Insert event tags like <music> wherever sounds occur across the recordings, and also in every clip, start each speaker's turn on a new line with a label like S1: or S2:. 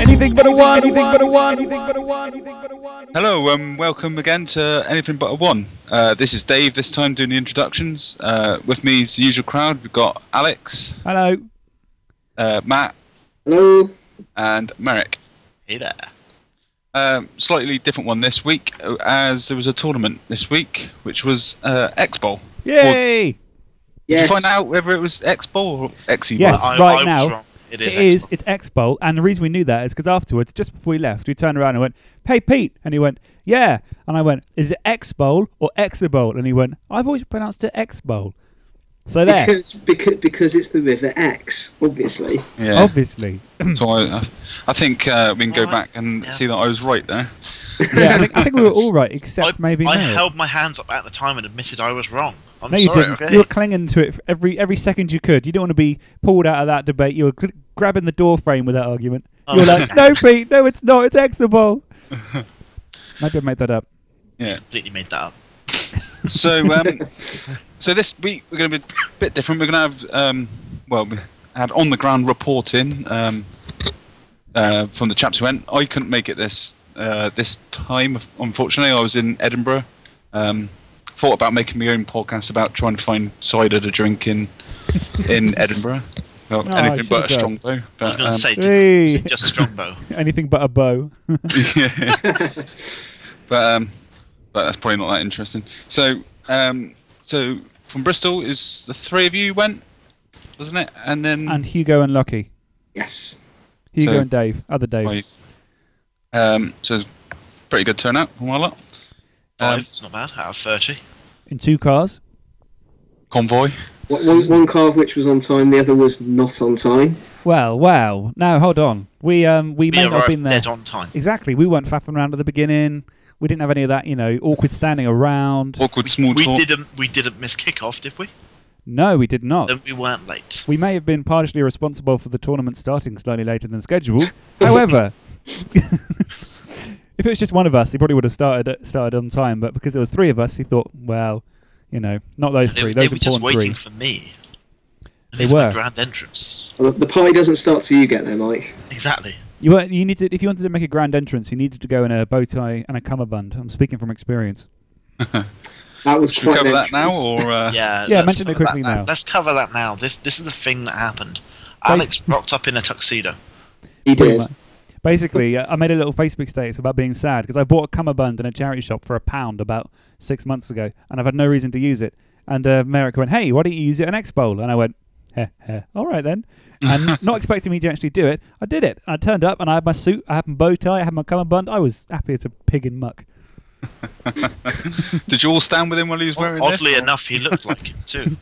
S1: anything but a one, anything but a one, anything but a one, anything but a one.
S2: Hello, um, welcome again to Anything But a One. Uh, this is Dave. This time doing the introductions. Uh, with me is the usual crowd. We've got Alex,
S1: Hello.
S2: uh, Matt,
S3: Hello.
S2: and Merrick.
S4: Hey there.
S2: Um, slightly different one this week, uh, as there was a tournament this week, which was uh, X Bowl.
S1: Yay!
S2: Did
S3: Yes.
S2: you find out whether it was X Bowl or Exy
S1: Yes.
S2: Bowl?
S4: I,
S1: right
S4: I
S1: now,
S4: was wrong. It
S1: It
S4: is.
S1: is.
S4: Xbox.
S1: It's X Bowl, and the reason we knew that is because afterwards, just before we left, we turned around and went, "Hey, Pete," and he went, "Yeah," and I went, "Is it X Bowl or Exabowl?" And he went, "I've always pronounced it X Bowl." So there,
S3: Because, because because it's the River Axe, obviously.
S2: Yeah.
S1: <laughs> obviously,
S2: So I, I- I think uh, we can go
S4: Alright.
S2: back and
S4: Yeah.
S2: see that I was right there.
S1: yeah, I, think, I think we were all right, except
S4: I,
S1: maybe
S4: I
S1: Merrick.
S4: held my hands up at the time and admitted I was wrong. I'm
S1: no, you
S4: sorry.
S1: didn't.
S4: Okay.
S1: You were clinging to it for every every second you could. You didn't want to be pulled out of that debate. You were gr- grabbing the door frame with that argument. You were
S4: Oh. <laughs>
S1: like, "No, Pete, no, it's not. It's Exable." <laughs> Maybe I made that up.
S2: Yeah.
S4: completely made that up.
S2: So, um, so this week we're going to be a bit different. We're going to have, um, well, we had on the ground reporting um, uh, from the chaps who went. I couldn't make it this uh, this time, unfortunately. I was in Edinburgh. Um, thought about making my own podcast about trying to find cider to drink in in Edinburgh. Well,
S1: Oh, I
S2: anything
S1: should've
S2: but a strong though.
S4: I was
S2: But,
S4: going to
S2: um,
S4: say,
S1: Hey.
S4: just, just
S1: <laughs>
S4: Strongbow.
S1: Anything but a bow.
S2: <laughs> but um, but that's probably not that interesting. So um, so from Bristol is the three of you went, wasn't it? And then
S1: and Hugo and Lucky.
S3: Yes.
S1: Hugo
S2: So-
S1: and Dave, other Dave.
S2: Right. Oh, um, so it's pretty good turnout from our lot.
S4: Five,
S2: Um,
S4: it's not bad. Out of 30.
S1: In two cars.
S2: Convoy.
S3: What- One, one car of which was on time, the other was not on time.
S1: Well, wow. Now hold on. We um we
S4: We
S1: may not have been
S4: arrived
S1: there.
S4: dead on time.
S1: Exactly. We weren't faffing around at the beginning. We didn't have any of that, you know, awkward standing around.
S2: Awkward small
S4: We
S2: talk.
S4: didn't. We didn't miss kickoff, did we?
S1: No, we did not.
S4: Then we weren't late.
S1: We may have been partially responsible for the tournament starting slightly later than scheduled. <laughs> However, if it was just one of us, he probably would have started started on time. But because it was three of us, he thought, well, you know, not those
S4: They,
S1: three.
S4: they
S1: Those
S4: were just
S1: important
S4: waiting
S1: three.
S4: for me.
S1: They
S4: It was my
S1: were.
S4: grand entrance.
S3: The the pie doesn't start till you get there, Mike.
S4: Exactly.
S1: You were, you needed if you wanted to make a grand entrance, you needed to go in a bow tie and a cummerbund. I'm speaking from experience.
S3: That was
S2: Should we
S3: quite
S2: cover
S3: an
S2: that now,
S3: entrance.
S2: or uh,
S4: Yeah.
S1: yeah,
S4: let's
S1: mention it
S4: cover that
S1: quickly now.
S4: Let's cover that now. This this is the thing that happened. Alex rocked up in a tuxedo.
S3: He
S1: Pretty
S3: did.
S1: much. Basically, uh, I made a little Facebook status about being sad because I bought a cummerbund in a charity shop for a pound about six months ago, and I've had no reason to use it. And uh, Merrick went, "Hey, why don't you use it in X Bowl?" And I went, "Heh heh, all right then."
S2: <laughs>
S1: And not expecting me to actually do it, I did it. I turned up and I had my suit, I had my bow tie, I had my cummerbund. I was happy as a pig in muck.
S2: did you all stand with him while he was wearing this?
S4: Oddly enough, he looked like him
S1: <laughs>
S4: too.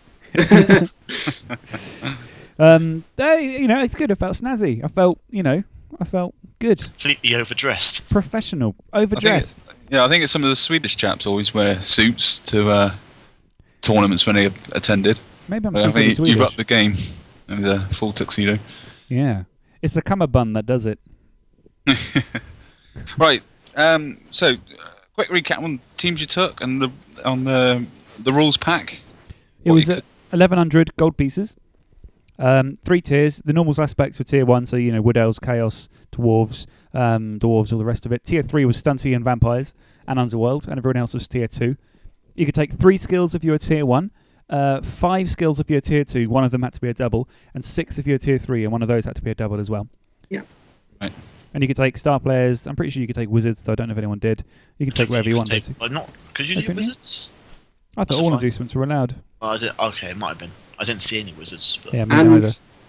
S1: Um, they, you know, it's good. I felt snazzy. I felt, you know, I felt good,
S4: Completely overdressed.
S1: professional,
S2: I think it-
S1: overdressed.
S2: yeah, I think it's some of the Swedish chaps always wear suits to uh, tournaments when they have attended.
S1: Maybe I'm
S2: But I
S1: simply
S2: mean,
S1: Swedish.
S2: you've upped the game with a full tuxedo.
S1: Yeah, it's the cummerbund that does it.
S2: Right. Um, so, uh, quick recap on teams you took and the on the the rules pack.
S1: It
S2: What
S1: was
S2: you
S1: uh
S2: could-
S1: 1100 gold pieces, um, three tiers. The normal aspects were tier one, so you know wood elves, chaos, dwarves, um, dwarves, all the rest of it. Tier three was stunty and vampires and underworld, and everyone else was tier two. You could take three skills if you were tier one, uh, five skills if you were tier two. One of them had to be a double, and six if you were tier three, and one of those had to be a double as well.
S3: Yeah.
S2: Right.
S1: And you could take star players. I'm pretty sure you could take wizards, though I don't know if anyone did. You can take whatever you want.
S4: Take,
S1: basically.
S4: uh, not, could you
S1: Okay,
S4: do
S1: yeah.
S4: wizards?
S1: I thought
S4: that's
S1: all
S4: fine.
S1: inducements were allowed.
S4: Oh, I did, okay, it might have been. I didn't see any wizards. But
S1: Yeah, me neither.
S3: And,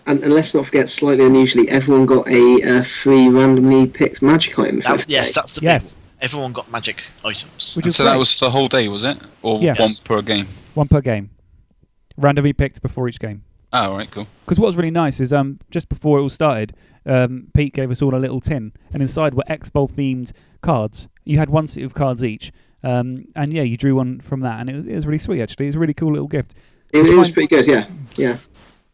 S3: and and let's not forget, slightly unusually, everyone got a uh, free randomly picked magic item. for
S4: That,
S3: every
S4: yes,
S3: day.
S4: that's the big
S1: Yes.
S4: one. Everyone got magic items.
S1: Which
S2: And
S1: is
S2: so
S1: great.
S2: that was the whole day, was it? Or
S1: Yes.
S2: one per game?
S1: One per game. Randomly picked before each game.
S2: Oh, all right, cool.
S1: Because what was really nice is um, just before it all started, um, Pete gave us all a little tin, and inside were X Bowl themed cards. You had one set of cards each, um, and yeah, you drew one from that, and it was, it was really sweet actually. It was a really cool little gift.
S3: It, it was
S1: fine.
S3: pretty good. Yeah, yeah.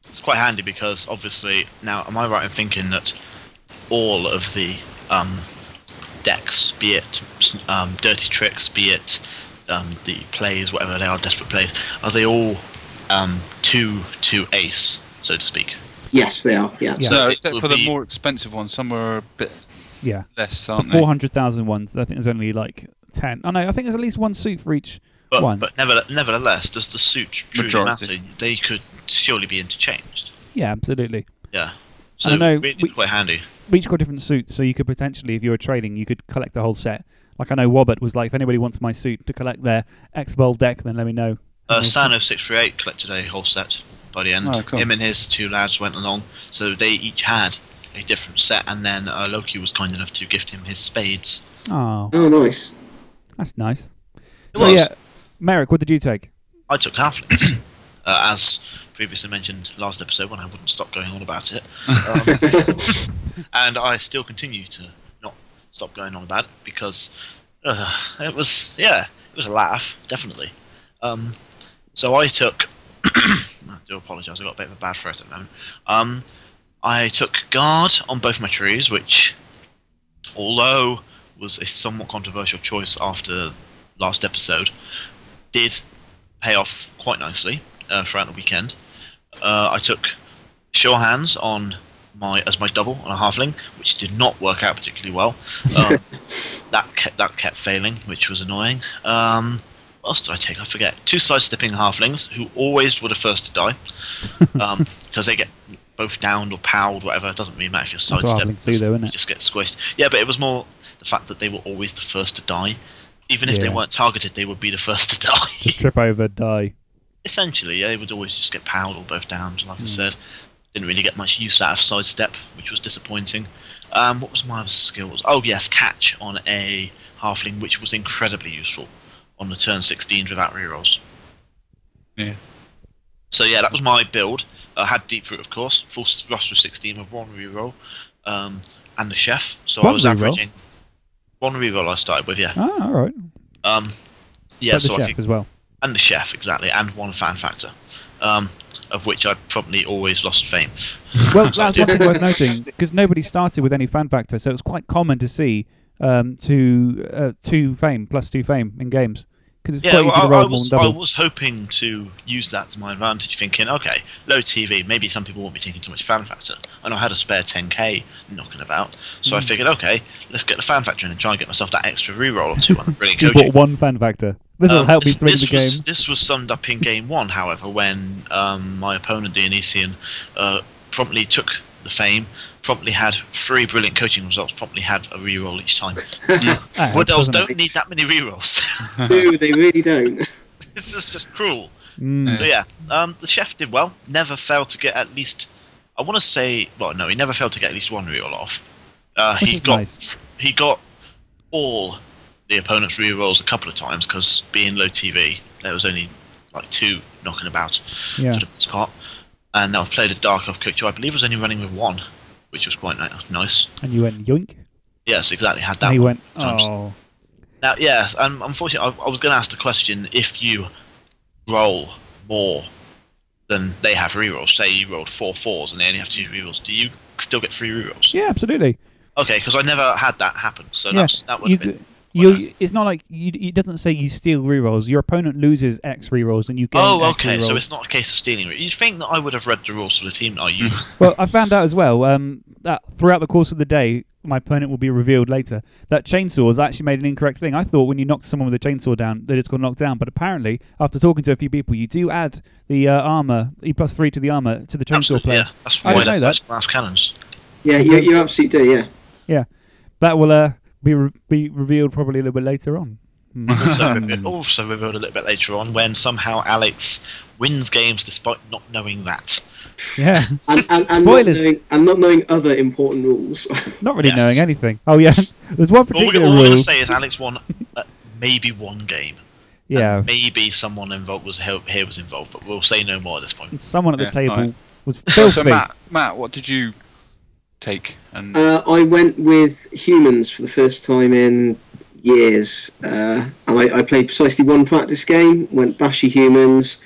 S4: It's quite handy because obviously now, am I right in thinking that all of the um, decks, be it um, dirty tricks, be it um, the plays, whatever they are, desperate plays, are they all um, two to ace, so to speak?
S3: Yes, they are. Yeah.
S1: Yeah.
S2: So
S4: it
S2: except
S4: would
S2: for the
S4: be-
S2: more expensive ones, some were a bit
S1: Yeah.
S2: less,
S1: The
S2: aren't they?
S1: 400,000 ones, I think there's only like 10. Oh no, I think there's at least one suit for each
S5: But,
S1: one.
S5: but neverthe- nevertheless, does the suit truly
S2: Majority.
S5: matter? They could surely be interchanged.
S1: yeah, absolutely.
S5: Yeah. So
S1: I know,
S5: really
S1: we-
S5: quite handy.
S1: We each got different suits, so you could potentially, if you were trading, you could collect the whole set. Like I know Wobbett was like, if anybody wants my suit to collect their X Bowl deck, then let me know.
S5: Uh,
S1: And we'll-
S5: Sano638 collected a whole set by the end.
S2: Oh, cool.
S5: Him and his two lads went along, so they each had a different set, and then uh, Loki was kind enough to gift him his spades.
S1: Oh,
S3: Oh, nice. <laughs>
S1: that's nice.
S5: It
S1: So
S5: was.
S1: yeah, Merrick, what did you take?
S5: I took halflings, <clears throat> uh, as previously mentioned last episode when I wouldn't stop going on about it. Um, and I still continue to not stop going on about it because uh, it was, yeah, it was a laugh, definitely. Um, so I took, <clears throat> I do apologise, I've got a bit of a bad throat at the moment. Um, I took guard on both my trees, which, although was a somewhat controversial choice after last episode, did pay off quite nicely uh, throughout the weekend. Uh, I took sure hands on my as my double on a halfling, which did not work out particularly well.
S1: <laughs>
S5: Um, that kept, that kept failing, which was annoying. Um, what else did I take? I forget. Two sidestepping halflings who always were the first
S1: <laughs>
S5: to die because they get both downed or powed, whatever. It doesn't really matter if you're
S1: what
S5: sidestepping.
S1: halflings do, though, innit?
S5: You just get squished. Yeah, but it was more the fact that they were always the first to die. Even if they
S1: Yeah.
S5: weren't targeted, they would be the first to <laughs> die.
S1: Just trip over, die.
S5: essentially, yeah, they would always just get powered or both downs.
S1: Hmm.
S5: Like I said, didn't really get much use out of sidestep, which was disappointing. Um, what was my other skill? Oh yes, catch on a halfling, which was incredibly useful on the turn 16s without rerolls.
S2: Yeah.
S5: So yeah, that was my build. I had deep root, of course, full s- roster of 16 with one reroll, um, and the chef. So I
S1: One
S5: was
S1: reroll?
S5: averaging one reroll. I started with yeah.
S1: Ah, all right.
S5: Um, yeah,
S1: But the
S5: so I
S1: chef
S5: could
S1: as well.
S5: and the chef exactly, and one fan factor, um, of which I probably always lost fame.
S1: <laughs> Well,
S5: <laughs>
S1: that's one thing worth noting because nobody started with any fan factor, so it's quite common to see um, two uh, two fame plus two fame in games because it's quite
S5: Yeah, well,
S1: easy to
S5: I,
S1: roll more
S5: I
S1: than
S5: was I
S1: double.
S5: was hoping to use that to my advantage, thinking, okay, low TV, maybe some people won't be taking too much fan factor, and I had a spare 10k knocking about, so I
S1: Mm.
S5: figured, okay, let's get the fan factor in and try and get myself that extra reroll or two
S1: <laughs>
S5: on a brilliant
S1: you
S5: coaching.
S1: bought one fan factor. This will
S5: Um,
S1: help me
S5: this-
S1: swing
S5: this
S1: the
S5: was,
S1: game.
S5: This was summed up in game one, however, when um, my opponent Dionysian uh, promptly took the fame, promptly had three brilliant coaching results, promptly had a reroll each time.
S1: Ah,
S5: Wood elves
S1: doesn't
S5: don't
S1: it?
S5: need that many rerolls. <laughs>
S3: no, they really don't.
S5: it's just, just cruel.
S1: Mm,
S5: So yeah, um, the chef did well. Never failed to get at least. I want to say, well, no, he never failed to get at least one reroll off. Uh,
S1: Which
S5: he
S1: is
S5: got
S1: nice.
S5: he got all the opponent's rerolls a couple of times because being low TV, there was only like two knocking about
S1: Yeah.
S5: for the most part. And I played a dark elf coach who I believe was only running with one, which was quite ni- nice.
S1: and you went yoink,
S5: Yes, exactly. Had that.
S1: and he
S5: one
S1: went
S5: a couple of times.
S1: oh.
S5: Now, yeah, um, unfortunately, I, I was going to ask the question if you roll more than they have rerolls. Say you rolled four fours and they only have two rerolls. Do you still get three rerolls?
S1: Yeah, absolutely.
S5: Okay, because I never had that happen. So
S1: Yeah,
S5: that's, that would
S1: you,
S5: have been.
S1: you,
S5: nice.
S1: it's not like you, it doesn't say you steal rerolls. Your opponent loses X rerolls, and you gain
S5: Oh,
S1: X
S5: okay. So
S1: rerolls.
S5: it's not a case of stealing. re- You'd think that I would have read the rules for the team that I
S1: Hmm.
S5: used.
S1: well, I found out as well um, that throughout the course of the day, my opponent will be revealed later that chainsaws actually made an incorrect thing. I thought when you knocked someone with a chainsaw down that it's got knocked down, but apparently after talking to a few people, you do add the uh, armor e plus three to the armor to the chainsaw
S5: Absolutely.
S1: player.
S5: Yeah, that's
S1: I didn't
S5: why
S1: know
S5: that's
S1: that.
S5: such
S1: <laughs>
S5: glass cannons.
S3: Yeah, you, you absolutely do, yeah.
S1: Yeah. that will uh, be re- be revealed probably a little bit later on. Mm.
S5: Also, revealed- also revealed a little bit later on when somehow Alex wins games despite not knowing that.
S1: yeah,
S3: And, and, and,
S1: <laughs>
S3: not
S1: Spoilers.
S3: knowing, and not knowing other important rules. <laughs>
S1: not really
S5: Yes.
S1: knowing anything. Oh yeah, <laughs> there's one
S5: All, we,
S1: particular
S5: all we're going
S1: rule.
S5: to say is Alex won uh, maybe one game. <laughs>
S1: yeah,
S5: Maybe someone involved was help, here was involved, but we'll say no more at this point.
S1: and someone at the
S2: Yeah,
S1: table
S2: alright.
S1: was
S2: So,
S1: filthy.
S2: so Matt, Matt, what did you take? And
S3: Uh, I went with humans for the first time in years. Uh, and I, I played precisely one practice game, went bashy humans,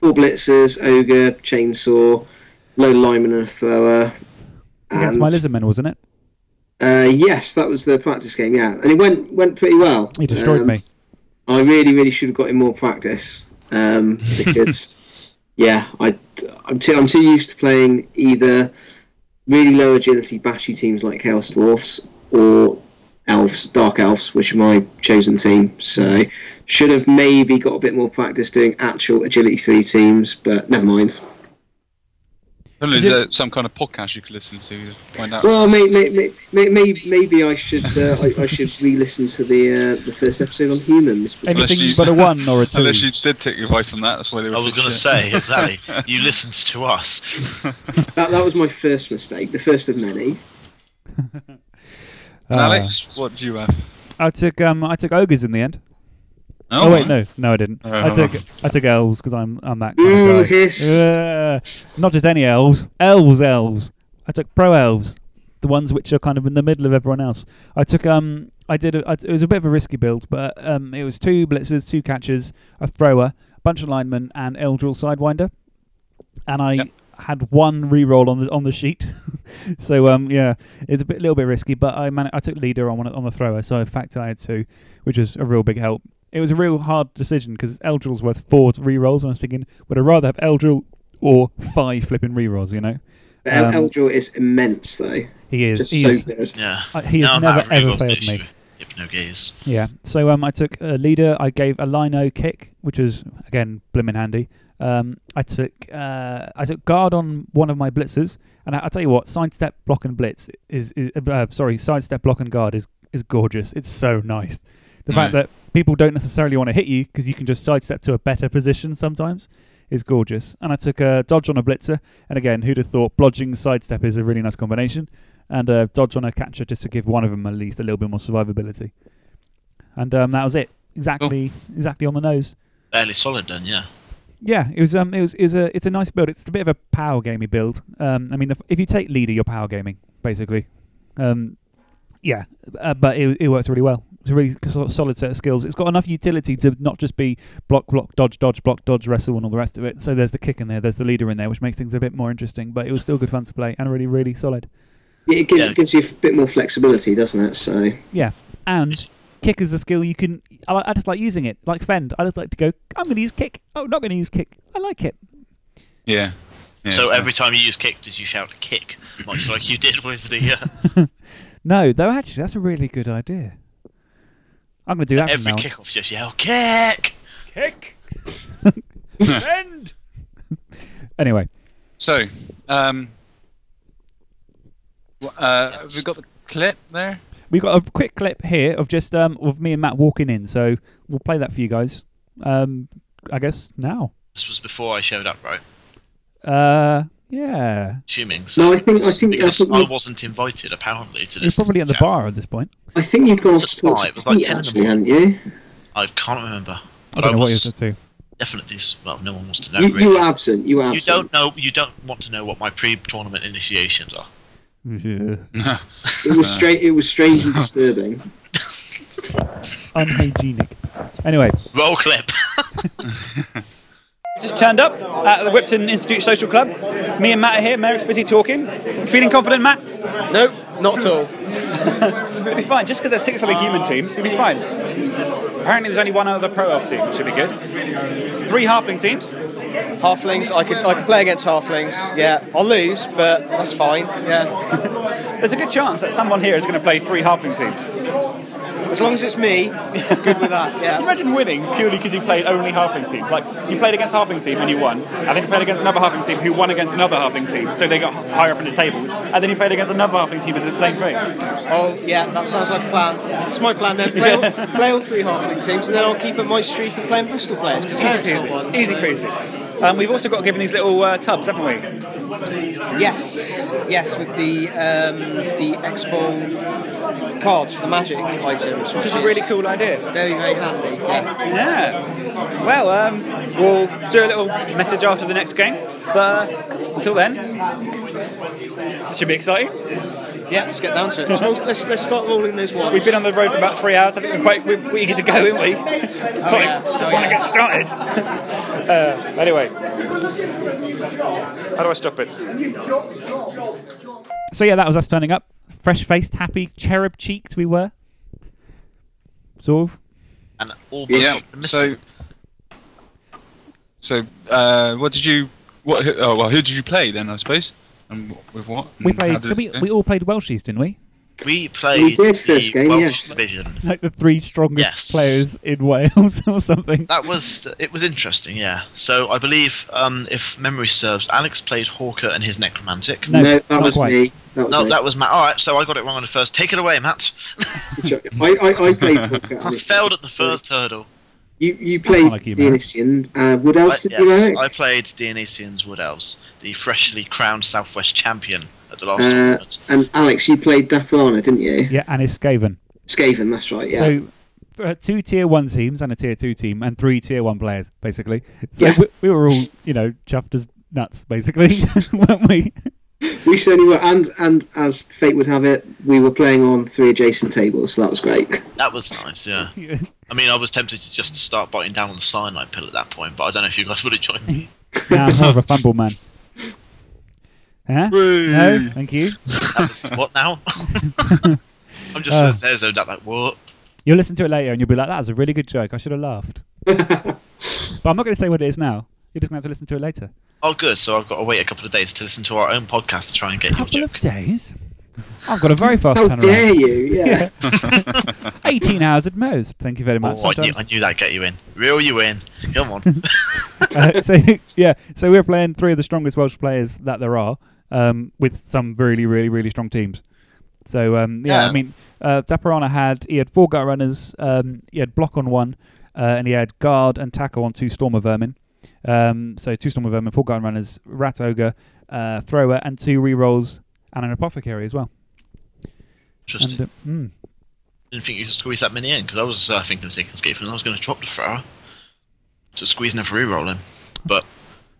S3: four blitzers, ogre, chainsaw, low lineman and a thrower.
S1: Against
S3: and-
S1: my lizardman, wasn't it?
S3: Uh, yes, that was the practice game, yeah. And it went went pretty well.
S1: He destroyed
S3: Um,
S1: me.
S3: I really, really should have got in more practice um, because, yeah, I, I'm too I'm too used to playing either really low agility bashy teams like Chaos Dwarfs or Elves, Dark Elves, which are my chosen team. So should have maybe got a bit more practice doing actual agility three teams, but never mind.
S2: Apparently there's uh, some kind of podcast you could listen to to find out.
S3: Well, may, may, may, may, may, maybe I should uh, I, I should re-listen to the uh, the first episode on humans. because-
S2: Unless
S1: Anything
S2: you-
S1: but a one or a two.
S2: <laughs> Unless you did take advice from that, that's why they were.
S4: I was
S2: such <laughs>
S4: going to
S2: shit.
S4: say, exactly. You listened to us.
S3: That, that was my first mistake, the first of many.
S1: Uh,
S2: Alex, what do you have?
S1: I took um I took ogres in the end. Oh, wait, no, no, I didn't.
S2: Uh,
S1: I took I took elves because I'm I'm that kind
S3: Ooh,
S1: of guy.
S3: hiss.
S1: Uh, not just any elves, elves, elves. I took pro elves, the ones which are kind of in the middle of everyone else. I took um I did a, I, it was a bit of a risky build, but um it was two blitzers, two catchers, a thrower, a bunch of linemen, and Eldril sidewinder, and I.
S2: Yep.
S1: Had one reroll on the on the sheet, so um yeah, it's a bit little bit risky. But I man, I took leader on one on the thrower, so in fact I had two, which was a real big help. It was a real hard decision because Eldril's worth four rerolls, and I was thinking, would I rather have Eldril or five flipping rerolls? You know,
S3: But El-
S1: Um,
S3: Eldril is immense, though.
S1: he is.
S3: Just
S1: He
S3: so
S1: is
S3: good.
S4: Yeah.
S1: uh, he has
S4: I'm out
S1: never
S4: of
S1: ever
S4: rebuilds,
S1: failed
S4: don't
S1: me.
S4: you? Hypnogaze.
S1: Yeah. So um, I took a leader. I gave a lino kick, which was again blimmin' handy. Um, I took uh, I took guard on one of my blitzers, and I, I tell you what, sidestep block and blitz is, is uh, sorry, sidestep block and guard is is gorgeous. It's so nice. The fact
S2: Yeah.
S1: that people don't necessarily want to hit you because you can just sidestep to a better position sometimes is gorgeous. And I took a dodge on a blitzer, and again, who'd have thought blodging sidestep is a really nice combination, and uh, dodge on a catcher just to give one of them at least a little bit more survivability. And um, that was it. Exactly, exactly on the nose.
S4: Fairly solid then, yeah.
S1: Yeah, it was. Um, it was. Is a. It's a nice build. It's a bit of a power gamey build. Um, I mean, if, if you take leader, you're power gaming basically. Um, yeah, uh, but it, it works really well. It's a really sort of solid set of skills. It's got enough utility to not just be block, block, dodge, dodge, block, dodge, wrestle, and all the rest of it. So there's the kick in there. There's the leader in there, which makes things a bit more interesting. But it was still good fun to play and really, really solid.
S3: Yeah, It gives,
S4: Yeah.
S3: gives you a bit more flexibility, doesn't it? So
S1: Yeah, and kick is a skill you can. I, I just like using it. Like fend, I just like to go. I'm going to use kick. Oh, not going to use kick. I like it.
S2: Yeah. Yeah,
S4: so
S2: it's
S4: every
S2: nice.
S4: time you use kick, did you shout kick? Much like you did with the
S1: <laughs>
S4: uh,
S1: No, though actually that's a really good idea. I'm gonna do that. from
S4: every
S1: now on.
S4: kickoff, just yell kick.
S1: <laughs> kick. End. anyway,
S2: So, um, wh- uh,
S4: Yes.
S2: have we got the clip there?
S1: we've got a quick clip here of just um of me and Matt walking in, so we'll play that for you guys. Um, I guess now.
S4: This was before I showed up, right?
S1: Uh, yeah,
S4: Assuming. So.
S3: no, I think I think I
S4: Because
S3: think,
S4: I
S3: you,
S4: wasn't invited, apparently, to
S1: you're
S4: this.
S1: probably at the bar at this point.
S3: I think you've gone
S4: It's
S3: to
S4: at
S3: talk
S4: five,
S3: to
S4: it's like
S3: Pete,
S4: ten in the
S3: actually, haven't you?
S4: I can't remember.
S1: I
S4: But
S1: don't know what
S4: was
S1: you're up to.
S4: Definitely, s- well, no one wants to know.
S3: You,
S4: really.
S3: you were absent. You were absent.
S4: You don't know. You don't want to know what my pre-tournament initiations are.
S3: It
S1: Uh,
S3: was straight. It was strange and disturbing.
S1: <laughs> Unhygienic. Anyway,
S5: <laughs>
S4: Roll clip.
S1: just turned up at the Whipton Institute Social Club. Me and Matt are here. Merrick's busy talking. Feeling confident, Matt?
S6: Nope, not at all.
S1: <laughs> It'll be fine, just because there's six other human teams, it'll be fine. Apparently, there's only one other pro elf team, which should be good. Three halfling teams.
S6: Halflings, I could I could play against halflings. Yeah, I'll lose, but that's fine. Yeah,
S1: There's a good chance that someone here is going to play three halfling teams.
S6: as long as it's me, good with that. Yeah.
S1: Imagine winning purely because you played only halfling teams. Like, you played against halfling team and you won, and then you played against another halfling team who won against another halfling team, so they got higher up in the tables, and then you played against another halfling team and did the same thing.
S6: Oh, yeah, that sounds like a plan. It's my plan then. Play, all,
S1: <laughs>
S6: play all three halfling teams, and then I'll keep up my streak of playing Bristol players because Merrick's
S1: Easy
S6: got
S1: peasy.
S6: one.
S1: Easy
S6: so-
S1: peasy. Um, we've also got given these little uh, tubs, haven't we?
S6: Yes, yes, with the um, the expo cards for the magic items, which,
S1: Which is a really cool idea.
S6: Very, very handy. Yeah.
S1: Yeah. Well, um, we'll do a little message after the next game. But uh, until then, it should be exciting.
S6: yeah, let's get down to it. Let's, roll- let's, let's start rolling those ones.
S1: We've been on the road for about three hours. I think we're quite we're, we're eager to go, aren't we? <laughs> Quite-
S6: yeah.
S1: Just
S6: Oh,
S1: want to
S6: yeah.
S1: get started. uh, anyway, how do I stop it? So yeah, that was us turning up, fresh-faced, happy, cherub-cheeked we were. Sort of.
S4: And all but
S2: Yeah. So, so uh, what did you? What? who- Oh well, who did you play then? I suppose. And with what?
S1: We
S2: And Mm, how
S1: played.
S2: did
S1: did
S2: it
S1: we,
S2: go?
S1: we all played Welshies, didn't we?
S5: We played
S3: did first
S5: the
S3: game,
S5: Welsh
S3: yes.
S5: division.
S1: Like the three strongest
S5: Yes.
S1: players in Wales <laughs> or something.
S2: Uh,
S5: That was it. Was interesting, yeah. So I believe, um, if memory serves, Alex played Hawker and his Necromantic.
S1: No,
S3: No,
S1: not
S3: that was
S1: quite.
S3: me. That was
S5: No,
S3: me.
S5: that was Matt. All right, so I got it wrong on the first. Take it away, Matt. <laughs>
S3: I, I, I
S4: <laughs>
S3: played Walker.
S5: I failed at the first hurdle.
S3: You, you
S1: not
S3: played
S1: like you, man.
S3: Dionysian. Uh, Wood
S5: I,
S3: Elves did you,
S5: yes,
S3: Eric?
S5: I played Dionysian's Wood Elves, the freshly crowned Southwest champion at the last
S3: Uh,
S5: tournament.
S3: And Alex, you played Dapolana, didn't you?
S1: Yeah, and Iskaven.
S3: Skaven, that's right, yeah.
S1: So th- uh, two tier one teams and a tier two team and three tier one players basically. So
S3: Yeah.
S1: we, we were all you know chuffed as nuts basically, <laughs> weren't we?
S3: we certainly were, and, and as fate would have it, we were playing on three adjacent tables, so that was great.
S1: <laughs>
S5: That was nice, yeah.
S1: Yeah.
S5: I mean, I was tempted to just start biting down on the cyanide pill at that point, but I don't know if you guys would have joined
S1: <laughs>
S5: me.
S1: Nah, I'm more of a fumble man. Huh? No,
S2: Whee!
S1: thank you.
S5: That was,
S1: <laughs>
S5: what now? I'm just
S1: Uh.
S5: uh, there zoned out like, what?
S1: You'll listen to it later and you'll be like, "That was a really good joke. I should have laughed." but I'm not going to say what it is now. You're just going to have to listen to it later.
S5: Oh, good. So I've got to wait a couple of days to listen to our own podcast to try and get your
S1: Couple of
S5: joke.
S1: days. I've got a very fast
S3: How
S1: turnaround. <laughs>
S3: dare you? Yeah.
S1: Yeah. 18 hours at most. Thank you very much.
S5: Oh, I knew,
S1: Sometimes-
S5: I knew that'd get you in. Reel you in.
S1: <laughs>
S5: Come on.
S1: Uh, <laughs> so yeah, so we were playing three of the strongest Welsh players that there are, um, with some really, really, really strong teams. So um, yeah,
S5: Yeah.
S1: I mean, uh, Daperana had he had four gut runners, um, he had block on one, uh, and he had guard and tackle on two Stormer Vermin. Um, so two Stormer Vermin, four gut runners, Rat Ogre, uh, Thrower, and two rerolls and an Apothecary as well.
S5: Interesting.
S1: And, uh, mm.
S5: didn't think you could squeeze that many in because I was uh, thinking of taking escape and I was going to drop the thrower to squeeze in a free roll in. But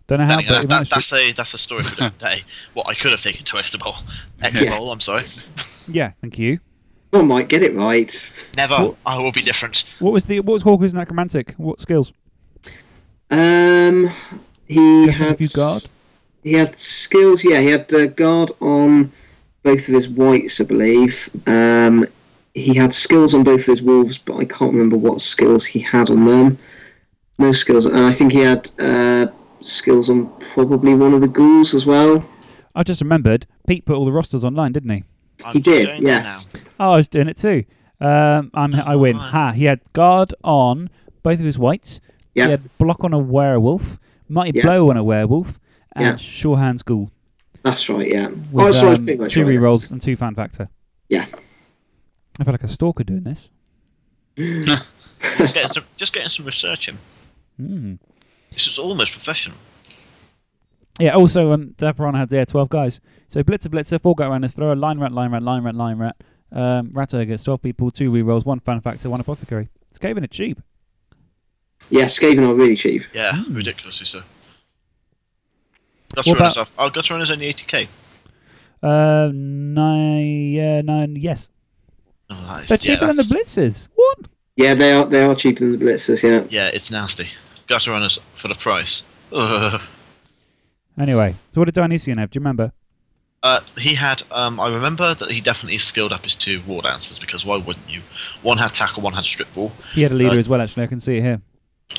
S1: Don't know how,
S5: that,
S1: Ah, but he
S5: that, that,
S1: managed to-
S5: that's a that's a story for
S1: <laughs>
S5: a different day. What I could have taken to Extra Bowl, Extra
S3: Yeah.
S5: Bowl. I'm sorry.
S1: yeah, thank you.
S3: One might get it right.
S5: Never.
S1: What?
S5: I will be different.
S1: What was the what was Hawker's necromantic? What skills?
S3: Um, he
S1: Guessing
S3: had
S1: if you guard?
S3: He had skills. Yeah, he had uh, guard on both of his whites, I believe. Um, he had skills on both of his wolves, but I can't remember what skills he had on them. No skills, and I think he had uh, skills on probably one of the ghouls as well.
S1: I just remembered Pete put all the rosters online, didn't he?
S5: I'm
S3: He did,
S5: going there
S3: yes.
S5: now.
S1: Oh, I was doing it too. Um, I'm,
S3: Ah.
S1: I win. Ha! He had guard on both of his whites.
S3: Yeah.
S1: He had block on a werewolf, mighty
S3: Yeah.
S1: blow on a werewolf, and
S3: Yeah.
S1: sure hands ghoul
S3: That's right. Yeah.
S1: with
S3: oh, that's right.
S1: um,
S3: pretty much
S1: two
S3: right.
S1: rerolls and two fan factor.
S3: Yeah.
S1: I feel like a stalker doing this.
S5: Just getting some, just getting some research in.
S1: Mm.
S5: This is almost professional.
S1: Yeah. Also, um, Daperon had yeah twelve guys. So blitzer, blitzer, four gut runners, thrower, line rat, line rat, line rat, line rat, um, rat ogre, twelve people, two rerolls, one fan factor, one apothecary. It's caving it cheap.
S3: Yeah, Skaven are really cheap.
S5: Yeah, ridiculously so. Gutter
S1: Hmm. What
S5: runners
S1: about-
S5: off. Oh, gutter runners only 80k.
S1: Uh, nine. Yeah, nine. Yes,
S5: Oh, that is,
S1: they're
S5: yeah,
S1: cheaper than the
S5: that's-
S1: blitzers. What?
S3: Yeah, they are. They are cheaper than the blitzers. Yeah.
S5: Yeah, it's nasty. Gutter runners for the price. Ugh.
S1: Anyway, so what did Dionysian have? Do you remember?
S5: Uh, he had. Um, I remember that he definitely skilled up his two war dancers because why wouldn't you? One had tackle, one had strip ball.
S1: He had a leader
S5: Uh,
S1: as well, actually. I can see it here.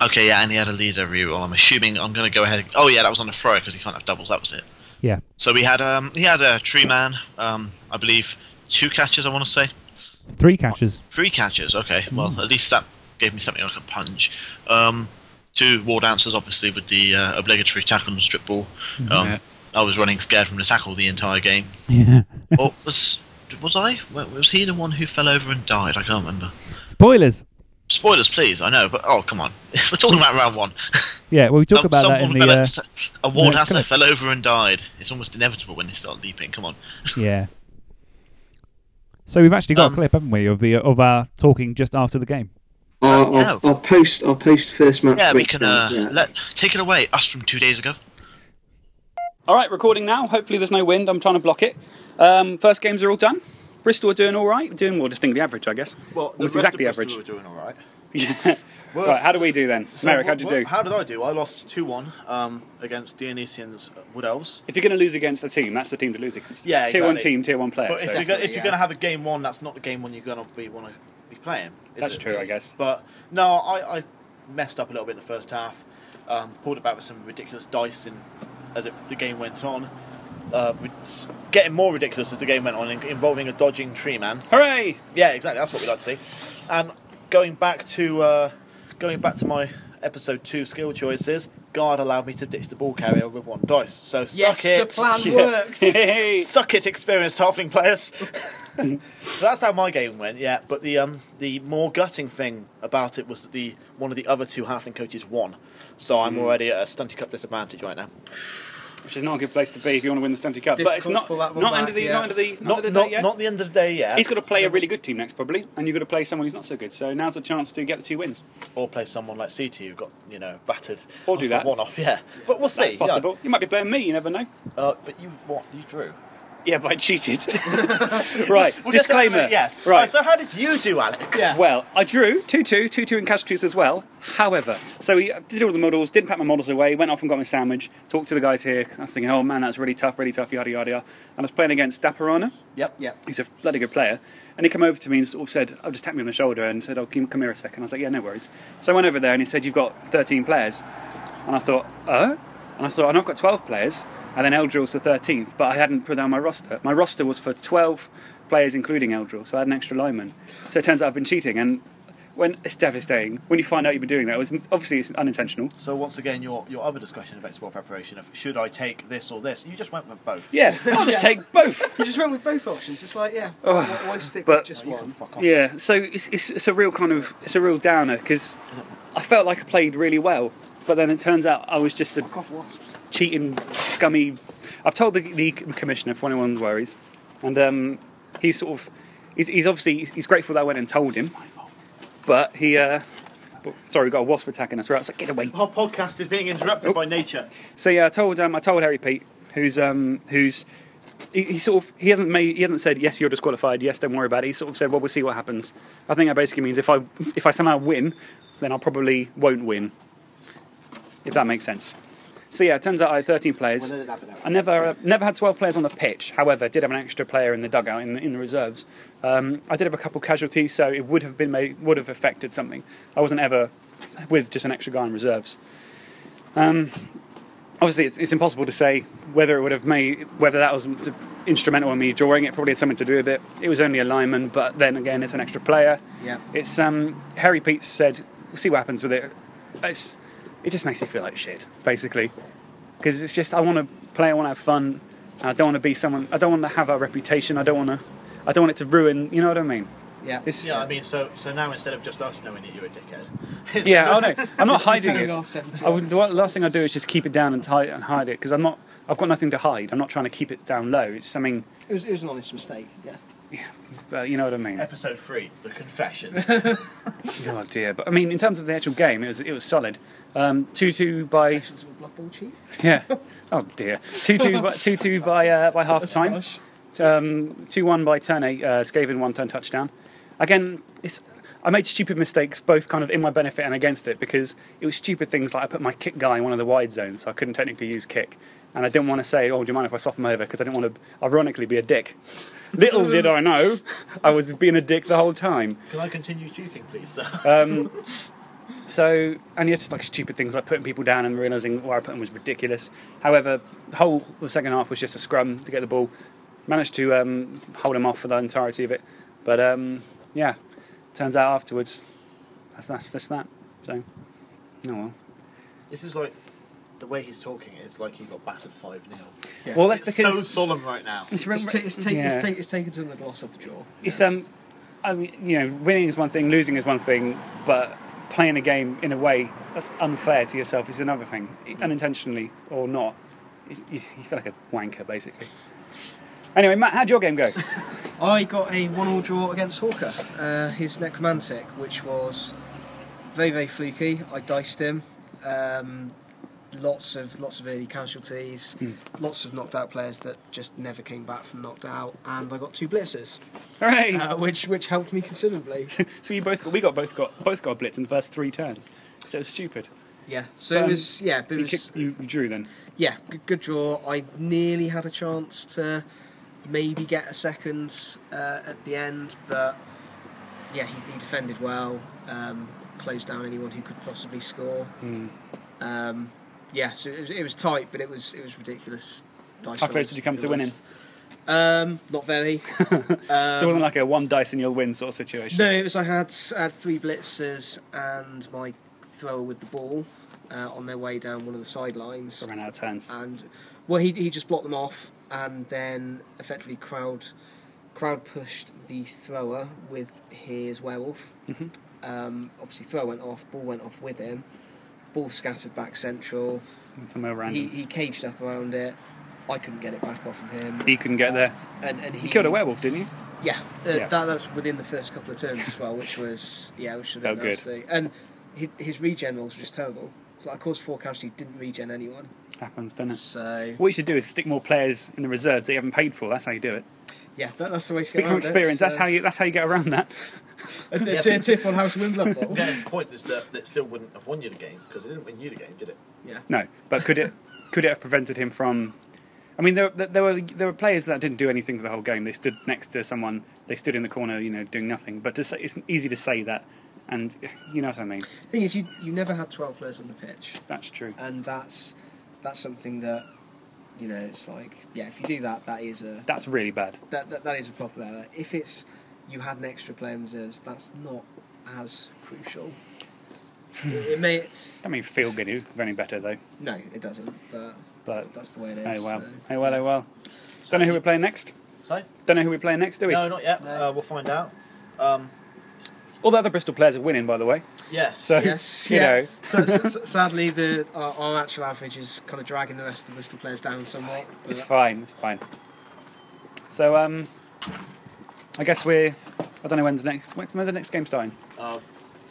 S5: Okay, yeah, and he had a leader reroll. I'm assuming I'm going to go ahead. Oh yeah, that was on the thrower because he can't have doubles. That was it.
S1: Yeah.
S5: So he had um he had a tree man. Um, I believe two catches. I want to say
S1: Three
S5: <laughs>
S1: catches.
S5: three catches. Okay,
S1: Hmm.
S5: well at least that gave me something like a punch. Um, two war dancers, obviously with the uh, obligatory tackle and strip ball.
S1: Hmm.
S5: Um,
S2: Yeah.
S5: I was running scared from the tackle the entire game.
S1: <laughs> Yeah.
S5: Or was was I? Was he the one who fell over and died? I can't remember.
S1: Spoilers.
S5: Spoilers, please. I know, but oh come on, <laughs> we're talking about round one.
S1: Yeah, well, we <laughs> talk
S5: Some-
S1: about that in
S5: someone
S1: the.
S5: fell
S1: Uh,
S5: o- a ward
S1: yeah,
S5: has
S1: come on.
S5: fell over and died. It's almost inevitable when they start leaping. Come on.
S1: <laughs> yeah. So we've actually got
S5: Um,
S1: a clip, haven't we, of the of our talking just after the game?
S3: Our,
S5: Uh,
S3: our,
S5: no.
S3: our post. Our post first match.
S5: Yeah, we can uh,
S3: breakdown, yeah.
S5: let take it away. Us from two days ago.
S7: All right, recording now. Hopefully, there's no wind. I'm trying to block it. Um, first games are all done. Bristol are doing all right. Doing well, distinctly average, I guess.
S6: Well, the
S7: Almost
S6: rest
S7: exactly
S6: of Bristol
S7: average.
S6: Were doing all right. Well-
S7: right, how do we do then?
S6: So
S7: Merrick,
S6: what-
S7: how'd you
S6: what-
S7: do?
S6: How did I do? I lost two one um, against Dionysian's uh, Wood Elves.
S7: If you're going to lose against a team, that's the team to lose against.
S6: Yeah,
S7: tier one
S6: exactly.
S7: team, tier one player.
S6: But
S7: so-
S6: if you're, gonna, if
S7: Definitely,
S6: you're
S7: yeah.
S6: going to have a game one, that's not the game one you're going to be want to be playing. is
S7: That's
S6: it,
S7: true, I guess.
S6: But no, I, I messed up a little bit in the first half. Um, pulled about with some ridiculous dice in, as it, the game went on.
S5: uh, rid- s- getting more ridiculous as the game went on, in- involving a dodging tree man.
S7: <laughs>
S1: Hooray!
S5: Yeah, exactly. That's what we like to see. And going back to uh, going back to my episode two skill choices, guard allowed me to ditch the ball carrier with one dice. So
S6: Yes,
S5: suck it.
S1: <laughs>
S6: the plan worked.
S1: Hey!
S5: Suck it, experienced halfling players. so that's how my game went, yeah. But the um, the more gutting thing about it was that the one of the other two halfling coaches won, so
S1: Hmm.
S5: I'm already at a stunty cup disadvantage right now.
S1: Which is not a good place to be if you want to win the Stanley Cup. But
S6: Difficult
S1: it's
S6: to
S1: not
S6: pull that one
S1: not
S6: back,
S1: under the
S6: yeah.
S1: not under the not
S5: Not
S1: under the
S5: not,
S1: day yet.
S5: not the end of the day yet.
S1: He's got to play a really good team next, probably, and you've got to play someone who's not so good. So now's the chance to get the two wins.
S5: or play someone like CT who got you know battered.
S1: Or do that.
S5: one off, yeah. But we'll see.
S1: That's
S5: yeah.
S1: possible. You might be playing me. You never know.
S5: Uh, but you what? You drew.
S1: Yeah, but I
S5: <laughs>
S1: cheated. <laughs> right.
S5: Well, just- uh,
S1: disclaimer.
S5: Yes.
S1: Right.
S5: So how did you do, Alex?
S6: Yeah.
S1: Well, I drew 2 2, 2 2 in casualties as well. However, so we uh, did all the models, didn't pack my models away, went off and got my sandwich, talked to the guys here. I was thinking, oh man, that's really tough, really tough, yada yada yada. And I was playing against Dapperana.
S5: Yep.
S6: yeah.
S1: He's a bloody good player. And he came over to me and sort of said, "I'll just tapped me on the shoulder and said, "Oh, come come here a second. I was like, "Yeah, no worries." So I went over there and he said, "You've got 13 players," and I thought, "Uh?" And I thought, "And I've got 12 players." And then Eldril's the 13th, but I hadn't put down my roster. My roster was for 12 players, including Eldril, so I had an extra lineman. So it turns out I've been cheating, and when it's devastating when you find out you've been doing that. It was obviously it's unintentional.
S5: So once again, your your other discussion about sport preparation of should I take this or this? You just went with both.
S1: Yeah, I'll just take both.
S6: You just went with both options. It's like, yeah, why, why stick
S1: Oh, but-
S6: with just
S5: You can
S6: one?
S5: fuck off.
S1: Yeah, so it's, it's, it's a real kind of it's a real downer because I felt like I played really well, but then it turns out I was just a
S6: Cough wasps.
S1: cheating, scummy. I've told the, the commissioner for anyone worries, and um, he's sort of he's, he's obviously he's, he's grateful that I went and told him, but he. Uh, but- Sorry, we got a wasp attacking us. Right, I was like, get away.
S5: Our podcast is being interrupted
S1: Oh.
S5: by nature.
S1: So yeah, I told um, I told Harry Pete, who's um, who's he, he sort of he hasn't made he hasn't said yes you're disqualified yes don't worry about it. He sort of said well we'll see what happens. I think that basically means if I if I somehow win, then I probably won't win. If that makes sense. So yeah, it turns out I had 13 players.
S6: When did it happen?
S1: I never uh, never had 12 players on the pitch. However, I did have an extra player in the dugout in the, in the reserves. Um, I did have a couple casualties, so it would have been made, would have affected something. I wasn't ever with just an extra guy in reserves obviously it's, it's impossible to say whether it would have made whether that was t- instrumental in me drawing it probably had something to do with it it was only a lineman but then again it's an extra player
S6: Yeah.
S1: it's um harry Peets said we'll see what happens with it it's it just makes you feel like shit basically because it's just i want to play i want to have fun and i don't want to be someone i don't want to have a reputation i don't want to i don't want it to ruin you know what i mean
S6: Yeah.
S1: it's
S5: Yeah, I mean, so so now instead of just us knowing that you're a dickhead.
S1: yeah i know i'm not
S5: <laughs>
S1: hiding
S6: Telling
S1: it
S6: our 70
S1: I would, the last thing I do is just keep it down and, tie, and hide it because I'm not. I've got nothing to hide. I'm not trying to keep it down low. It's something,
S6: It was, it was an honest mistake. Yeah.
S1: uh, you know what I mean.
S5: Episode three, the confession. <laughs>
S1: Oh dear. But I mean, in terms of the actual game, it was it was solid. Um, two two by
S6: Actions of a blood ball cheat.
S1: <laughs> yeah. Oh dear. Two two by two two by uh, by half time. Um, two one by turn eight. Uh, Skaven one turn touchdown. Again, it's. I made stupid mistakes, both kind of in my benefit and against it, because it was stupid things like I put my kick guy in one of the wide zones, so I couldn't technically use kick, and I didn't want to say, "Oh, do you mind if I swap him over?" Because I didn't want to, ironically, be a dick. Little did I know, I was being a dick the whole time.
S5: Can I continue cheating, please, sir?
S1: Um, so, and yeah, just like stupid things like putting people down and realizing where I put them was ridiculous. However, the whole of the second half was just a scrum to get the ball. Managed to um, hold them off for the entirety of it, but um, yeah, turns out afterwards that's that's just that. So, no well.
S5: This is like the way he's talking is like he got battered five 0
S1: Well, that's
S5: It's so
S1: because
S5: solemn right now.
S1: it's,
S6: It's, ta- it's, ta-
S1: Yeah.
S6: it's, ta- it's taken some of the gloss off the jaw.
S1: it's um, I mean, you know, winning is one thing, losing is one thing, but playing a game in a way that's unfair to yourself is another thing, i- unintentionally or not. You, you you feel like a wanker, basically. Anyway, Matt, how'd your
S6: <laughs>
S1: game go?
S6: I got a one-all draw against Hawker. Uh, his necromantic, which was very, very fluky. I diced him. Um, lots of lots of early casualties.
S1: Hmm.
S6: Lots of knocked out players that just never came back from knocked out, and I got two blitzers,
S1: Hooray!
S6: uh, which which helped me considerably.
S1: so you both got, we got both got both got blitzed in the first three turns. So it was stupid.
S6: yeah. So
S1: Um,
S6: it was yeah. But it
S1: You,
S6: was,
S1: kicked, you, you drew then.
S6: yeah, good, good draw. I nearly had a chance to maybe get a second uh, at the end, but yeah, he, he defended well, um, closed down anyone who could possibly
S1: Hmm.
S6: score. Um, yeah, so it was, it was tight, but it was it was ridiculous dice.
S1: How close
S6: rolls,
S1: did you come
S6: if
S1: to
S6: I'm
S1: winning?
S6: honest. Um, not
S1: <laughs>
S6: very.
S1: so it wasn't like a one dice and you'll win sort of situation.
S6: um, No, it was I had, I had three blitzers and my thrower with the ball uh, on their way down one of the sidelines.
S1: I ran out of turns.
S6: and well, he, he just blocked them off and then effectively crowd crowd pushed the thrower with his werewolf.
S1: Mm-hmm.
S6: Um, obviously, thrower went off, ball went off with him, ball scattered back central.
S1: Some more random.
S6: He,
S1: He,
S6: he caged up around it. I couldn't get it back off of him.
S1: couldn't get there.
S6: and, and he,
S1: You killed a werewolf, didn't you?
S6: Yeah, uh,
S1: Yeah.
S6: That, that was within the first couple of turns as well, which was yeah, which was a
S1: Oh, good.
S6: nice thing. And his, his regen rolls were just terrible. So like, I caused four casualties, didn't regen anyone.
S1: Happens, doesn't it?
S6: So
S1: What you should do is stick more players in the reserves that you haven't paid for. That's how you do it.
S6: Yeah, that, that's the way. to
S1: Speak
S6: get
S1: from
S6: around it,
S1: experience. That's
S6: so-
S1: how you. That's how you get around that.
S6: A, a tip- tip on how to win Blood <laughs> Bowl.
S5: The point is that that still wouldn't have won you the game because it didn't win you the game, did it?
S6: yeah.
S1: No, but could it? could it have prevented him from? I mean, there, there were there were players that didn't do anything for the whole game. They stood next to someone. They stood in the corner, you know, doing nothing. But to say, it's easy to say that, and you know what I mean.
S6: Thing is, you you never had twelve players on the pitch,
S1: That's true.
S6: and that's that's something that you know it's like yeah, if you do that, that is a
S1: That's really bad.
S6: that that, that is a proper error. If it's you had an extra player in reserves, that's not as crucial. it, it may
S1: Don't mean feel good you- any better though.
S6: no, it doesn't, but
S1: But
S6: that's the way it is.
S1: oh well,
S6: so.
S1: oh well, oh well. Don't know who we're playing next.
S5: Sorry?
S1: Don't know who we're playing next, do we?
S5: No, not yet.
S6: No.
S5: Uh, we'll find out. Um,
S1: All the other Bristol players are winning, by the way.
S5: yes.
S1: So
S6: Yes,
S1: <laughs> you
S6: yeah.
S1: know,
S6: so, so, so- sadly, the our, our actual average is kind of dragging the rest of the Bristol players down somewhat. but-
S1: it's fine. It's fine. So um, I guess we're. I don't know when's the next. When's the next game starting?
S5: Uh,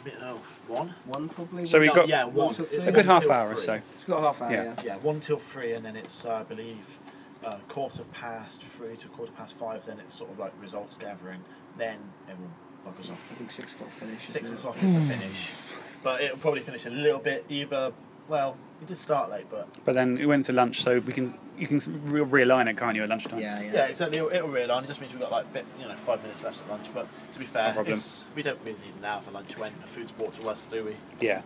S5: bit- oh, one.
S6: One probably.
S1: So we've
S5: No,
S1: got
S5: yeah, one.
S6: Lots of
S5: It's
S6: things.
S1: a
S6: A
S1: good
S5: one
S1: half
S5: till
S1: hour or
S5: three.
S1: so.
S6: It's got a half hour.
S1: Yeah.
S6: Yeah.
S5: Yeah, one till three, and then it's uh, I believe uh, quarter past three to quarter past five. Then it's sort of like results gathering. Then everyone buggers
S6: I
S5: off.
S6: think six o'clock finish.
S5: Six
S6: isn't it?
S5: o'clock is the finish, but it'll probably finish a little bit either. Well, it did start late, but
S1: But then it went to lunch, so we can you can re- realign it, can't you, at lunchtime?
S6: Yeah, yeah.
S5: yeah, exactly. It'll, it'll realign. It just means we've got like a bit, you know, five minutes less at lunch. But to be fair,
S1: problem.
S5: it's, we don't really need an hour for lunch when the food's brought to us, do we?
S1: Yeah.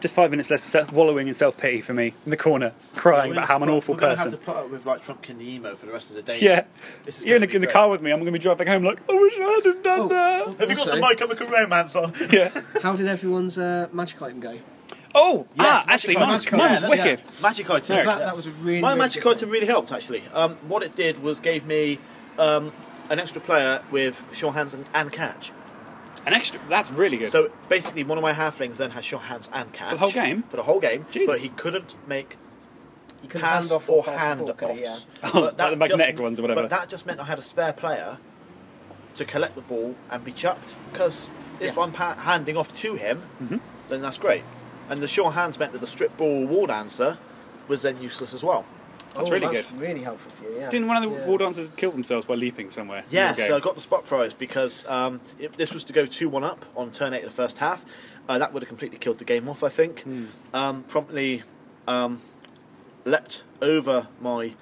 S1: Just five minutes less of self- wallowing in self pity for me in the corner, crying
S5: We're
S1: about
S5: gonna
S1: how I'm an
S5: put-
S1: awful
S5: we're gonna
S1: person.
S5: Have to put up with like Trumpkin the emo for the rest of the day.
S1: <laughs> Yeah.
S5: This is
S1: You're in
S5: gonna
S1: the,
S5: be
S1: in the
S5: great.
S1: car with me. I'm going to be driving home like, I wish I hadn't done
S6: Oh,
S1: that. <laughs>
S6: oh.
S5: Have you got some
S6: Also-
S5: My Chemical Romance on?
S1: Yeah.
S6: How did everyone's uh, magic item go?
S1: Oh, ah,
S5: Yes,
S1: actually, mine's,
S5: magic item.
S1: mine's
S5: Yeah, that's-
S1: wicked.
S5: yeah. Magic item.
S1: There.
S6: That, that was a really.
S5: My
S6: really
S5: magic
S6: good
S5: item
S6: thing.
S5: really helped actually. Um, what it did was gave me um, an extra player with sure hands and, and catch.
S1: An extra. That's really good.
S5: So basically, one of my halflings then has sure hands and catch
S1: For the whole game?
S5: For the whole game,
S1: Jesus.
S5: but he couldn't make
S6: You could
S5: pass
S6: hand off
S5: or
S6: pass the
S5: hand
S6: ball,
S5: offs.
S6: okay, yeah.
S1: <laughs> Oh, like the magnetic
S5: just,
S1: ones or whatever.
S5: But that just meant I had a spare player to collect the ball and be chucked. Because if
S6: Yeah.
S5: I'm pa- handing off to him,
S1: Mm-hmm.
S5: then that's great. And the sure hands meant that the strip ball wall dancer was then useless as well.
S1: That's
S6: oh,
S1: really
S6: that's
S1: good.
S6: Really helpful for you. Yeah.
S1: Didn't one of the
S6: yeah.
S1: war dancers kill themselves by leaping somewhere? in
S5: Yeah,
S1: the game?
S5: so I got the spot throws because um, if this was to go 2 1 up on turn 8 of the first half. Uh, that would have completely killed the game off, I think.
S1: Hmm.
S5: Um, promptly um, leapt over my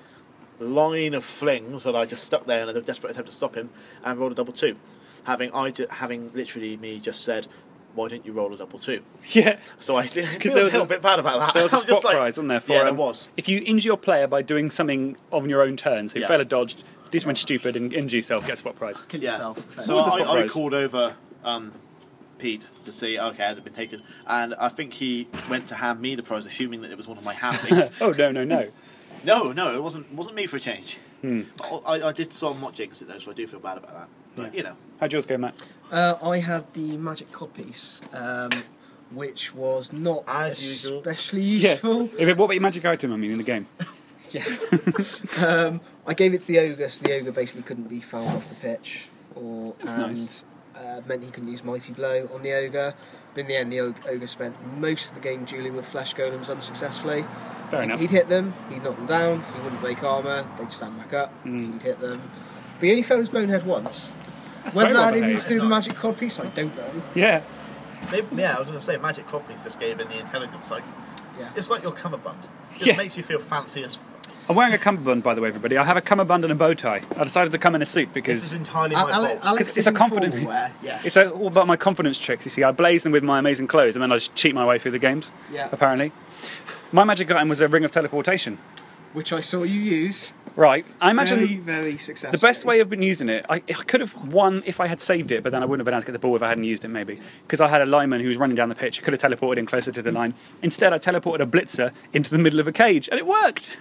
S5: line of flings that I just stuck there in a desperate attempt to stop him and rolled a double two. Having, I ju- having literally me just said, why didn't you roll a double two?
S1: <laughs> Yeah.
S5: So I <laughs> did feel
S1: there
S5: a
S1: was
S5: little
S1: a-
S5: bit bad about that.
S1: There
S5: <laughs>
S1: was a
S5: I'm
S1: spot
S5: just like-
S1: prize on there for
S5: Yeah, there
S1: um,
S5: was.
S1: If you injure your player by doing something on your own turn, so you
S5: Yeah.
S1: fail a dodge, do something stupid and injure yourself, get a spot prize.
S6: Kill
S5: Yeah.
S6: yourself.
S5: So
S1: was a spot
S5: I, I
S1: prize.
S5: called over um, Pete to see, okay, has it been taken? And I think he went to hand me the prize, assuming that it was one of
S1: <laughs>
S5: my halflings.
S1: Oh no no no!
S5: no, no, it wasn't. Wasn't me for a change. But I, I did somewhat jinx it though, so I do feel bad about that. But
S1: Yeah.
S5: you know,
S1: How'd yours go, Matt?
S6: Uh, I had the magic codpiece, um, which was not
S5: As usual.
S6: especially
S1: Yeah.
S6: useful.
S1: If it- What about your magic item? I mean, in the game.
S6: Yeah. um, <laughs> I gave it to the ogre, so the ogre basically couldn't be fouled off the pitch, or
S1: That's
S6: and
S1: nice.
S6: uh, meant he couldn't use mighty blow on the ogre. But in the end, the ogre, ogre spent most of the game dueling with flesh golems unsuccessfully.
S1: Fair enough.
S6: He'd hit them, he'd knock them down, he wouldn't break armour, they'd stand back up,
S8: Mm.
S6: he'd hit them. But he only failed his bonehead once. Whether
S1: very
S6: that
S1: well
S6: had anything to
S1: behaved.
S6: do with the magic cod piece, I don't know.
S1: Yeah.
S5: Maybe, yeah, I was going to say magic copies just gave in the intelligence. Like
S6: Yeah.
S5: it's like your cummerbund. It
S1: Yeah.
S5: makes you feel fancy as.
S1: I'm wearing a cummerbund, by the way, everybody. I have a cummerbund and a bow tie. I decided to come in a suit
S5: This is
S1: because
S5: entirely
S6: Al-
S5: my
S6: Ale-
S5: fault.
S6: Alex
S1: it's
S6: is
S1: a
S6: in
S1: confident-
S6: formal wear, yes.
S1: it's all about my confidence tricks. You see, I blaze them with my amazing clothes, and then I just cheat my way through the games.
S6: Yeah.
S1: Apparently, my magic item was a ring of teleportation.
S6: which I saw you use.
S8: Right. I imagine
S6: very, very successful.
S8: the best way I've been using it, I, I could have won if I had saved it, but then I wouldn't have been able to get the ball if I hadn't used it, maybe. Because I had a lineman who was running down the pitch. I could have teleported him closer to the line. Instead, I teleported a blitzer into the middle of a cage, and it
S6: <laughs>
S8: worked.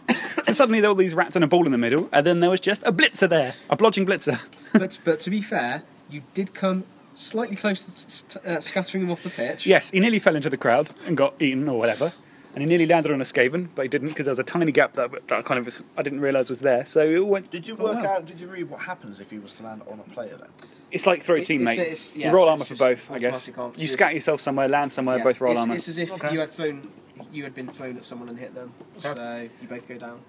S8: so suddenly there were all these rats and a ball in the middle, and then there was just a blitzer there, a blodging blitzer.
S6: but but to be fair, you did come slightly close to s- s- uh, scattering him off the pitch.
S8: Yes, he nearly fell into the crowd and got eaten or whatever. And he nearly landed on a Skaven, but he didn't because there was a tiny gap that, that I kind of was, I didn't realise was there. So it went.
S5: Did you
S8: Oh,
S5: work
S8: wow.
S5: out? Did you read what happens if he was to land on a player then?
S8: It's like throw
S6: It-
S8: teammate.
S6: it's- it's- yeah,
S8: you roll
S6: so
S8: armor
S6: it's
S8: for
S6: just
S8: both, I guess.
S6: automatic arm-
S8: You scat yourself somewhere, land somewhere,
S6: Yeah,
S8: both roll
S6: it's,
S8: armor.
S6: It's as if
S5: Okay.
S6: you had thrown, you had been thrown at someone and hit them, so you both
S8: <laughs>
S6: go down.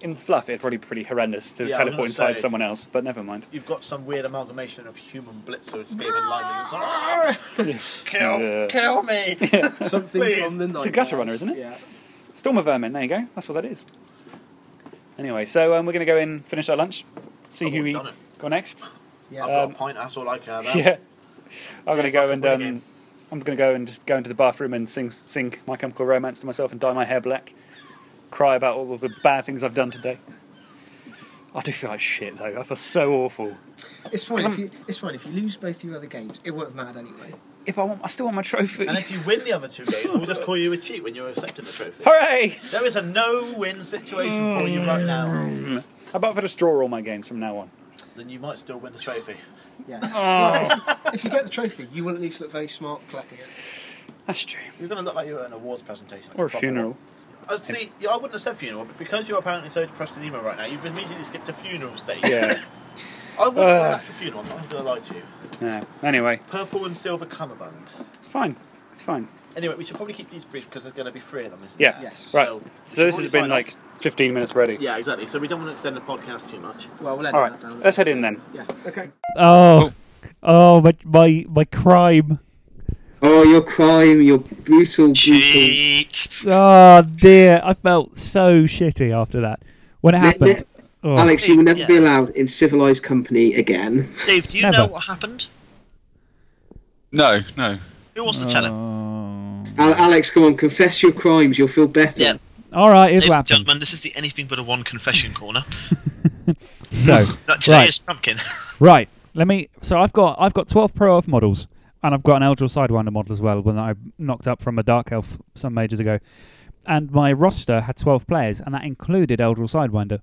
S8: In fluff, it'd probably be pretty horrendous to
S5: Yeah, I was
S8: teleport
S5: gonna
S8: inside
S5: say.
S8: someone else, but never
S5: <laughs>
S8: mind.
S5: You've got some weird amalgamation of human blitzer and Skaven lightning. Ah, Kill,
S8: Yeah.
S5: kill me!
S6: Something
S5: Please.
S6: from the night.
S8: It's a gutter runner, isn't it?
S6: Yeah.
S8: Storm of Vermin, there you go. That's what that is. Anyway, so um, we're going to go in, finish our lunch, see
S5: I've
S8: who we
S5: already done it.
S8: go next.
S6: Yeah.
S5: I've got a pint. That's all I care
S8: <laughs>
S5: about.
S8: um, Yeah. I'm gonna
S5: if I
S8: go
S5: can
S8: and
S5: win
S8: um,
S5: again.
S8: I'm gonna go and just go into the bathroom and sing sing My Chemical Romance to myself and dye my hair black, cry about all of the bad things I've done today. I do feel like shit though. I feel so awful.
S6: It's fine. If you, it's fine if you lose both your other games. It won't matter anyway.
S8: If I want, I still want my trophy.
S5: And if you win the other two games, we'll just call you a cheat when you're accepting the trophy.
S8: Hooray!
S5: There is a no-win situation for you right now.
S8: Mm. How about if I just draw all my games from now on?
S5: Then you might still win the trophy.
S8: <laughs>
S6: Yeah.
S8: Oh.
S6: Well, if, if you get the trophy, you will at least look very smart collecting it.
S8: That's true.
S5: You're going to look like you're at an awards presentation. like
S8: Or a
S5: proper
S8: funeral.
S5: one. Uh, see, yeah, I wouldn't have said funeral, but because you're apparently so depressed and emo right now, you've immediately skipped a funeral stage.
S8: Yeah.
S5: I wouldn't have
S8: Uh.
S5: an actual funeral, I'm not going to lie to you.
S8: <laughs> yeah. Anyway,
S5: Purple and silver cummerbund.
S8: it's fine. It's fine.
S5: Anyway, we should probably keep these brief because there's going to be three of them, isn't
S8: Yeah.
S5: there?
S6: Yes.
S8: Right.
S5: So-
S8: So this
S5: Should we
S8: has been
S5: sign
S8: like
S5: off?
S8: 15 minutes ready.
S5: Yeah, exactly. So we don't want to extend the podcast too much.
S6: Well, we'll edit
S8: All right.
S6: that down.
S8: Let's head in then.
S6: Yeah. Okay.
S1: Oh, oh, my my my crime.
S3: Oh, your crime, your brutal, brutal.
S4: Cheat.
S1: Oh dear, I felt so shitty after that when it
S3: Ne- ne-
S1: happened. Oh.
S3: Alex, you will never be
S4: Yeah.
S3: allowed in civilized company again.
S4: Dave, do you
S1: Never.
S4: know what happened?
S2: No, no.
S4: Who wants to tell
S1: Uh,
S4: him?
S3: Al- Alex, come on, confess your crimes. You'll feel better.
S4: Yeah.
S1: Oh. All right, here's
S4: Ladies
S1: what
S4: and
S1: happened.
S4: gentlemen, this is the Anything But a One confession corner.
S1: So,
S4: <laughs> Not today
S1: right,
S4: is Trumpkin.
S1: right. Let me. So I've got I've got twelve pro elf models, and I've got an Eldril Sidewinder model as well, one that I knocked up from a dark elf some mages ago. And my roster had twelve players, and that included Eldril Sidewinder.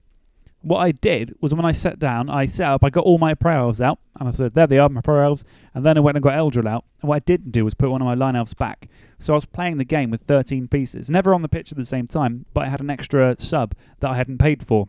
S1: What I did was when I sat down, I set up, I got all my pro elves out, and I said, there they are, my pro elves. And then I went and got Eldril out. And what I didn't do was put one of my line elves back. So I was playing the game with 13 pieces, never on the pitch at the same time, but I had an extra sub that I hadn't paid for.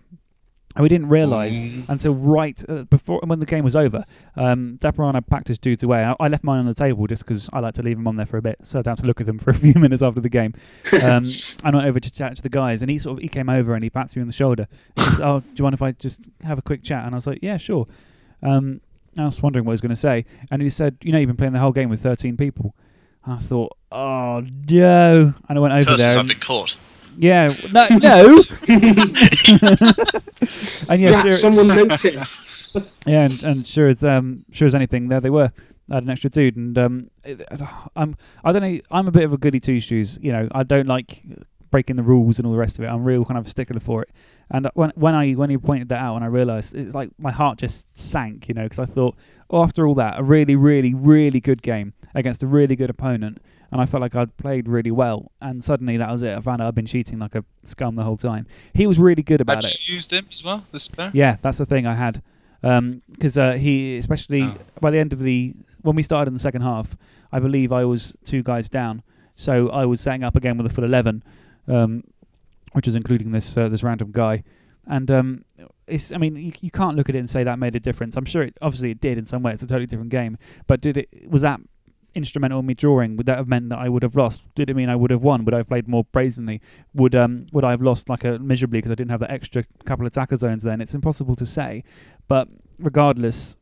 S1: And we didn't realise until right uh, before when the game was over. Um, Dapperana packed his dudes away. I, I left mine on the table just because I like to leave them on there for a bit, so I would have to look at them <laughs> for a few minutes after the game. Um, I went over to chat to the guys, and he sort of he came over and he pats me on the shoulder. He says, "Oh, do you mind if I just have a quick chat?" And I was like, "Yeah, sure." Um, I was wondering what he was going to say, and he said, "You know, you've been playing the whole game with 13 people." And I thought, "Oh no!" And I went over
S4: Curses,
S1: there.
S4: I've
S1: and-
S4: been caught.
S1: yeah, no, no. and yeah,
S3: Rat,
S1: sure, <laughs>
S3: someone noticed.
S1: yeah, and, and sure as um, sure as anything, there they were. I had an extra dude, and um, it- I'm I don't know. I'm a bit of a goody two shoes. You know, I don't like breaking the rules and all the rest of it. I'm real kind of a stickler for it. And when when I when he pointed that out, and I realised it's like my heart just sank. You know, because I thought, oh, after all that, a really, really, really good game against a really good opponent, and I felt like I'd played really well. And suddenly that was it. I found out I'd been cheating like a scum the whole time. He was really good about
S2: Had
S1: it.
S2: you used him as well, this player?
S1: Yeah, that's the thing I had. Because uh, he, especially
S2: Oh.
S1: by the end of the, when we started in the second half, I believe I was two guys down. So I was setting up again with a full 11, um, which is including this uh, this random guy. And um, it's, I mean, you, you can't look at it and say that made a difference. I'm sure it, obviously it did in some way. It's a totally different game. But did it, was that instrumental in me drawing? Would that have meant that I would have lost? Did it mean I would have won? Would I have played more brazenly? would um would I have lost like a miserably because I didn't have that extra couple of tackle zones then? It's impossible to say, but regardless,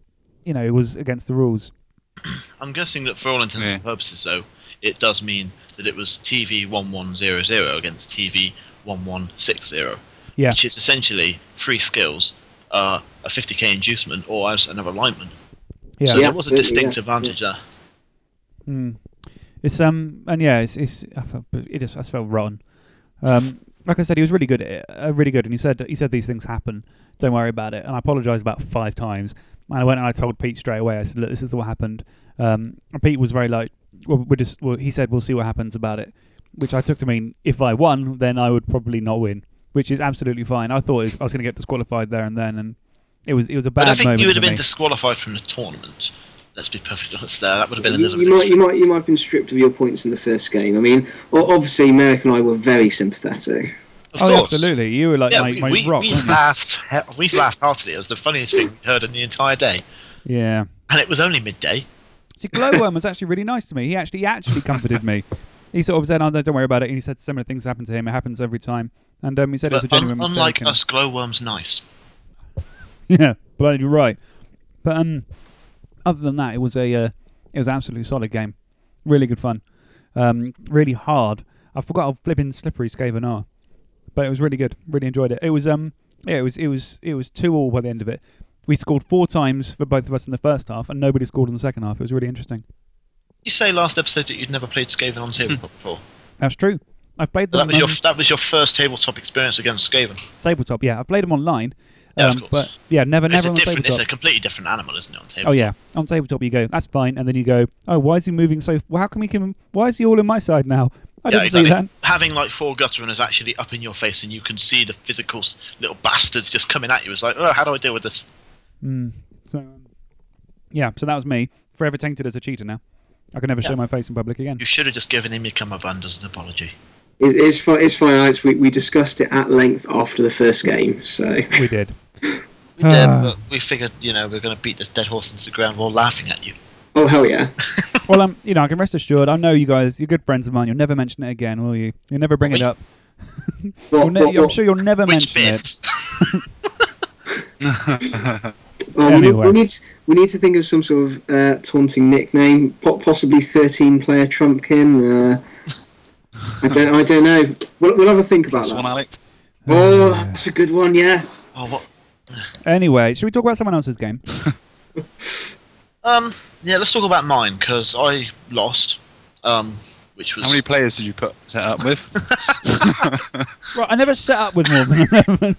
S1: you know it was against the rules.
S4: I'm guessing that for all intents and
S2: Yeah.
S4: purposes, though, it does mean that it was TV 1100 against TV 1160,
S1: Yeah.
S4: which is essentially three skills, uh, a 50k inducement, or as another lineman.
S1: Yeah,
S4: So
S3: Yeah,
S4: there was a
S3: absolutely,
S4: distinct
S3: yeah.
S4: advantage there.
S1: Mm. it's um and yeah, it's it's I felt, but it just I just felt rotten. Um, like I said, he was really good at it, uh, really good. And he said he said these things happen. Don't worry about it. And I apologised about five times. And I went and I told Pete straight away. I said, look, this is what happened. Um, and Pete was very like, well, we're just. Well, he said we'll see what happens about it, which I took to mean if I won, then I would probably not win, which is absolutely fine. I thought it was, I was going to get disqualified there and then, and it was it was a bad
S5: But I think
S1: moment
S5: you would have
S1: for
S5: been
S1: me.
S5: disqualified from the tournament. Let's be perfectly honest there. That would have been a
S3: You,
S5: little
S3: you
S5: bit.
S3: might, you might, you might have been stripped of your points in the first game. I mean, o- obviously, Merrick and I were very sympathetic.
S5: Of
S1: Oh, yeah,
S5: course.
S1: absolutely. You were like
S5: Yeah,
S1: my,
S5: we,
S1: my
S5: we,
S1: rock.
S5: we
S1: weren't you?
S5: laughed. he- We laughed heartily. It was the funniest thing we heard in the entire day,
S1: Yeah.
S5: and it was only midday.
S1: See, Glowworm was actually really nice to me. He actually he actually comforted me. He sort of said, "Oh, no, don't worry about it," and he said similar things happen to him. It happens every time. And um, he said it was a
S5: But
S1: genuine
S5: un-
S1: mistake.
S5: unlike
S1: and-
S5: us, glowworms nice.
S1: <laughs> yeah, bloody right. But um, other than that, it was a uh, it was an absolutely solid game. Really good fun. Um, really hard. I forgot how flipping slippery Skaven are, but it was really good. Really enjoyed it. It was um, yeah, it was it was it was two all by the end of it. We scored four times for both of us in the first half, and nobody scored in the second half. It was really interesting.
S5: You say last episode that you'd never played Skaven on
S1: Hmm.
S5: tabletop before.
S1: That's true. I've played
S5: But
S1: them.
S5: that was your
S1: um,
S5: that was your first tabletop experience against Skaven.
S1: <laughs> tabletop. Yeah, I've played them online,
S5: Yeah, of
S1: um,
S5: course.
S1: but yeah, never,
S5: It's
S1: never
S5: a
S1: on
S5: different. It's a
S1: tabletop.
S5: completely different animal, isn't it? On tabletop.
S1: Oh yeah, on tabletop you go. That's fine, and then you go. Oh, why is he moving so? Well, how come he can? Why is he all in my side now? I didn't see that.
S5: Having like four gutter runners actually up in your face, and you can see the physical s- little bastards just coming at you. It's like, oh, how do I deal with this?
S1: So um, yeah, so that was me. Forever tainted as a cheater now. I can never show my face in public again.
S5: You should have just given him your cummerbund as an apology.
S3: It, it's fine. It's fine. Alex. We, we discussed it at length after the first game. So <laughs>
S1: We did.
S5: <laughs> We did,
S1: Ah.
S5: but we figured, you know, we're going to beat this dead horse into the ground while laughing at you.
S3: oh hell yeah.
S1: well, um, you know, I can rest assured. I know you guys. You're good friends of mine. You'll never mention it again, will you? You'll never bring it
S5: Wait.
S1: up.
S3: What,
S1: You'll ne-
S3: what,
S1: I'm
S3: what-
S1: sure you'll never
S5: Which
S1: mention it.
S5: bit?
S3: oh, we, need,
S1: anyway.
S3: we need we need to think of some sort of uh, taunting nickname. po- Possibly thirteen player Trumpkin. Uh, I don't. I don't know. We'll, we'll have a think about
S2: That's one,
S3: that.
S2: Alex.
S3: Oh, that's a good one. Yeah.
S5: <laughs> Oh, what?
S1: Anyway, should we talk about someone else's game?
S5: Um, yeah, let's talk about mine because I lost. Um, which was
S2: How many players did you put set up
S5: <laughs>
S2: with?
S1: Right, I never set up with more than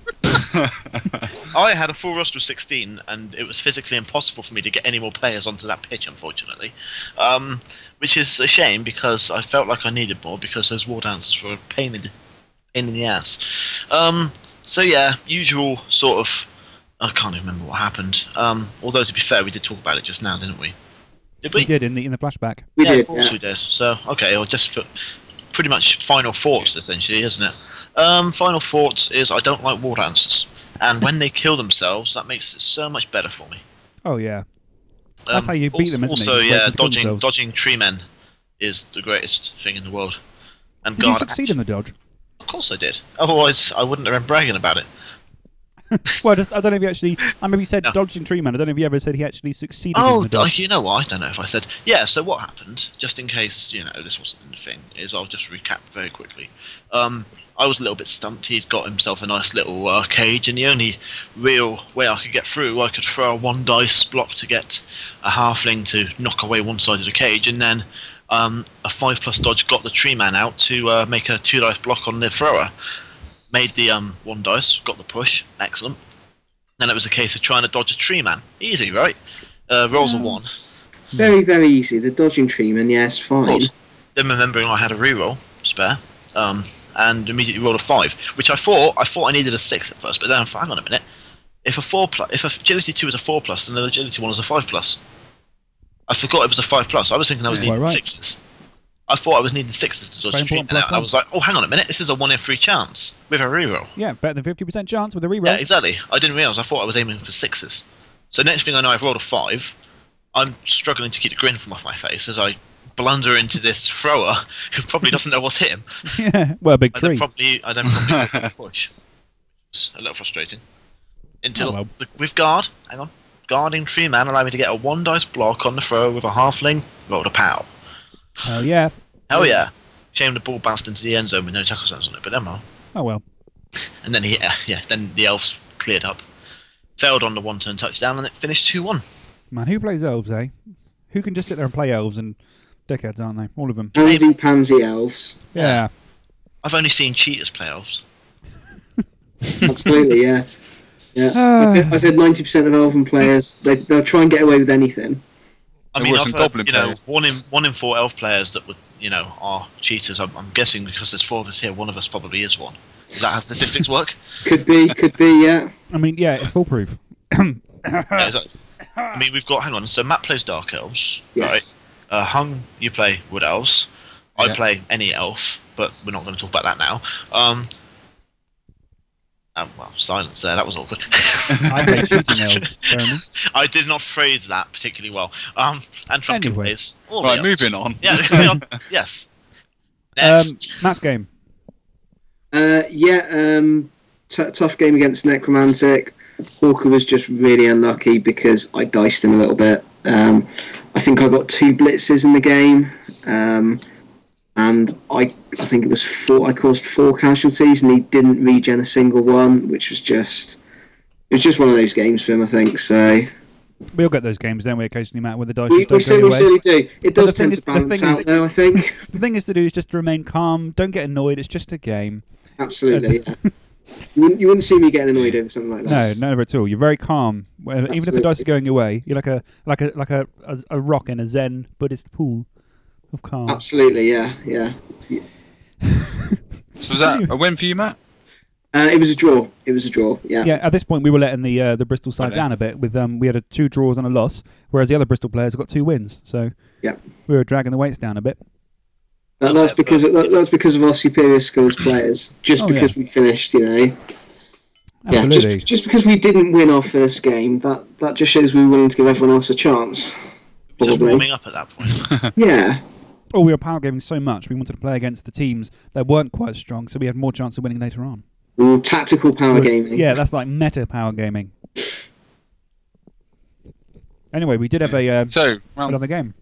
S5: I had a full roster of 16, and it was physically impossible for me to get any more players onto that pitch, unfortunately. Um, which is a shame because I felt like I needed more because those war dancers were a pain in the, pain in the ass. Um, so, yeah, usual sort of. I can't even remember what happened. Um, although, to be fair, we did talk about it just now, didn't we? Did we?
S1: we did in the in the flashback.
S3: We
S5: yeah,
S3: did.
S5: of course
S3: yeah.
S5: we did. So okay, well, just for pretty much final thoughts, essentially, isn't it? Um, final thoughts is I don't like war dancers, and when they kill themselves, that makes it so much better for me.
S1: Oh yeah,
S5: Um,
S1: That's how you beat them, isn't it?
S5: also,
S1: You wait
S5: yeah,
S1: for them to kill
S5: dodging
S1: themselves.
S5: dodging tree men is the greatest thing in the world. And
S1: did you
S5: God,
S1: succeed in the dodge?
S5: of course I did. Otherwise, I wouldn't have been bragging about it.
S1: Well, just, I don't know if you actually. I remember you said
S5: No.
S1: dodging tree man. I don't know if you ever said he actually succeeded in
S5: Oh,
S1: the dodge.
S5: you know what? I don't know if I said. Yeah, so what happened, just in case, you know, this wasn't in the thing, is I'll just recap very quickly. Um, I was a little bit stumped. He'd got himself a nice little uh, cage, and the only real way I could get through, I could throw a one dice block to get a halfling to knock away one side of the cage, and then um, a five plus dodge got the tree man out to uh, make a two dice block on the thrower. Made the um, one dice, got the push, excellent. Then it was a case of trying to dodge a tree man. Easy, right? Uh, rolls
S1: Hmm.
S5: a one.
S3: Very very easy. The dodging treatment. Yeah, it's fine.
S5: course. Then remembering I had a reroll spare, um, and immediately rolled a five, which I thought I thought I needed a six at first, but then I thought, hang on a minute, if a four plus, if agility two is a four plus, then an agility one is a five plus. I forgot it was a five plus. I was thinking I was
S1: Yeah,
S5: needing
S1: quite right.
S5: sixes. I thought I was needing sixes to dodge
S1: Very
S5: the tree
S1: important plus
S5: man out, and I
S1: one.
S5: was like, oh, hang on a minute, this is a one in three chance with a reroll.
S1: <laughs> Yeah, better than fifty percent chance with a reroll.
S5: Yeah, exactly. I didn't realise. I thought I was aiming for sixes. So next thing I know, I've rolled a five. I'm struggling to keep the grin from off my face as I blunder into this thrower who
S1: <laughs>
S5: probably doesn't know what's hit him.
S1: <laughs> Yeah, well, a big
S5: I then
S1: tree.
S5: probably, I then
S1: <laughs>
S5: probably push. It's a little frustrating. Until
S1: Oh, well.
S5: the, with guard, hang on, guarding tree man allowed me to get a one dice block on the throw with a halfling. Rolled a pow.
S1: Hell Oh, yeah.
S5: Hell yeah! Shame the ball bounced into the end zone with no tackle zones on it, but never mind.
S1: Oh well.
S5: And then he, uh, yeah, then the elves cleared up, failed on the one-turn touchdown, and it finished two-one.
S1: Man, who plays elves, eh? Who can just sit there and play elves and dickheads, aren't they? All of them.
S3: Pansy pansy elves.
S1: Yeah.
S5: I've only seen cheaters play elves.
S3: Absolutely,
S5: <laughs>
S3: yeah. Yeah, I've heard- I've heard ninety percent of Elven players they they'll try and get away with anything.
S5: I
S2: They're
S5: mean,
S2: worse
S5: I've
S2: than
S5: heard,
S2: Goblin
S5: you know,
S2: players.
S5: one in one in four elf players that would you know are cheaters. I'm, I'm guessing because there's four of us here, one of us probably is one. Is that how statistics work?
S3: Could be, could be, yeah.
S9: I mean, yeah, it's foolproof.
S5: Yeah, is that- I mean, we've got hang on. So Matt plays dark elves,
S3: Yes.
S5: right? Uh, Hung, you play wood elves. I
S2: Yeah.
S5: play any elf, but we're not going to talk about that now. Um, um, well, silence there. That was awkward. <laughs>
S9: I play cheating elves, Jeremy.
S5: I did not phrase that particularly well. Um, and Trumpkin
S9: Anyway.
S5: plays all the
S2: Right,
S5: elves.
S2: moving on.
S5: Yeah, moving on.
S9: <laughs>
S5: yes.
S9: Um,
S5: Next.
S9: Matt's game.
S3: Uh, yeah, um, t- tough game against Necromantic. Hawker was just really unlucky because I diced him a little bit. Um, I think I got two blitzes in the game, um, and I I think it was four. I caused four casualties, and he didn't regen a single one, which was just it was just one of those games for him. I think so.
S9: We all get those games, don't we? Occasionally, Matt, where the dice
S3: We,
S9: just
S3: we
S9: don't go your
S3: certainly,
S9: way.
S3: certainly do.
S9: But
S3: It does
S9: the thing
S3: tend
S9: is-
S3: to
S9: the thing
S3: balance out,
S9: is-
S3: though. I
S9: <laughs>
S3: think
S9: The thing is to do is just to remain calm. Don't get annoyed. It's just a game.
S3: absolutely. Yeah. you, wouldn't, you wouldn't see me getting annoyed over something like that.
S9: No, never at all. You're very calm. Well, Even if the dice are going away, you're like a like a like a, a, a rock in a Zen Buddhist pool of calm.
S3: Absolutely, yeah, yeah.
S2: So was that a win for you, Matt?
S3: Uh, it was a draw. It was a draw. Yeah.
S9: Yeah, at this point we were letting the uh, the Bristol side
S2: Okay.
S9: down a bit. With um, we had a two draws and a loss, whereas the other Bristol players got two wins. So
S3: Yeah.
S9: we were dragging the weights down a bit.
S3: That, that's because of, that, that's because of our superior skills players. Just
S9: Oh, yeah.
S3: because we finished, you know. Yeah.
S9: Absolutely.
S3: Just, just because we didn't win our first game, that that just shows we were willing to give everyone else
S9: <laughs>
S3: a chance.
S5: We're just
S3: Probably.
S5: warming up at that point.
S2: <laughs>
S3: Yeah.
S9: oh, we were power gaming so much. We wanted to play against the teams that weren't quite as strong, so we had more chance of winning later on.
S3: Mm, tactical power gaming.
S9: Yeah, that's like meta power gaming. Anyway, we did have a uh,
S2: So
S3: um,
S2: round,
S9: another game.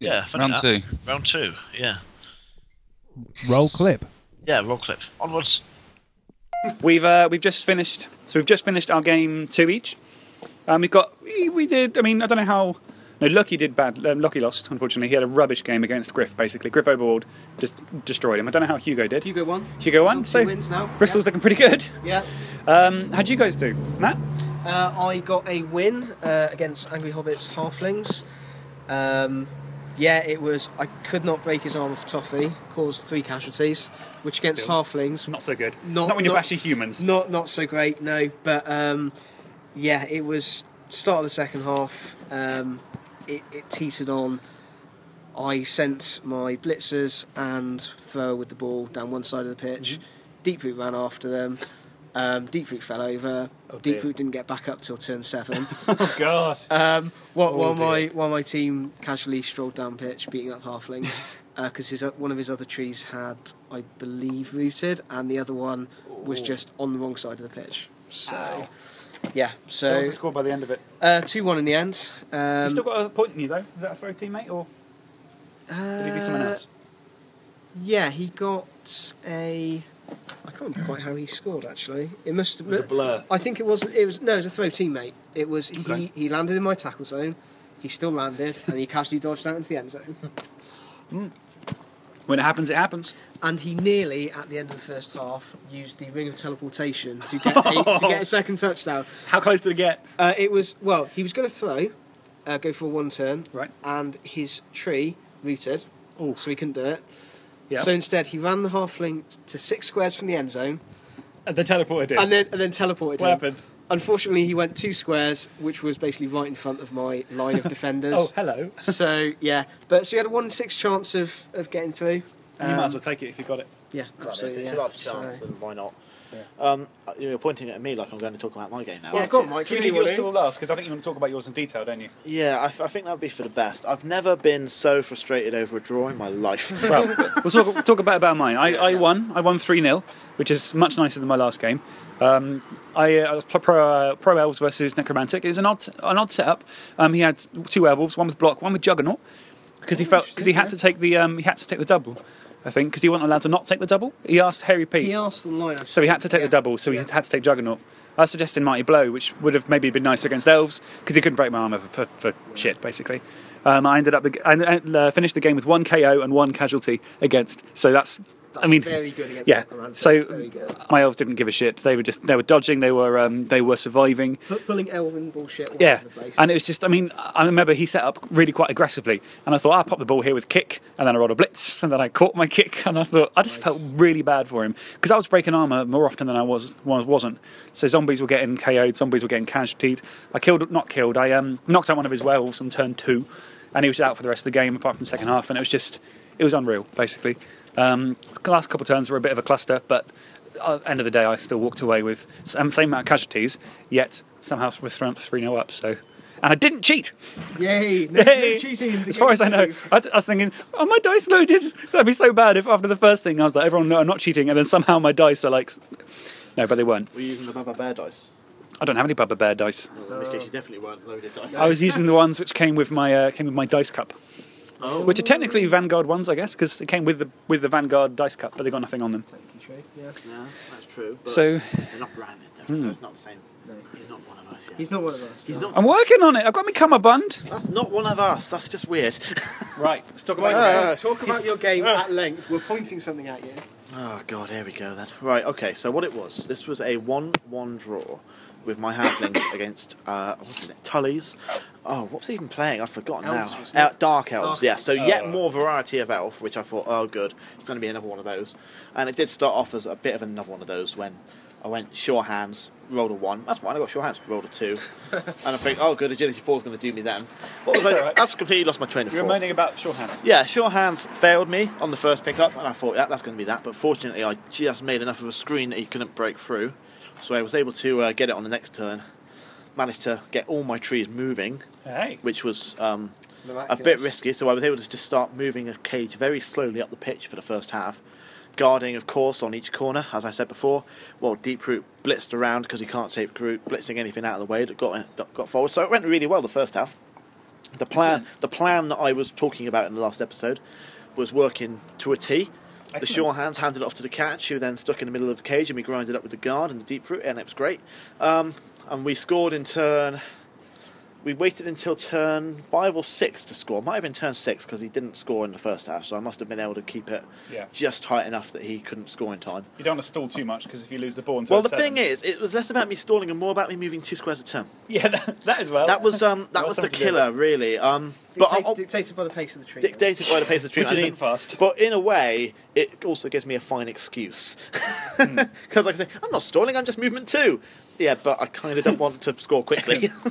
S5: Yeah, funny
S2: round
S5: that.
S2: two.
S5: Round two, yeah.
S9: Roll clip.
S5: Yeah, roll clip. Onwards.
S1: We've uh, we've just finished. So we've just finished our game two each. Um, we've got we, we did. I mean, I don't know how. No, Lucky did bad. Um, Lucky lost. Unfortunately, he had a rubbish game against Griff. Basically, Griff overboard just destroyed him. I don't know how Hugo did.
S6: Hugo won.
S1: Hugo won.
S6: Two
S1: So
S6: wins now.
S1: Bristol's looking pretty good.
S6: Yeah.
S1: Um, how'd you guys do, Matt?
S6: Uh, I got a win uh, against Angry Hobbits Halflings. Um, yeah, it was. I could not break his arm with Toffee, caused three casualties, which against Halflings,
S1: Not so good.
S6: Not-
S1: when you're
S6: not-
S1: bashing humans.
S6: not not so great, no. But um, yeah, it was start of the second half. Um, it, it teetered on. I sent my blitzers and thrower with the ball down one side of the pitch.
S1: Mm-hmm.
S6: Deep root ran after them. Um, Deep root fell over.
S1: Oh, dear.
S6: Deep root didn't get back up till turn seven.
S1: Oh God.
S6: Um, while, while
S1: Oh, dear.
S6: my while my team casually strolled down pitch, beating up halflings, because his o- one of his other trees had, I believe, rooted, and the other one was just on the wrong side of the pitch. So,
S1: Oh. Ow.
S6: yeah,
S1: So, um, what was
S6: so
S1: the score by the end of it?
S6: uh, two one in the end. Um,
S1: you still got a point in you though. Is that a throw teammate or did he be someone
S6: uh,
S1: else?
S6: Yeah, he got a. I can't remember quite how he scored actually. It must have been.
S1: blur.
S6: I think it was. It was no, it was a throw teammate. It was he.
S1: Okay.
S6: He landed in my tackle zone. He still landed, and he casually dodged out into the end zone.
S1: When it happens, it happens.
S6: And he nearly, at the end of the first half, used the ring of teleportation to get a, to
S1: <laughs>
S6: get a second touchdown.
S1: How close did it get?
S6: Uh, it was well, he was going to throw, uh, go for a one turn,
S1: Right.
S6: and his tree rooted,
S1: Oof.
S6: so he couldn't do it.
S1: Oh, Yeah.
S6: So instead, he ran the halfling to six squares from the end zone,
S1: And Uh, the teleporter did.
S6: and then and then teleported.
S1: what
S6: him.
S1: happened?
S6: Unfortunately, he went two squares, which was basically right in front of my
S1: <laughs>
S6: line of
S1: Oh,
S6: defenders.
S1: hello.
S6: so yeah, but so he had a one in six chance of, of getting
S1: you
S6: through.
S1: might
S6: Um,
S1: as well take it if you got it.
S6: Yeah,
S10: So if
S6: absolutely.
S10: it's
S6: yeah.
S10: a lot of
S6: So-
S10: chance, then why not? Um, you're pointing at me like I'm going to talk about my game now.
S6: Yeah,
S10: aren't
S6: go on,
S10: you?
S6: Mike.
S1: Can
S6: give
S1: we
S6: me
S1: leave
S6: one,
S1: yours
S6: eh?
S1: till last? Because I think you want to talk about yours in detail, don't you?
S10: Yeah, I, f- I think that would be for the best. I've never been so frustrated over a draw in my life. <laughs>
S1: Well, <laughs> we'll talk, talk about about mine. I, I won. I won three 0 which is much nicer than my last game. Um, I, uh, I was pro, pro, uh, pro elves versus necromantic. It was an odd an odd setup. Um, he had two werewolves, one with block, one with juggernaut, because he felt because he had to take the um, he had to take the double, I think, because he wasn't allowed to not take the double. He asked Harry P.
S6: He asked online.
S1: So he had to take
S6: Yeah.
S1: the double, so he had to take Juggernaut. I suggested Mighty Blow, which would have maybe been nicer against Elves, because he couldn't break my armour for, for, for shit, basically. Um, I ended up, I uh, finished the game with one KO and one casualty against, so that's
S6: That's
S1: I mean,
S6: very good against
S1: yeah.
S6: necromantic.
S1: So
S6: very good.
S1: my elves didn't give a shit. They were just they were dodging. They were um, they were surviving.
S6: Pu- pulling elven bullshit all
S1: Yeah,
S6: over the place.
S1: and it was just I mean I remember he set up really quite aggressively, and I thought I pop the ball here with kick, and then I rolled a blitz, and then I caught my <laughs> kick, and I thought I just felt really bad for him because I was breaking armor more often than I was was- wasn't. So zombies were getting KO'd, zombies were getting casualtied. I killed not killed. I um, knocked out one of his werewolves on turn two, and he was out for the rest of the game apart from second half, and it was just it was unreal basically. Um, last couple of turns were a bit of a cluster, but uh, end of the day, I still walked away with same, same amount of casualties, yet somehow with three 0 up. So, and I didn't cheat. <laughs>
S6: Yay! No,
S1: Hey,
S6: no cheating in the
S1: as far
S6: game
S1: as I know,
S6: too.
S1: I, t- I was thinking, oh, my dice loaded. That'd be so bad if after the first thing I was like, everyone, no, I'm not cheating, and then somehow my dice are like, s- no, but they weren't.
S5: Were you using the Baba Bear dice?
S1: I don't have any Bubba Bear dice.
S5: Well, in which case you definitely weren't loaded dice.
S1: I was using the ones which came with my uh, came with my dice cup,
S5: Oh.
S1: which are technically Vanguard ones, I guess, because it came with the with the Vanguard dice cup, but they got nothing on them.
S6: Thank you, Trey. Yeah.
S5: Yeah, that's true. But
S1: So
S5: they're not branded. Though.
S1: Hmm.
S5: It's not the same. He's not one of us. Yet.
S6: He's not one of us.
S5: He's
S6: no.
S5: not.
S1: I'm working on it. I've got me cummerbund.
S5: That's not one of us. That's just weird.
S1: Right, let's talk
S6: Right,
S1: about.
S5: Ah.
S6: now, talk about your game
S1: Ah.
S6: at length. We're pointing something at you.
S5: Oh god, here we go then. Right, okay. So what it was? This was a one-one draw with my halflings <coughs> against uh, what's it? Tullies. Oh, what's even playing? I've forgotten
S6: Elves, wasn't it?
S5: now. Uh, Dark elves.
S6: Dark
S5: yeah.
S6: elves.
S5: So yet more variety of elf, which I thought, oh good, it's going to be another one of those. And it did start off as a bit of another one of those when I went sure hands, rolled a one. That's fine. I got sure hands, rolled a
S6: <laughs>
S5: two, and I think, oh good, agility four is going to do me then. What
S6: <laughs>
S5: was I?
S1: Alright.
S5: That's completely lost my train of
S1: You're
S5: thought.
S1: moaning about shorthands.
S5: Yeah, sure hands failed me on the first pickup, and I thought, yeah, that's going to be that. But fortunately, I just made enough of a screen that he couldn't break through, so I was able to uh, get it on the next turn. Managed to get all my trees moving,
S1: Hey.
S5: which was um, a
S6: Miraculous.
S5: bit risky. So I was able to just start moving a cage very slowly up the pitch for the first half, guarding, of course, on each corner, as I said before. Well, Deep Root blitzed around because he can't take Groot, blitzing anything out of the way that got that got forward. So it went really well the first half. The plan, the plan that I was talking about in the last episode, was working to a T. The
S1: Excellent.
S5: sure hands handed it off to the catch, who then stuck in the middle of the cage, and we grinded up with the guard and the deep root, and it was great. Um, and we scored in turn we waited until turn five or six to score. Might have been turn six because he didn't score in the first half, so I must have been able to keep it
S1: Yeah.
S5: just tight enough that he couldn't score in time.
S1: You don't want to stall too much because if you lose the ball, until
S5: Well, the thing is, it was less about me stalling and more about me moving two squares a turn.
S1: <laughs> yeah, that, Oh. that as well.
S5: That was um, that
S1: Well,
S5: was the
S1: something to do with
S5: killer, really. Um, but
S6: Dictate,
S5: I'll- I'll-
S6: dictated by the pace of the tree.
S5: dictated by the pace of the
S1: Which isn't
S5: treatment. I mean,
S1: fast.
S5: But in a way, it also gives me a fine excuse.
S1: Hmm.
S5: <laughs> Because like I say, I'm not stalling, I'm just movement two. Yeah, but I kind of don't want to
S1: <laughs>
S5: score quickly.
S1: So, uh,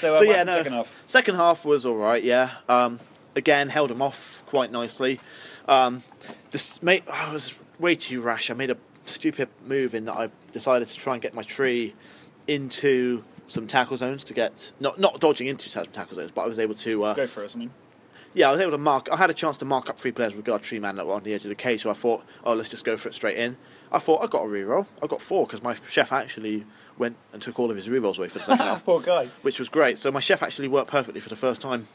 S5: so
S1: what
S5: yeah,
S1: happened
S5: no.
S1: second half.
S5: Second half was all right. Yeah. Um, again, held him off quite nicely. Um, this mate, I was way too rash. I made a stupid move in that I decided to try and get my tree into some tackle zones to get not not dodging into some tackle zones, but I was able to uh,
S1: Go for it. I mean,
S5: yeah, I was able to mark. I had a chance to mark up three players with regard tree man that were on the edge of the cage. So I thought, oh, let's just go for it straight in. I thought I got a reroll. I got four because my chef actually went and took all of his rerolls away for
S1: <laughs>
S5: the second half
S1: poor guy.
S5: which was great. So my chef actually worked perfectly for the first time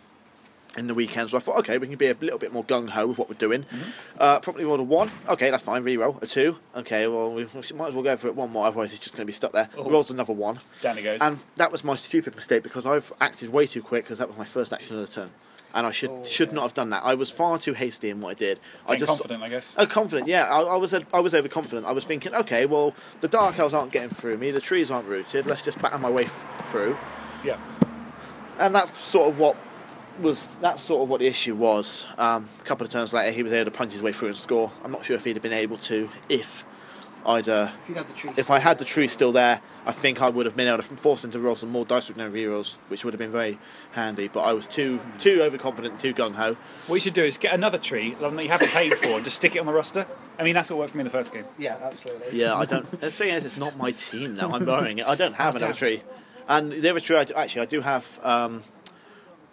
S5: in the weekend. So I thought, okay, we can be a little bit more gung ho with what we're doing. Uh, probably rolled a one. Okay, that's fine. Reroll a two. Okay, well we might as well go for it one more. Otherwise, he's just going to be stuck there.
S1: Oh.
S5: Rolls another one,
S1: Down he goes.
S5: and that was my stupid mistake because I've acted way too quick because that was my first action of the turn, and I should
S6: Oh,
S5: should
S6: yeah.
S5: not have done that. I was far too hasty in what I did. I
S1: Being
S5: just
S1: confident, I guess.
S5: Oh, confident, yeah. I, I was I was overconfident. I was thinking, okay, well, the dark elves aren't getting through me. The trees aren't rooted. Let's just batter my way f- through
S1: Yeah.
S5: and that's sort of what was that's sort of what the issue was. Um, a couple of turns later, he was able to punch his way through and score. I'm not sure if he'd have been able to if I'd uh,
S6: If you'd had the tree.
S5: if I had the tree still there. I think I would have been able to force him to roll some more dice with no rerolls, which would have been very handy. But I was too too overconfident, too gung ho.
S1: What you should do is get another tree the one that you haven't paid for and just stick it on the roster. I mean, that's what worked for me in the first game.
S6: Yeah, absolutely.
S5: Yeah, I don't. The thing is, it's not my team now. I'm borrowing it. I don't have another
S6: Damn.
S5: tree. And the other tree, I do, actually, I do have um,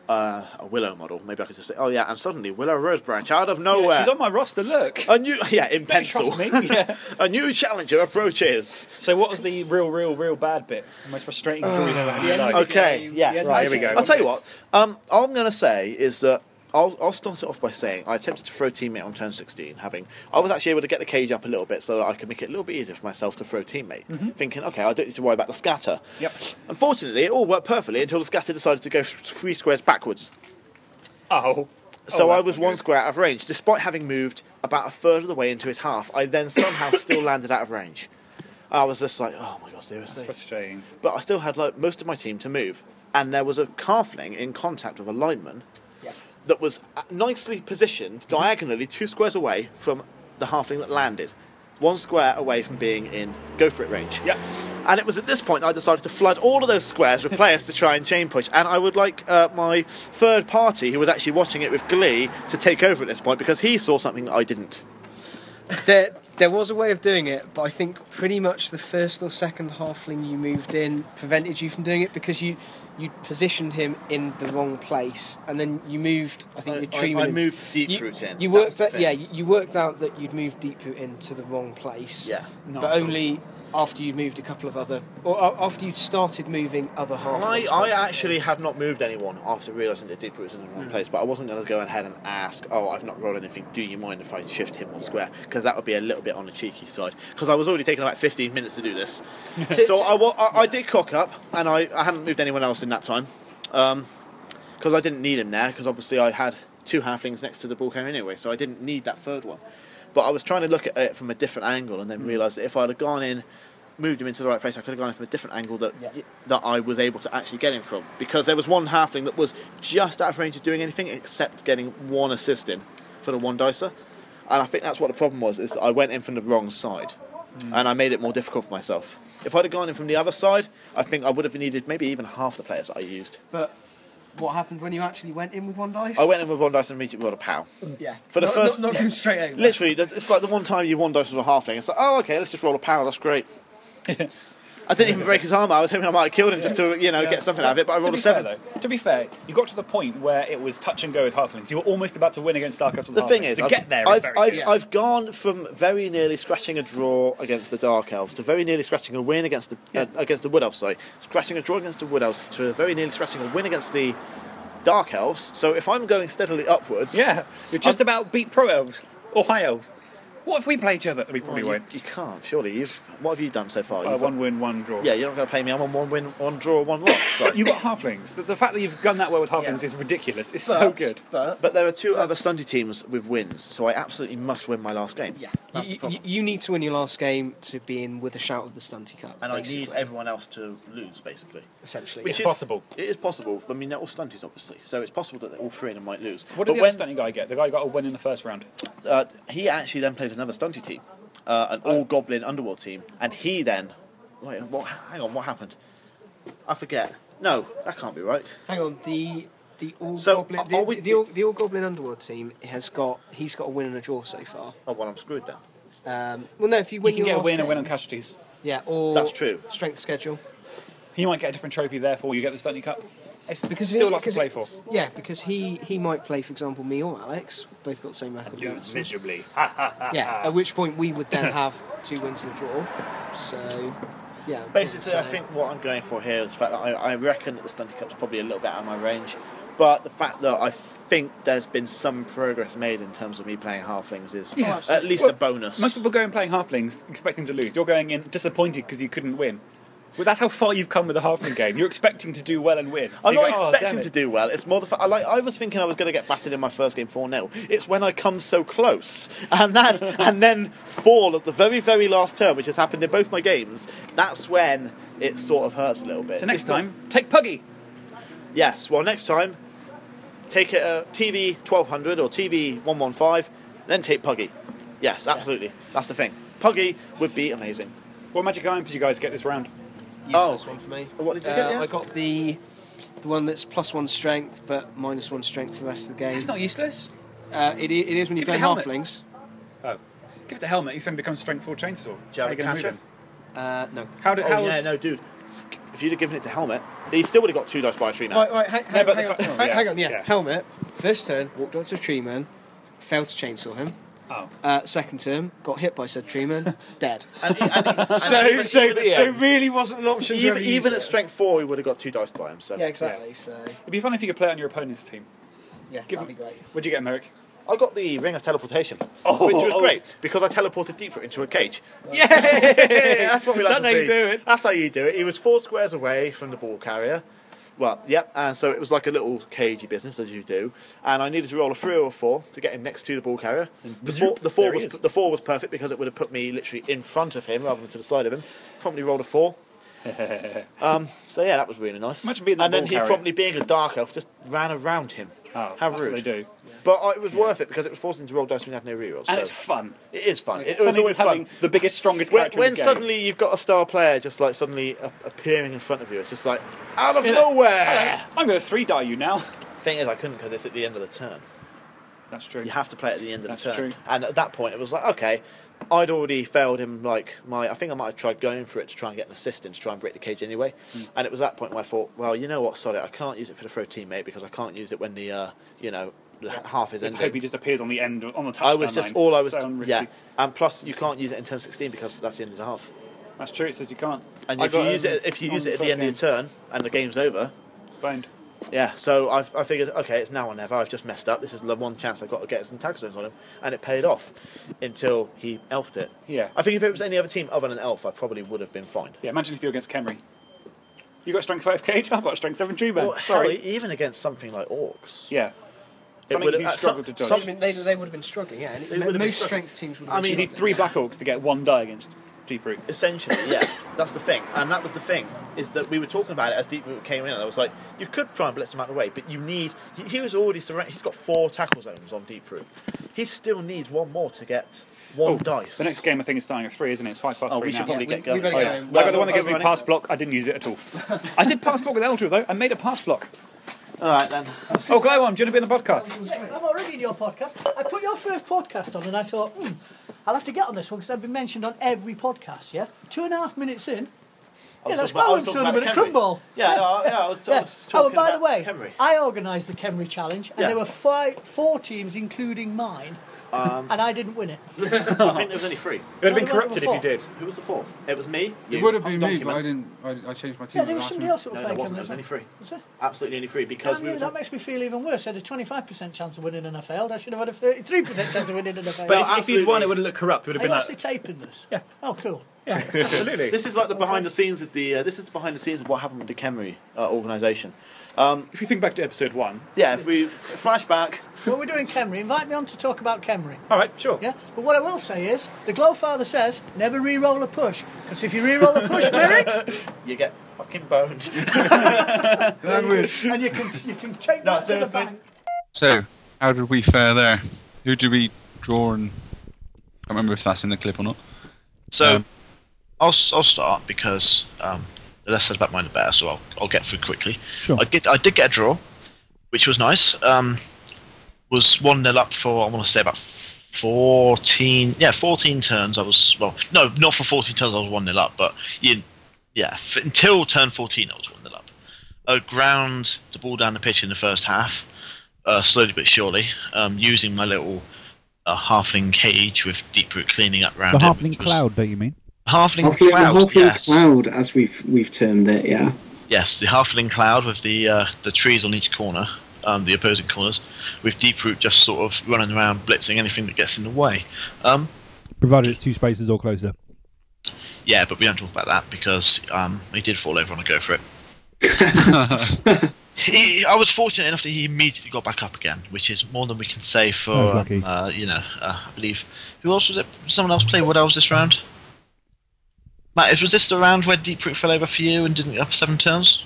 S5: uh, a willow model. Maybe I could just say, oh yeah. And suddenly, willow rose branch out of nowhere.
S1: She's on my roster. Look.
S5: A new, <laughs> yeah, in
S1: Don't
S5: Oh, pencil.
S1: trust me. <laughs> Yeah.
S5: <laughs> a new challenger approaches.
S1: So what was the real, real, real bad bit? The most frustrating draw you've ever had in your life.
S5: Uh, Okay, yeah,
S6: yeah,
S1: right, here we go.
S5: I'll tell you what. Um, all I'm going to say is that I'll, I'll start it off by saying I attempted to throw teammate on turn 16, having I was actually able to get the cage up a little bit so that I could make it a little bit easier for myself to throw teammate, thinking, okay, I don't need to worry about the scatter.
S1: Yep.
S5: Unfortunately, it all worked perfectly until the scatter decided to go three squares backwards.
S1: Oh.
S5: So
S8: Oh,
S5: I
S8: that's
S5: was
S8: not
S5: one
S8: good.
S5: square out of range, despite having moved about a third of the way into his half. I
S8: <coughs>
S5: then somehow still landed out of range. I was just like, oh my god, seriously.
S8: It's frustrating.
S5: But I still had like most of my team to move, and there was a calfling in contact with a lineman
S6: Yeah.
S5: that was uh, nicely positioned
S8: Mm-hmm.
S5: diagonally two squares away from the halfling that landed, one square away from being in go for it range.
S8: Yeah.
S5: And it was at this point that I decided to flood all of those squares with players to try and chain push. And I would like uh, my third party, who was actually watching it with glee, to take over at this point because he saw something that I didn't.
S6: There, there was a way of doing it, but I think pretty much the first or second halfling you moved in prevented you from doing it because you you positioned him in the wrong place, and then you moved. I think your tree man-
S5: moved deep
S6: you, You worked out, yeah, you you worked out that you'd moved deep root into the wrong place.
S5: Yeah.
S1: Not
S6: but
S1: at all.
S6: only after you'd moved a couple of other, or a- after you'd started moving other half.
S5: I, I actually have not moved anyone after realising that Deep Root's in the
S6: Hmm.
S5: wrong place, but I wasn't going to go ahead and ask, oh, I've not rolled anything, do you mind if I shift him one square? Because that would be a little bit on the cheeky side. Because I was already taking about 15 minutes to do
S6: <laughs>
S5: this. so I, wa- I, I did cock up, and I, I hadn't moved anyone else in that time. Because I didn't need him there, because obviously I had two halflings next to the ball carrier anyway, so I didn't need that third one. But I was trying to look at it from a different angle and then realised that if I'd have gone in, moved him into the right place, I could have gone in from a different angle that
S6: Yeah.
S5: that I was able to actually get him from. Because there was one halfling that was just out of range of doing anything except getting one assist in for the one dicer. And I think that's what the problem was, is I went in from the wrong side. And I made it more difficult for myself. If I'd have gone in from the other side, I think I would have needed maybe even half the players that I used.
S6: But what happened when you actually went in with one dice?
S5: I went in with one dice and immediately rolled a pow.
S6: Yeah.
S5: For the
S6: Not-
S5: first-
S6: not, not him straight over.
S5: Literally, th- it's like the one time you one dice with a halfling. It's like, oh, okay, let's just roll a power. That's great. I didn't even break his arm. I was hoping I might have killed him just to, you know, get something out of it. But I
S8: To
S5: rolled
S8: be,
S5: a
S8: fair,
S5: seven.
S8: though, to be fair, you got to the point where it was touch and go with halflings. You were almost about to win against Dark Elves. with
S5: the thing
S8: halflings.
S5: is,
S8: to
S5: I've,
S8: get there. is
S5: I've,
S8: very
S5: I've,
S8: good.
S6: yeah.
S5: I've gone from very nearly scratching a draw against the Dark Elves to very nearly scratching a win against the uh, against the Wood Elves. Sorry, scratching a draw against the Wood Elves to very nearly scratching a win against the Dark Elves. So if I'm going steadily upwards,
S8: <laughs> yeah, you're just about beat pro elves or high elves. What if we play each other? We
S5: well,
S8: probably
S5: you,
S8: won't.
S5: you can't. Surely you've. What have you done so far?
S8: Uh,
S5: You've-
S8: one win, one draw.
S5: yeah, you're not going to play me. I'm on one win, one draw, one <coughs> loss. So.
S8: You got halflings. The, the fact that you've done that well with halflings
S6: Yeah.
S8: is ridiculous. It's
S6: But-
S8: so good.
S6: But
S5: But there are two other Sunday teams with wins, so I absolutely must win my last game.
S6: yeah,
S5: that's
S6: you,
S5: the problem.
S6: you- you need to win your last game to be in with a shout of the Stunty Cup.
S5: and I need
S6: basically,
S5: everyone else to lose, basically.
S6: essentially.
S8: Which
S6: yeah.
S8: is possible.
S5: It is possible. I mean, they're all stunties, obviously, so it's possible that all three of them might lose.
S8: What
S5: but
S8: did the
S5: when
S8: other stunning guy get? The guy who got a win in the first round.
S5: uh, he actually then played another stunty team, uh, an all goblin underworld team, and he then, wait, what? Hang on, what happened? I forget. No, that can't be right.
S6: Hang on, the the all
S5: So,
S6: goblin
S5: are-
S6: the,
S5: are we-
S6: the, all, the all goblin underworld team has got he's got a win and a draw so far.
S5: Oh well, I'm screwed then.
S6: Um, well, no, if you
S8: You
S6: win,
S8: can
S6: your
S8: get a
S6: last
S8: win and
S6: game-
S8: win on casualties.
S6: Yeah, or
S5: That's true.
S6: Strength schedule
S8: He might get a different trophy, therefore you get the Stunty Cup. It's
S6: because
S8: because still
S6: he-
S8: lots to
S6: because
S8: play
S6: he-
S8: for.
S6: Yeah, because he he might play, for example, me or Alex. We've Both got the same record.
S8: Lose
S6: against him.
S8: miserably.
S6: Yeah, at which point we would then have two wins and a draw. So, yeah.
S5: Basically, I
S6: so-
S5: think what I'm going for here is the fact that I, I reckon that the Stunty Cup's probably a little bit out of my range, but the fact that I think there's been some progress made in terms of me playing halflings is
S8: Yeah. Oh,
S5: at least
S8: Well,
S5: a bonus.
S8: Most people go in playing halflings expecting to lose. You're going in disappointed because you couldn't win. Well, that's how far you've come with the halfling game. You're expecting to do well and win. So
S5: I'm
S8: you
S5: not
S8: go, "Oh,
S5: expecting
S8: damn
S5: to
S8: it."
S5: do well. It's more the fact I like. I was thinking I was going to get battered in my first game four 0 It's when I come so close <laughs> and that and then fall at the very very last turn, which has happened in both my games. That's when it sort of hurts a little bit.
S8: So next
S5: It's not-
S8: time, take Puggy.
S5: Yes, well, next time, take uh, a TV 1200 or TV 115, then take Puggy. Yes, absolutely. That's the thing. Puggy would be amazing.
S8: What magic iron did you guys get this round?
S6: You
S5: Oh.
S6: first one for me.
S5: What did you
S6: Uh,
S5: get, yeah?
S6: I got the the one that's plus one strength, but minus one strength for the rest of the game.
S8: It's not useless.
S6: Uh, it, i- it is when you
S8: Give it a
S6: play
S8: helmet.
S6: halflings.
S8: Oh. Give the helmet, he's going to become strength 4 chainsaw.
S5: you have
S8: How
S5: a
S8: you gonna move
S5: catcher?
S8: him?
S6: Uh, no.
S8: How did, how
S5: oh, yeah,
S8: was,
S5: no, dude. If you'd have given it to Helmet, he still would have got two dice by a tree now.
S6: Right, right, hang, hang,
S8: but
S6: hang
S8: the
S6: on.
S8: fact-
S6: hang,
S8: yeah,
S6: hang on, yeah.
S8: yeah.
S6: Helmet, first turn, walked up to a tree man, failed to chainsaw him.
S8: Oh.
S6: Uh, second term, got hit by said tree <laughs> man, dead.
S5: so,
S6: really wasn't an option
S5: even, even at strength four, he would have got two dice by him. So
S6: Yeah, exactly. So,
S8: It'd be fun if you could play it on your opponent's team.
S6: yeah,
S8: Give
S6: that'd be
S8: him-
S6: great.
S8: What'd you get, Merrick?
S5: I got the ring of teleportation, which was
S8: oh.
S5: great because I teleported deeper into a cage. <laughs> Yeah, that's what we
S8: That's
S5: like to
S8: how
S5: see.
S8: you do it.
S5: That's how you do it. He was four squares away from the ball carrier. Well, yep. And so it was like a little cagey business as you do. And I needed to roll a three or a four to get him next to the ball carrier. The four, the four
S11: There he
S5: was
S11: is.
S5: the four was perfect because it would have put me literally in front of him rather than to the side of him. Promptly rolled a <laughs> four. um, so yeah, that was really nice.
S11: Imagine being that
S5: and then
S11: ball
S5: he
S11: carrier.
S5: promptly being a dark elf just ran around him.
S11: Oh,
S5: How
S11: that's
S5: rude!
S11: what they do.
S5: But I, it was worth it because it was forcing him to roll dice when you had no rerolls.
S11: And
S5: so
S11: it's fun.
S5: it is fun. It, was
S11: Suddenly
S5: always
S11: just having
S5: fun.
S11: the biggest, strongest
S5: When,
S11: character in
S5: when
S11: the game.
S5: suddenly you've got a star player just like suddenly a- appearing in front of you, it's just like out of nowhere.
S11: I'm going to three die you
S5: <laughs>
S11: now.
S5: Thing is, I couldn't because it's at the end of the turn.
S11: That's true.
S5: You have to play it at the end of
S11: That's
S5: the turn.
S11: true.
S5: And at that point, it was like, okay, I'd already failed him. Like my, I think I might have tried going for it to try and get an assist in to try and break the cage anyway. And it was that point where I thought, well, you know what, sod it, I can't use it for the throw teammate because I can't use it when the, uh, you know, the h- half is
S11: I
S5: ending.
S11: hope he just appears on the end on the touchdown
S5: I was just
S11: line.
S5: all I was,
S11: So unrisky.
S5: yeah. And plus, you can't use it in turn sixteen because that's the end of the half.
S11: That's true. It says you can't.
S5: And
S11: I
S5: if you
S11: got,
S5: use
S11: um,
S5: it, if you
S11: on
S5: use it at the
S11: first
S5: end of your turn and the game's over,
S11: game, it's boned.
S5: yeah. So I've, I figured, okay, it's now or never. I've just messed up. This is the one chance I've got to get some tag zones on him, and it paid off until he elfed it.
S11: Yeah.
S5: I think if it was any other team other than Elf, I probably would have been fine.
S11: Yeah, imagine if you're against Kemri. You got strength five cage. <laughs> I've got strength seven tree man.
S5: Or hell,
S11: Sorry.
S5: even against something like orcs,
S11: Yeah.
S5: it
S11: Something
S5: would
S11: you
S5: have uh,
S11: struggled to dodge.
S6: I mean, they, they would have been struggling, yeah. And it-
S5: They would have been
S6: most
S5: struggling.
S6: strength teams would
S5: I
S6: have
S5: mean,
S6: been
S11: You need three black orcs to get one die against Deep Root.
S5: Essentially, yeah, that's the thing, and that was the thing is that we were talking about it as Deep Root came in, and I was like, you could try and blitz him out of the way, but you need he, he was already surrounded. He's got four tackle zones on Deep Root. He still needs one more to get one dice.
S11: Oh, The next game I think is starting at three, isn't it? It's five past
S5: Oh,
S11: three
S5: we should
S11: now.
S5: probably
S6: Yeah,
S5: get
S6: we-
S5: going.
S6: we better
S11: Oh,
S6: go.
S11: yeah.
S6: Um,
S11: I got the
S5: well,
S11: one that gives
S5: I
S11: me
S5: was
S11: pass block. I didn't use it at all. <laughs> I did pass block with Eldra though. I made a pass block.
S5: All right then.
S11: Oh, Glowworm, do you want to be on the podcast?
S12: I'm already in your podcast. I put your first podcast on and I thought, hmm, I'll have to get on this one because I've been mentioned on every podcast, yeah? Two and a half minutes in.
S5: talking about-
S12: Yeah, that's
S5: Oh, I was
S12: Glowworm's
S5: talking
S12: tournament
S5: about
S12: at
S5: Kenry.
S12: Crumball.
S5: Yeah, no, yeah, I was, I
S12: Yeah.
S5: was
S12: Oh,
S5: talking
S12: and by the
S5: about
S12: way,
S5: Kenry.
S12: I organised the Kemri Challenge, and
S5: Yeah.
S12: there were five, four teams, including mine,
S5: Um,
S12: <laughs> and I didn't win it.
S5: I think there was only three.
S11: It would have been
S12: What about
S11: corrupted if
S12: before?
S11: you did.
S5: Who was the fourth? It was me.
S13: It
S5: you,
S13: would have
S5: I'm
S13: been me,
S5: Donkey
S13: but I
S5: Man.
S13: didn't. I, I changed my team.
S12: Yeah, there
S13: at the
S12: was
S13: last
S12: somebody
S13: minute.
S12: else that
S5: No, there
S12: was
S5: wasn't. There
S12: playing Kemri.
S5: was only
S12: wasn't
S5: three.
S12: there?
S5: Absolutely only three because
S12: Damn
S5: we
S12: you,
S5: were
S12: that makes me feel even worse. I had a 25% chance of winning and I failed. I should have had a 33% chance of winning and I failed.
S11: But
S5: No,
S11: if, if you'd won,
S5: absolutely.
S11: it would have looked corrupt. It would
S12: Are
S11: have
S12: you
S11: been
S12: actually
S11: like,
S12: taping this?
S11: Yeah.
S12: Oh, cool.
S11: yeah,
S14: <laughs>
S11: absolutely.
S5: This is like the behind the scenes of the. Uh, this is the behind the scenes of what happened with the Kemri uh, organisation. Um,
S11: If you think back to episode one,
S5: yeah, if we flashback.
S12: Well, we're doing Kemri. Invite me on to talk about Kemri.
S11: all right, sure.
S12: Yeah, but what I will say is, the Glowfather says, never re-roll a push, because if you re-roll a push, Merrick,
S5: You get fucking boned. <laughs>
S13: Language.
S12: and you can you can take
S5: No,
S12: that to the
S5: seriously.
S12: bank.
S2: So, how did we fare there? Who do we draw and. I can't remember if that's in the clip or not.
S4: So
S2: Um,
S4: I'll, s- I'll start because um, the less said about mine, the better. So I'll, I'll get through quickly.
S1: Sure.
S4: I did I did get a draw, which was nice. Um, was one 0 up for I want to say about fourteen. Yeah, fourteen turns. I was well, no, not for fourteen turns. I was one 0 up, but you, yeah, f- until turn fourteen, I was one 0 up. I ground the ball down the pitch in the first half, uh, slowly but surely, um, using my little. uh halfling cage with deep root cleaning up round
S1: The
S4: it,
S1: Harpling
S4: which was-
S1: Cloud, don't you mean?
S4: Halfling
S3: Halfling,
S4: Cloud,
S3: Halfling
S4: yes.
S3: Cloud, as we've we've termed it, yeah.
S4: Yes, the Halfling Cloud with the uh, the trees on each corner, um, the opposing corners, with Deeproot just sort of running around blitzing anything that gets in the way. Um,
S14: Provided it's two spaces or closer.
S4: yeah, but we don't talk about that because um, he did fall over on a go for it. he, I was fortunate enough that he immediately got back up again, which is more than we can say for
S14: That was
S4: um,
S14: lucky.
S4: uh, you know. Uh, I believe who else was it? Someone else played What else this round? Matt, was this the round where Deeproot fell over for you and didn't get up seven turns?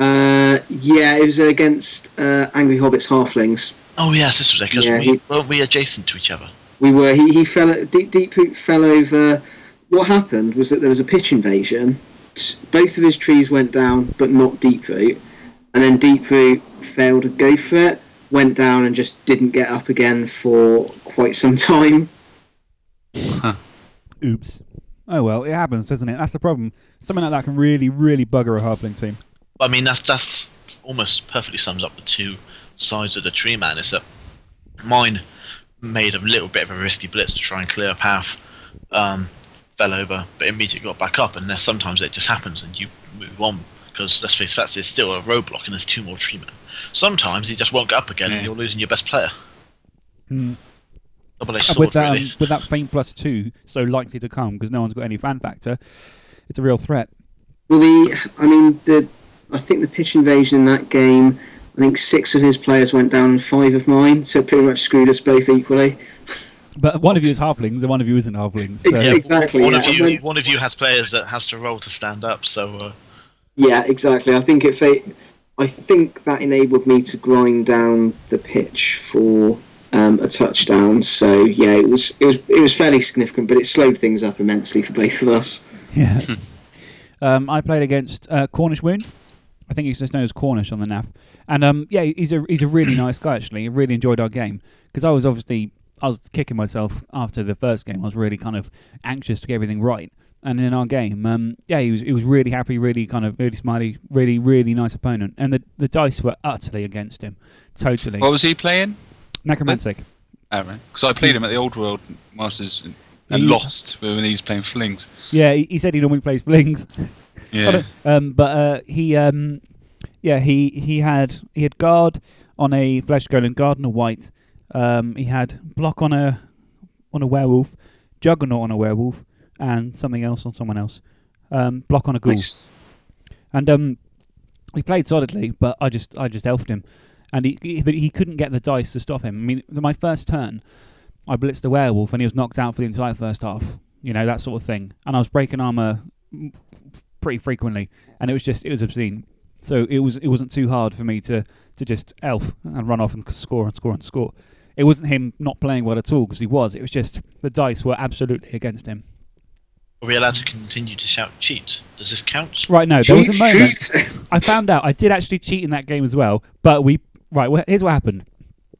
S3: Uh, yeah, it was against uh, Angry Hobbits Halflings.
S4: Oh yes, this was it because
S3: Yeah,
S4: we
S3: he-
S4: weren't we adjacent to each other.
S3: We were. He, he fell. Deep Deep Root fell over. What happened was that there was a pitch invasion. T- Both of his trees went down, but not Deep Root. And then Deep Root failed to go for it. Went down and just didn't get up again for quite some <laughs> time.
S14: Oops. Oh well, it happens, doesn't it? That's the problem. Something like that can really, really bugger a Harpling team.
S4: But I mean that's that's almost perfectly sums up the two sides of the tree man. Is that mine made a little bit of a risky blitz to try and clear a path, um, fell over, but immediately got back up. And there's sometimes it just happens and you move on because let's face facts, there's still a roadblock and there's two more tree men. Sometimes he just won't get up again and
S2: Yeah.
S4: you're losing your best player.
S14: Hmm.
S4: Double
S14: Uh,
S4: edged
S14: with
S4: sword,
S14: that, um,
S4: really.
S14: with that feint plus two, so likely to come because no one's got any fan factor. It's a real threat.
S3: Well, the I mean the I think the pitch invasion in that game, I think six of his players went down and five of mine, so it pretty much screwed us both equally.
S14: But one of you is halflings and one of you isn't halflings. So.
S3: Ex- exactly.
S4: One
S3: yeah.
S4: of
S3: And
S4: you,
S3: then-
S4: one of you has players that has to roll to stand up. So uh,
S3: yeah, exactly. I think it. Fa- I think that enabled me to grind down the pitch for um, a touchdown. So yeah, it was it was it was fairly significant, but it slowed things up immensely for both of us.
S1: Yeah. um, I played against uh, Cornish Wound. I think he's just known as Cornish on the NAF. And um, yeah, he's a he's a really nice guy actually. I really enjoyed our game because I was obviously I was kicking myself after the first game. I was really kind of anxious to get everything right. And in our game, um, yeah, he was he was really happy, really kind of really smiley, really really nice opponent. And the the dice were utterly against him, totally.
S2: What was he playing?
S1: Necromantic.
S2: Because I played him at the Old World Masters and, and
S1: He-
S2: lost when he's playing Flings.
S1: Yeah, he, he said he normally plays <laughs> flings.
S2: Yeah.
S1: I don't- um, but uh, he, um, yeah, he he had he had guard on a flesh golem, guard on a white. Um, he had block on a on a werewolf, juggernaut on a werewolf, and something else on someone else. Um, block on a ghoul.
S3: Nice.
S1: And um, he played solidly, but I just I just elfed him, and he he, he couldn't get the dice to stop him. I mean, my first turn, I blitzed a werewolf, and he was knocked out for the entire first half. You know that sort of thing, and I was breaking armor mm, pretty frequently, and it was just it was obscene. So it was it wasn't too hard for me to to just elf and run off and score and score and score. It wasn't him not playing well at all because he was. It was just the dice were absolutely against him.
S4: are we allowed to continue to shout cheat? Does this count?
S1: Right, no, there was
S4: Cheat,
S1: a moment. I found out I did actually cheat in that game as well, but we. Right, well, here's what happened.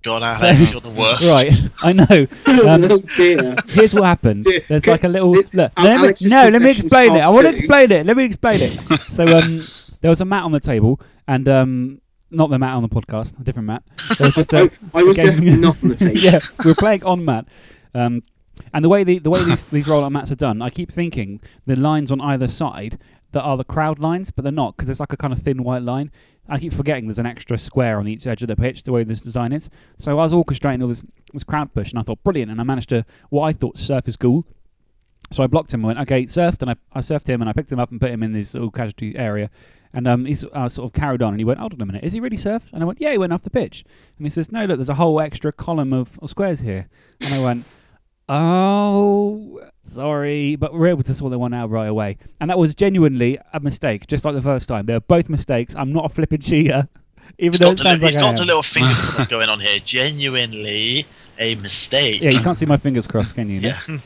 S4: God,
S1: <laughs>
S4: Alex,
S1: So-
S4: you're the worst.
S1: Right, <laughs> I
S3: <laughs>
S1: know. Um,
S3: <laughs> Oh,
S1: <laughs>
S3: dear.
S1: here's what
S3: <laughs>
S1: happened.
S3: Dear,
S1: There's
S3: could-
S1: like a little. Look, let me-
S3: Alex's
S1: no, let me
S3: confession's
S1: explain it. I
S3: part
S1: want to
S3: two.
S1: explain it. Let me explain it.
S3: <laughs>
S1: so, um, there was a mat on the table, and um, not the mat on the podcast, a different mat. There was just a,
S3: I was
S1: a <laughs> game-
S3: definitely not on the table.
S1: yeah, we were playing on mat. Um, and the way the, the way these these roll-out mats are done, I keep thinking the lines on either side that are the crowd lines, but they're not because it's like a kind of thin white line. I keep forgetting there's an extra square on each edge of the pitch the way this design is. So I was orchestrating all this this crowd push, and I thought brilliant, and I managed to what I thought surf is cool. So I blocked him. and went okay, surfed, and I, I surfed him, and I picked him up and put him in this little casualty area. And um, he's uh, sort of carried on, and he went, "Hold on a minute, is he really surfed?" And I went, "Yeah, he went off the pitch." And he says, "No, look, there's a whole extra column of, of squares here." And I went, "Oh, sorry," but we we're able to sort the one out right away. And that was genuinely a mistake, just like the first time. They were both mistakes. I'm not a flipping cheater, <laughs> even
S4: He's
S1: though
S4: got,
S1: it
S4: the, li-
S1: sounds like
S4: he's
S1: I
S4: got the
S1: am.
S4: little finger
S1: <laughs>
S5: <laughs>
S4: that's going on here. Genuinely a mistake.
S1: Yeah, you can't see my fingers crossed, can you? Nick?
S4: Yeah.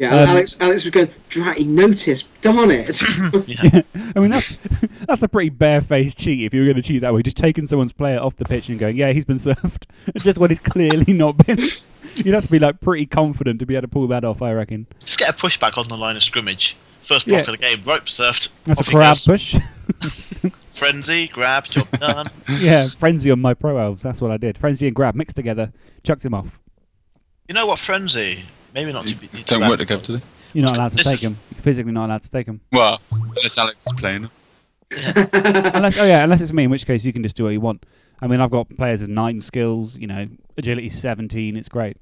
S3: Yeah,
S1: Um,
S3: Alex. Alex was going. Dratty noticed. Darn
S1: <laughs>
S3: it.
S1: I mean, that's that's a pretty barefaced cheat if you were going to cheat that way. Just taking someone's player off the pitch and going, yeah, he's been served. just when he's clearly not been. You'd have to be like pretty confident to be able to pull that off, I reckon.
S4: Just get a pushback on the line of scrimmage. First block
S1: Yeah.
S4: of the game, rope surfed.
S1: That's
S4: off
S1: a
S4: he
S1: crab
S4: goes.
S1: push.
S4: Frenzy, grab, job done.
S1: yeah, frenzy on my pro elves. That's what I did. Frenzy and grab mixed together, chucked him off.
S4: you know what, frenzy? Maybe not to be.
S2: Don't work together, do they?
S1: You're not allowed to
S4: This
S1: take
S4: is-
S1: him. You're physically not allowed to take him.
S2: Well, unless Alex is playing them.
S1: unless, oh yeah, unless it's me, in which case you can just do what you want. I mean, I've got players with nine skills. You know, agility seventeen. It's great.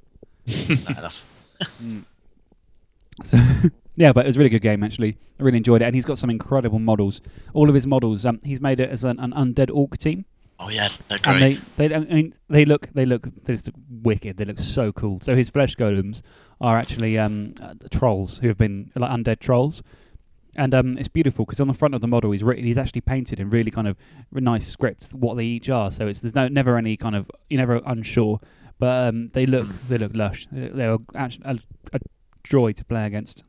S1: Mm.
S4: Nah, enough.
S1: So <laughs> yeah, but it was a really good game actually. I really enjoyed it, and he's got some incredible models. All of his models, um, he's made it as an, an undead orc team,
S4: Oh yeah, they're great.
S1: and they they I mean, they look they look they just look wicked. They look so cool. So his flesh golems are actually um, uh, trolls who have been like undead trolls. And um, it's beautiful because on the front of the model, he's written, he's actually painted in really kind of nice script what they each are. So it's there's no never any kind of you're never unsure, but um, they look they look lush. They, they are actually a, a joy to play against,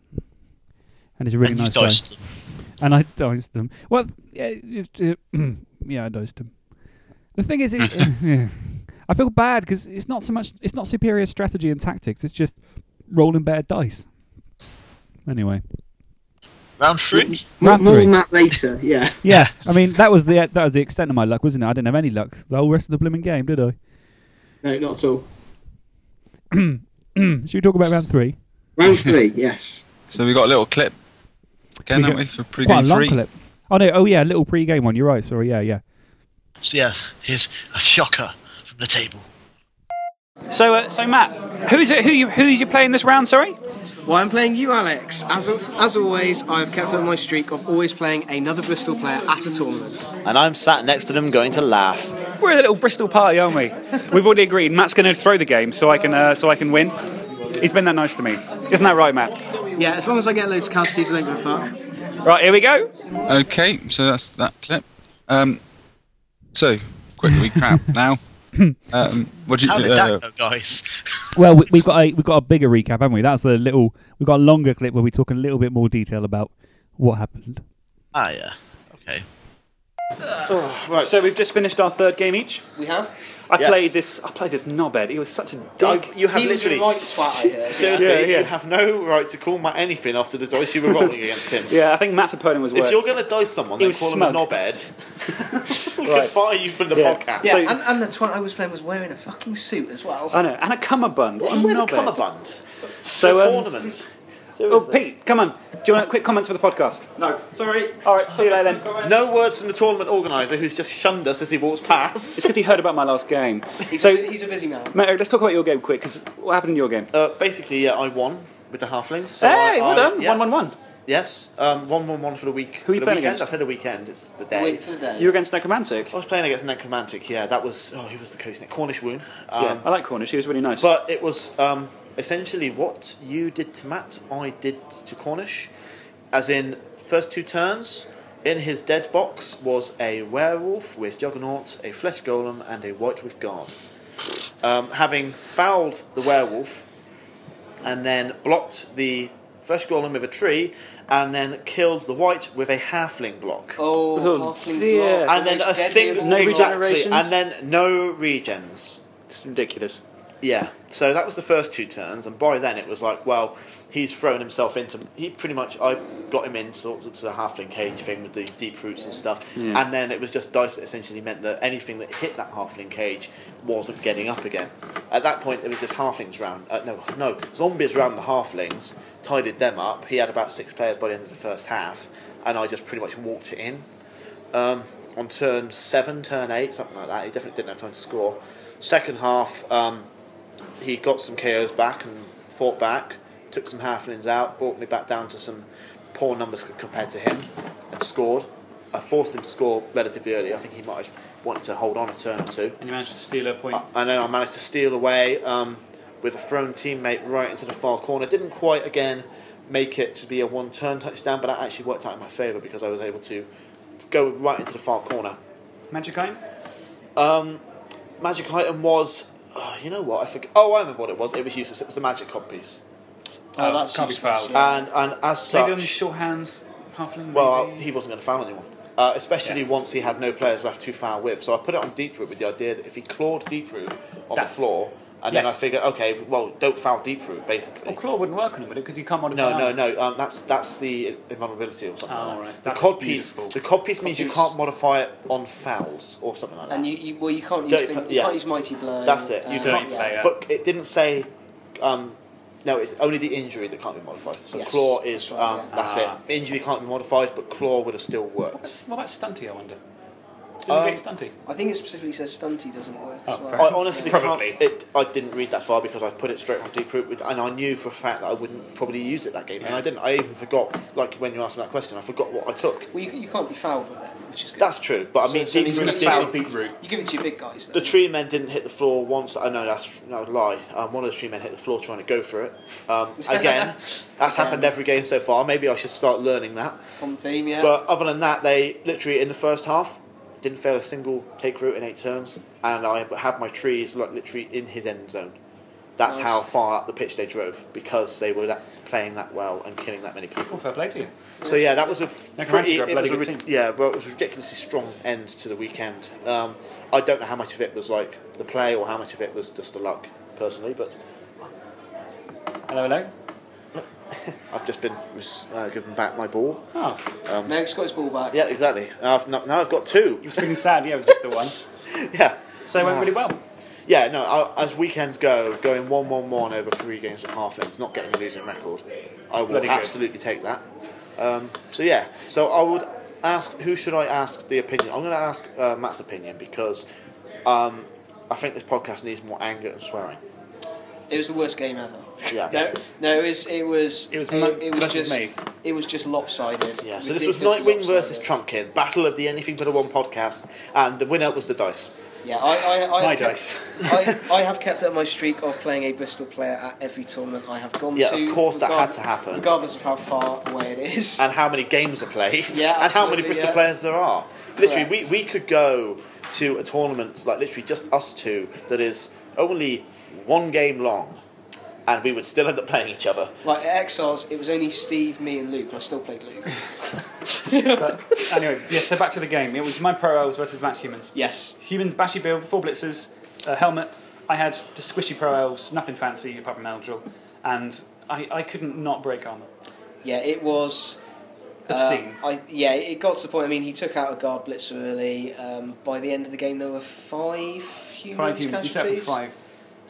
S1: and he's a really
S4: And you
S1: nice guy.
S4: dodged them.
S1: And I diced them. Well, yeah, it- it- <clears throat> yeah, I diced them. The thing is, it, uh, yeah. I feel bad because it's not so much it's not superior strategy and tactics. It's just rolling better dice. Anyway.
S4: Round three.
S3: More,
S1: Round
S3: more
S1: three.
S3: on that later. Yeah.
S1: Yeah, I mean that was the that was the extent of my luck, wasn't it? I didn't have any luck the whole rest of the blooming game, did I?
S3: No, not at all.
S1: Should we talk about round three?
S3: Round three. Yes.
S2: So we got a little clip. Again,
S1: We
S2: haven't
S1: got
S2: we? For
S1: Quite a
S2: pre-game
S1: long
S2: three.
S1: clip. Oh no! Oh yeah, a little pre-game one. You're right. Sorry. Yeah, yeah.
S4: So yeah, here's a shocker from the table.
S8: So, uh, so Matt, who is it? Who you, who's you playing this round? Sorry,
S6: Well, I'm playing you, Alex. As, al- as always, I have kept up my streak of always playing another Bristol player at a tournament.
S5: And I'm sat next to them going to laugh.
S8: We're a little Bristol party, aren't we? We've already agreed. Matt's going to throw the game so I can uh, so I can win. He's been that nice to me, isn't that right, Matt?
S6: Yeah, as long as I get loads of casualties, I don't give a fuck.
S8: Right, here we go.
S2: Okay, so that's that clip. Um, so quick
S1: <laughs>
S2: recap now. Um, what do you?
S4: How did
S2: uh,
S4: that go, guys?
S1: Well, we, we've got a, we've got a bigger recap, haven't we? That's the little we've got a longer clip where we talk in a little bit more detail about what happened.
S4: Ah, yeah. Okay.
S8: right. So we've just finished our third game each.
S6: We have.
S8: I
S5: Yes.
S8: played this. I played this knobhead. He was such a dog.
S5: You have literally. <laughs> Seriously,
S8: Yeah, yeah.
S5: you have no right to call Matt anything after the dice you were rolling against him.
S8: <laughs> Yeah, I think Matt's opponent was worse.
S5: If you're going to dice someone,
S8: He
S5: then
S8: was
S5: call
S8: smug.
S5: him a
S8: <laughs>
S5: knobhead. we can
S8: Right.
S5: fire you from the
S8: Yeah.
S5: podcast.
S6: Yeah,
S8: So-
S6: and, and the twat I was playing was wearing a fucking suit as well.
S8: I know, and a cummerbund. What a
S5: Where's a
S8: knobhead.
S5: cummerbund?
S8: So,
S5: a
S8: um,
S5: tournament.
S8: oh, Pete, come on. Do you want a quick comments for the podcast?
S11: No, sorry.
S8: All right, see you later then.
S5: No words from the tournament organizer who's just shunned us as he walks past.
S8: It's because he heard about my last game. So,
S6: He's a busy man.
S8: Matt, let's talk about your game quick. Because what happened in your game?
S5: Uh, basically, yeah, I won with the halflings. So
S8: hey,
S5: I,
S8: well
S5: I-
S8: done.
S5: yeah.
S8: One, one, one.
S5: Yes, um, one, one, one for the week.
S8: Who are you
S5: for the
S8: playing
S5: weekend.
S8: against?
S5: I said the weekend. It's the day.
S6: Oh, Wait for the day.
S8: You were against Necromantic.
S5: I was playing against Necromantic. Yeah, that was oh, he was the coach Nick Cornish wound. Um,
S8: yeah, I like Cornish. He was really nice.
S5: But it was um, essentially what you did to Matt, I did to Cornish. As in, first two turns, in his dead box was a werewolf with Juggernaut, a flesh golem, and a white with guard. Um, having fouled the werewolf, and then blocked the flesh golem with a tree, and then killed the white with a halfling block.
S6: Oh,
S8: Oh,
S6: halfling
S8: dear.
S6: block.
S5: and then a
S6: Most deadly
S5: single
S6: of
S8: No
S6: all.
S5: exactly,
S8: regenerations?
S5: and then no regens.
S8: it's ridiculous.
S5: Yeah, so that was the first two turns, and by then it was like, well, he's thrown himself into. He pretty much, I got him in sort of to the halfling cage thing with the deep roots and stuff,
S8: Yeah.
S5: and then it was just dice that essentially meant that anything that hit that halfling cage wasn't getting up again. At that point, it was just halflings round. Uh, no, no, zombies round the halflings, tidied them up. He had about six players by the end of the first half, and I just pretty much walked it in um, on turn seven, turn eight, something like that. He definitely didn't have time to score. Second half, um, he got some KOs back and fought back, took some halflings out, brought me back down to some poor numbers c- compared to him, and scored. I forced him to score relatively early. I think he might have wanted to hold on a turn or two.
S8: And you managed to steal a point.
S5: Uh, and then I managed to steal away um, with a thrown teammate right into the far corner. Didn't quite again make it to be a one turn touchdown, but that actually worked out in my favour because I was able to go right into the far corner.
S8: Magic item?
S5: oh, Magic item was, oh, you know what? I forget. Oh, I remember what it was. It was useless. It was the magic cod piece,
S6: Oh, that's
S8: can't be
S6: useless.
S8: fouled.
S5: and and as
S8: Maybe on
S5: such,
S8: shorthands, halfling.
S5: well,
S8: maybe?
S5: he wasn't going to foul anyone. Uh, especially once he had no players left to foul with, so I put it on deep root with the idea that if he clawed deep root on
S8: That's-
S5: the floor, and then I
S8: Yes.
S5: figured, okay, well, don't foul deep root basically.
S8: Well, Oh, claw wouldn't work on him, would it? Because you can't modify.
S5: No, no,
S8: armor.
S5: no. Um, that's that's the invulnerability or something
S8: Oh,
S5: like that.
S8: right.
S5: The
S8: That's
S5: cod piece.
S8: beautiful.
S5: The cod piece means you
S6: piece.
S5: can't modify it on fouls or something like that.
S6: And you, you, well, you can't use
S5: Dirty
S6: things,
S5: pla-
S6: you
S5: yeah.
S6: can't use mighty blow.
S5: that's it. You
S6: uh,
S5: can't.
S6: yeah.
S8: player.
S5: But it didn't say. Um, no, it's only the injury that can't be modified. So
S6: Yes.
S5: claw is.
S6: That's right,
S5: Um,
S6: yeah.
S5: That's
S8: Ah.
S5: it. Injury can't be modified, but claw would have still worked.
S8: That's, what about stunty? I wonder. Did
S5: Um,
S8: he get stunty?
S6: I think it specifically says stunty doesn't work
S8: Oh,
S6: as well.
S8: fair.
S5: I honestly
S8: Probably.
S5: can't. It, I didn't read that far because I put it straight on deep root, with, and I knew for a fact that I wouldn't probably use it that game, and I didn't. I even forgot, like when you asked me that question, I forgot what I took.
S6: Well, you, you can't be fouled with it, which is good.
S5: That's true, but I
S6: So-
S5: mean,
S6: so
S5: deep
S6: he's
S5: root
S6: gonna
S5: didn't-
S6: foul
S8: root.
S6: You give it to your big guys. Then.
S5: The tree men didn't hit the floor once. I know that's no lie. Um, one of the tree men hit the floor trying to go for it.
S6: <laughs>
S5: Um, again, that's
S6: Um,
S5: happened every game so far. Maybe I should start learning that.
S6: on theme, yeah.
S5: But other than that, they literally in the first half didn't fail a single take root in eight turns, and I had my trees like literally in his end zone. That's
S6: Nice.
S5: how far up the pitch they drove because they were that, playing that well and killing that many people.
S8: Well, fair play to you.
S5: So yeah, that was a
S8: Necromantic
S5: pretty.
S8: are a
S5: It
S8: bloody
S5: was a
S8: good
S5: ri-
S8: team.
S5: yeah, well, it was a ridiculously strong end to the weekend. Um, I don't know how much of it was like the play or how much of it was just the luck, personally. But
S8: Hello, hello.
S5: I've just been res- uh, given back my ball. Um,
S8: Oh,
S6: Meg's got his ball back.
S5: Yeah, exactly. I've no- now I've got two. <laughs>
S8: you were feeling sad. Yeah, it was just the one.
S5: Yeah,
S8: So it went really well.
S5: yeah. No, I, as weekends go, going one one one over three games at halflings, not getting a losing record, I will
S8: Bloody good.
S5: absolutely take that. Um, so yeah, so I would ask who should I ask the opinion? I'm going to ask uh, Matt's opinion because um, I think this podcast needs more anger and swearing.
S6: It was the worst game ever.
S5: Yeah.
S6: No, no, it was it was it was,
S5: mo-
S6: it, was
S5: versus
S6: just
S5: me.
S6: it was just lopsided.
S5: Yeah, so this was Nightwing versus Trumpkin, battle of the Anything But a One podcast, and the winner was the dice.
S6: Yeah, I, I, I
S5: My <laughs>
S6: have kept, I, I have kept up my streak of playing a Bristol player at every tournament I have gone
S5: Yeah,
S6: to.
S5: of course that had
S6: regard-
S5: to happen.
S6: regardless of how far away it is.
S5: And how many games are played,
S6: Yeah,
S5: <laughs> and how many
S6: absolutely,
S5: Bristol
S6: yeah.
S5: players there are. Literally, we, we could go to a tournament, like literally just us two, that is only one game long, and we would still end up playing each other.
S6: <laughs> Like at Exiles, it was only Steve, me, and Luke, and I still played
S5: <laughs>
S6: Luke.
S1: but
S6: Ah.
S1: anyway, yeah, so back to the game. It was my pro elves versus Matt's humans.
S6: Yes.
S1: Humans, bashy build, four blitzers, a helmet. I had just squishy pro elves, nothing fancy apart from Eldrill. And I, I couldn't not break armour.
S6: Yeah, it was. uh,
S1: Obscene.
S6: I, yeah, it got to the point. I mean, he took out a guard blitzer early. Um, by the end of the game, there were five humans.
S1: Five humans, you set up with
S6: casualties.
S1: five.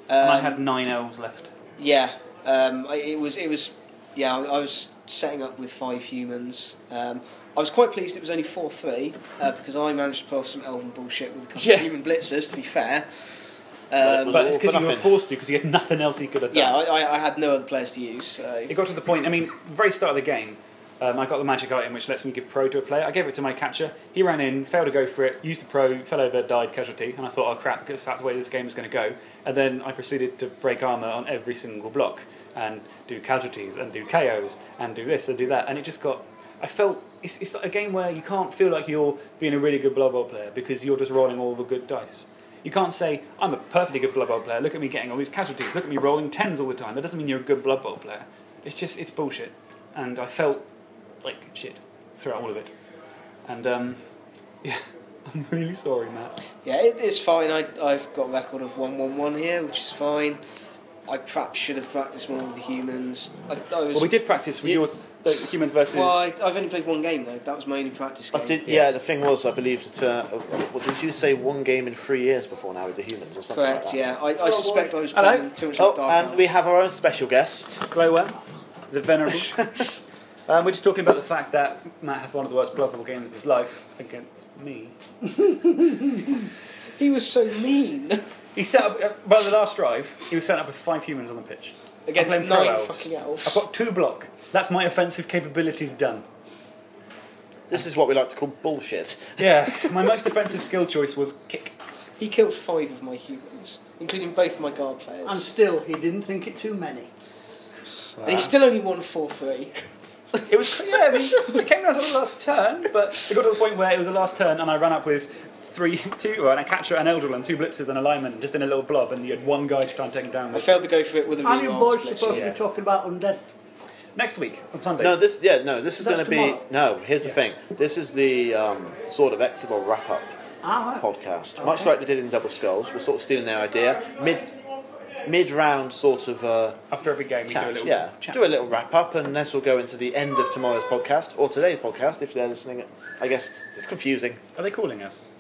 S1: and I
S6: Um,
S1: had nine elves left.
S6: Yeah, um, I- it was it was yeah. I I was setting up with five humans. Um, I was quite pleased it was only four three uh, because I managed to pull off some elven bullshit with a couple
S1: Yeah.
S6: of human blitzers. To be fair,
S1: But,
S6: um,
S1: it's because you were forced to, because you had nothing else you could have done.
S6: yeah, I, I, I had no other players to use. So.
S1: It got to the point, I mean, very start of the game, um, I got the magic item which lets me give pro to a player. I gave it to my catcher. He ran in, failed to go for it, used the pro, fell over, died, casualty. And I thought, oh crap, because that's the way this game is going to go. And then I proceeded to break armour on every single block and do casualties and do KOs and do this and do that. And it just got. I felt. It's, it's like a game where you can't feel like you're being a really good Blood Bowl player because you're just rolling all the good dice. You can't say, I'm a perfectly good Blood Bowl player, look at me getting all these casualties, look at me rolling tens all the time. That doesn't mean you're a good Blood Bowl player. It's just, it's bullshit. And I felt like shit throughout all of it. And um, <laughs> yeah, I'm really sorry, Matt.
S6: Yeah, it is fine. I, I've got a record of 111 here, which is fine. I perhaps should have practiced more with the humans. I, I was,
S1: Well, we did practice with your the humans versus.
S6: Well, I, I've only played one game, though. That was my only practice game.
S5: I did, yeah. the thing was, I believe that. Uh, what did you say? One game in three years before now with the humans, or something
S6: Correct,
S5: like that.
S6: yeah. I, I suspect I was
S5: Hello.
S6: playing too much
S5: Oh,
S6: with Dark
S5: and
S6: Elves.
S5: we have our own special guest.
S1: Glowworm, the venerable. um, we're just talking about the fact that Matt had one of the worst Blood Bowl games of his life against me.
S6: He was so mean.
S1: He set up, uh, well, the last drive, he was set up with five humans on the pitch. I
S6: Against
S1: blame
S6: nine
S1: pro elves.
S6: fucking elves.
S1: I've got two block. That's my offensive capabilities done.
S5: This is what we like to call bullshit.
S1: Yeah, <laughs> my most offensive skill choice was kick.
S6: He killed five of my humans, including both my guard players.
S12: And still, he didn't think it too many.
S6: And he still only won 4 3.
S1: It was yeah. I mean, it came down to the last turn, but it got to the point where it was the last turn, and I ran up with three, <laughs> two, well, and a catcher, an elder, and two blitzers, and a lineman, just in a little blob, and you had one guy to try and take him down.
S6: I
S1: With.
S6: failed to go for it with a
S12: And you
S6: reroll
S12: boys
S6: split,
S12: are
S6: so-
S12: supposed to be talking about undead.
S1: Next week on Sunday.
S5: No, this yeah, no, this is
S12: That's
S5: going to be
S12: tomorrow.
S5: no. Here's the thing. This is the um, sort of Exibol wrap up
S12: Ah, right.
S5: podcast, much like they did in Double Skulls. We're sort of stealing their idea mid mid round sort of uh,
S1: After every game, we do a
S5: chat.
S1: little
S5: yeah,
S1: chat.
S5: do a little wrap up, and this will go into the end of tomorrow's podcast or today's podcast if they're listening. I guess it's confusing.
S1: Are they calling us?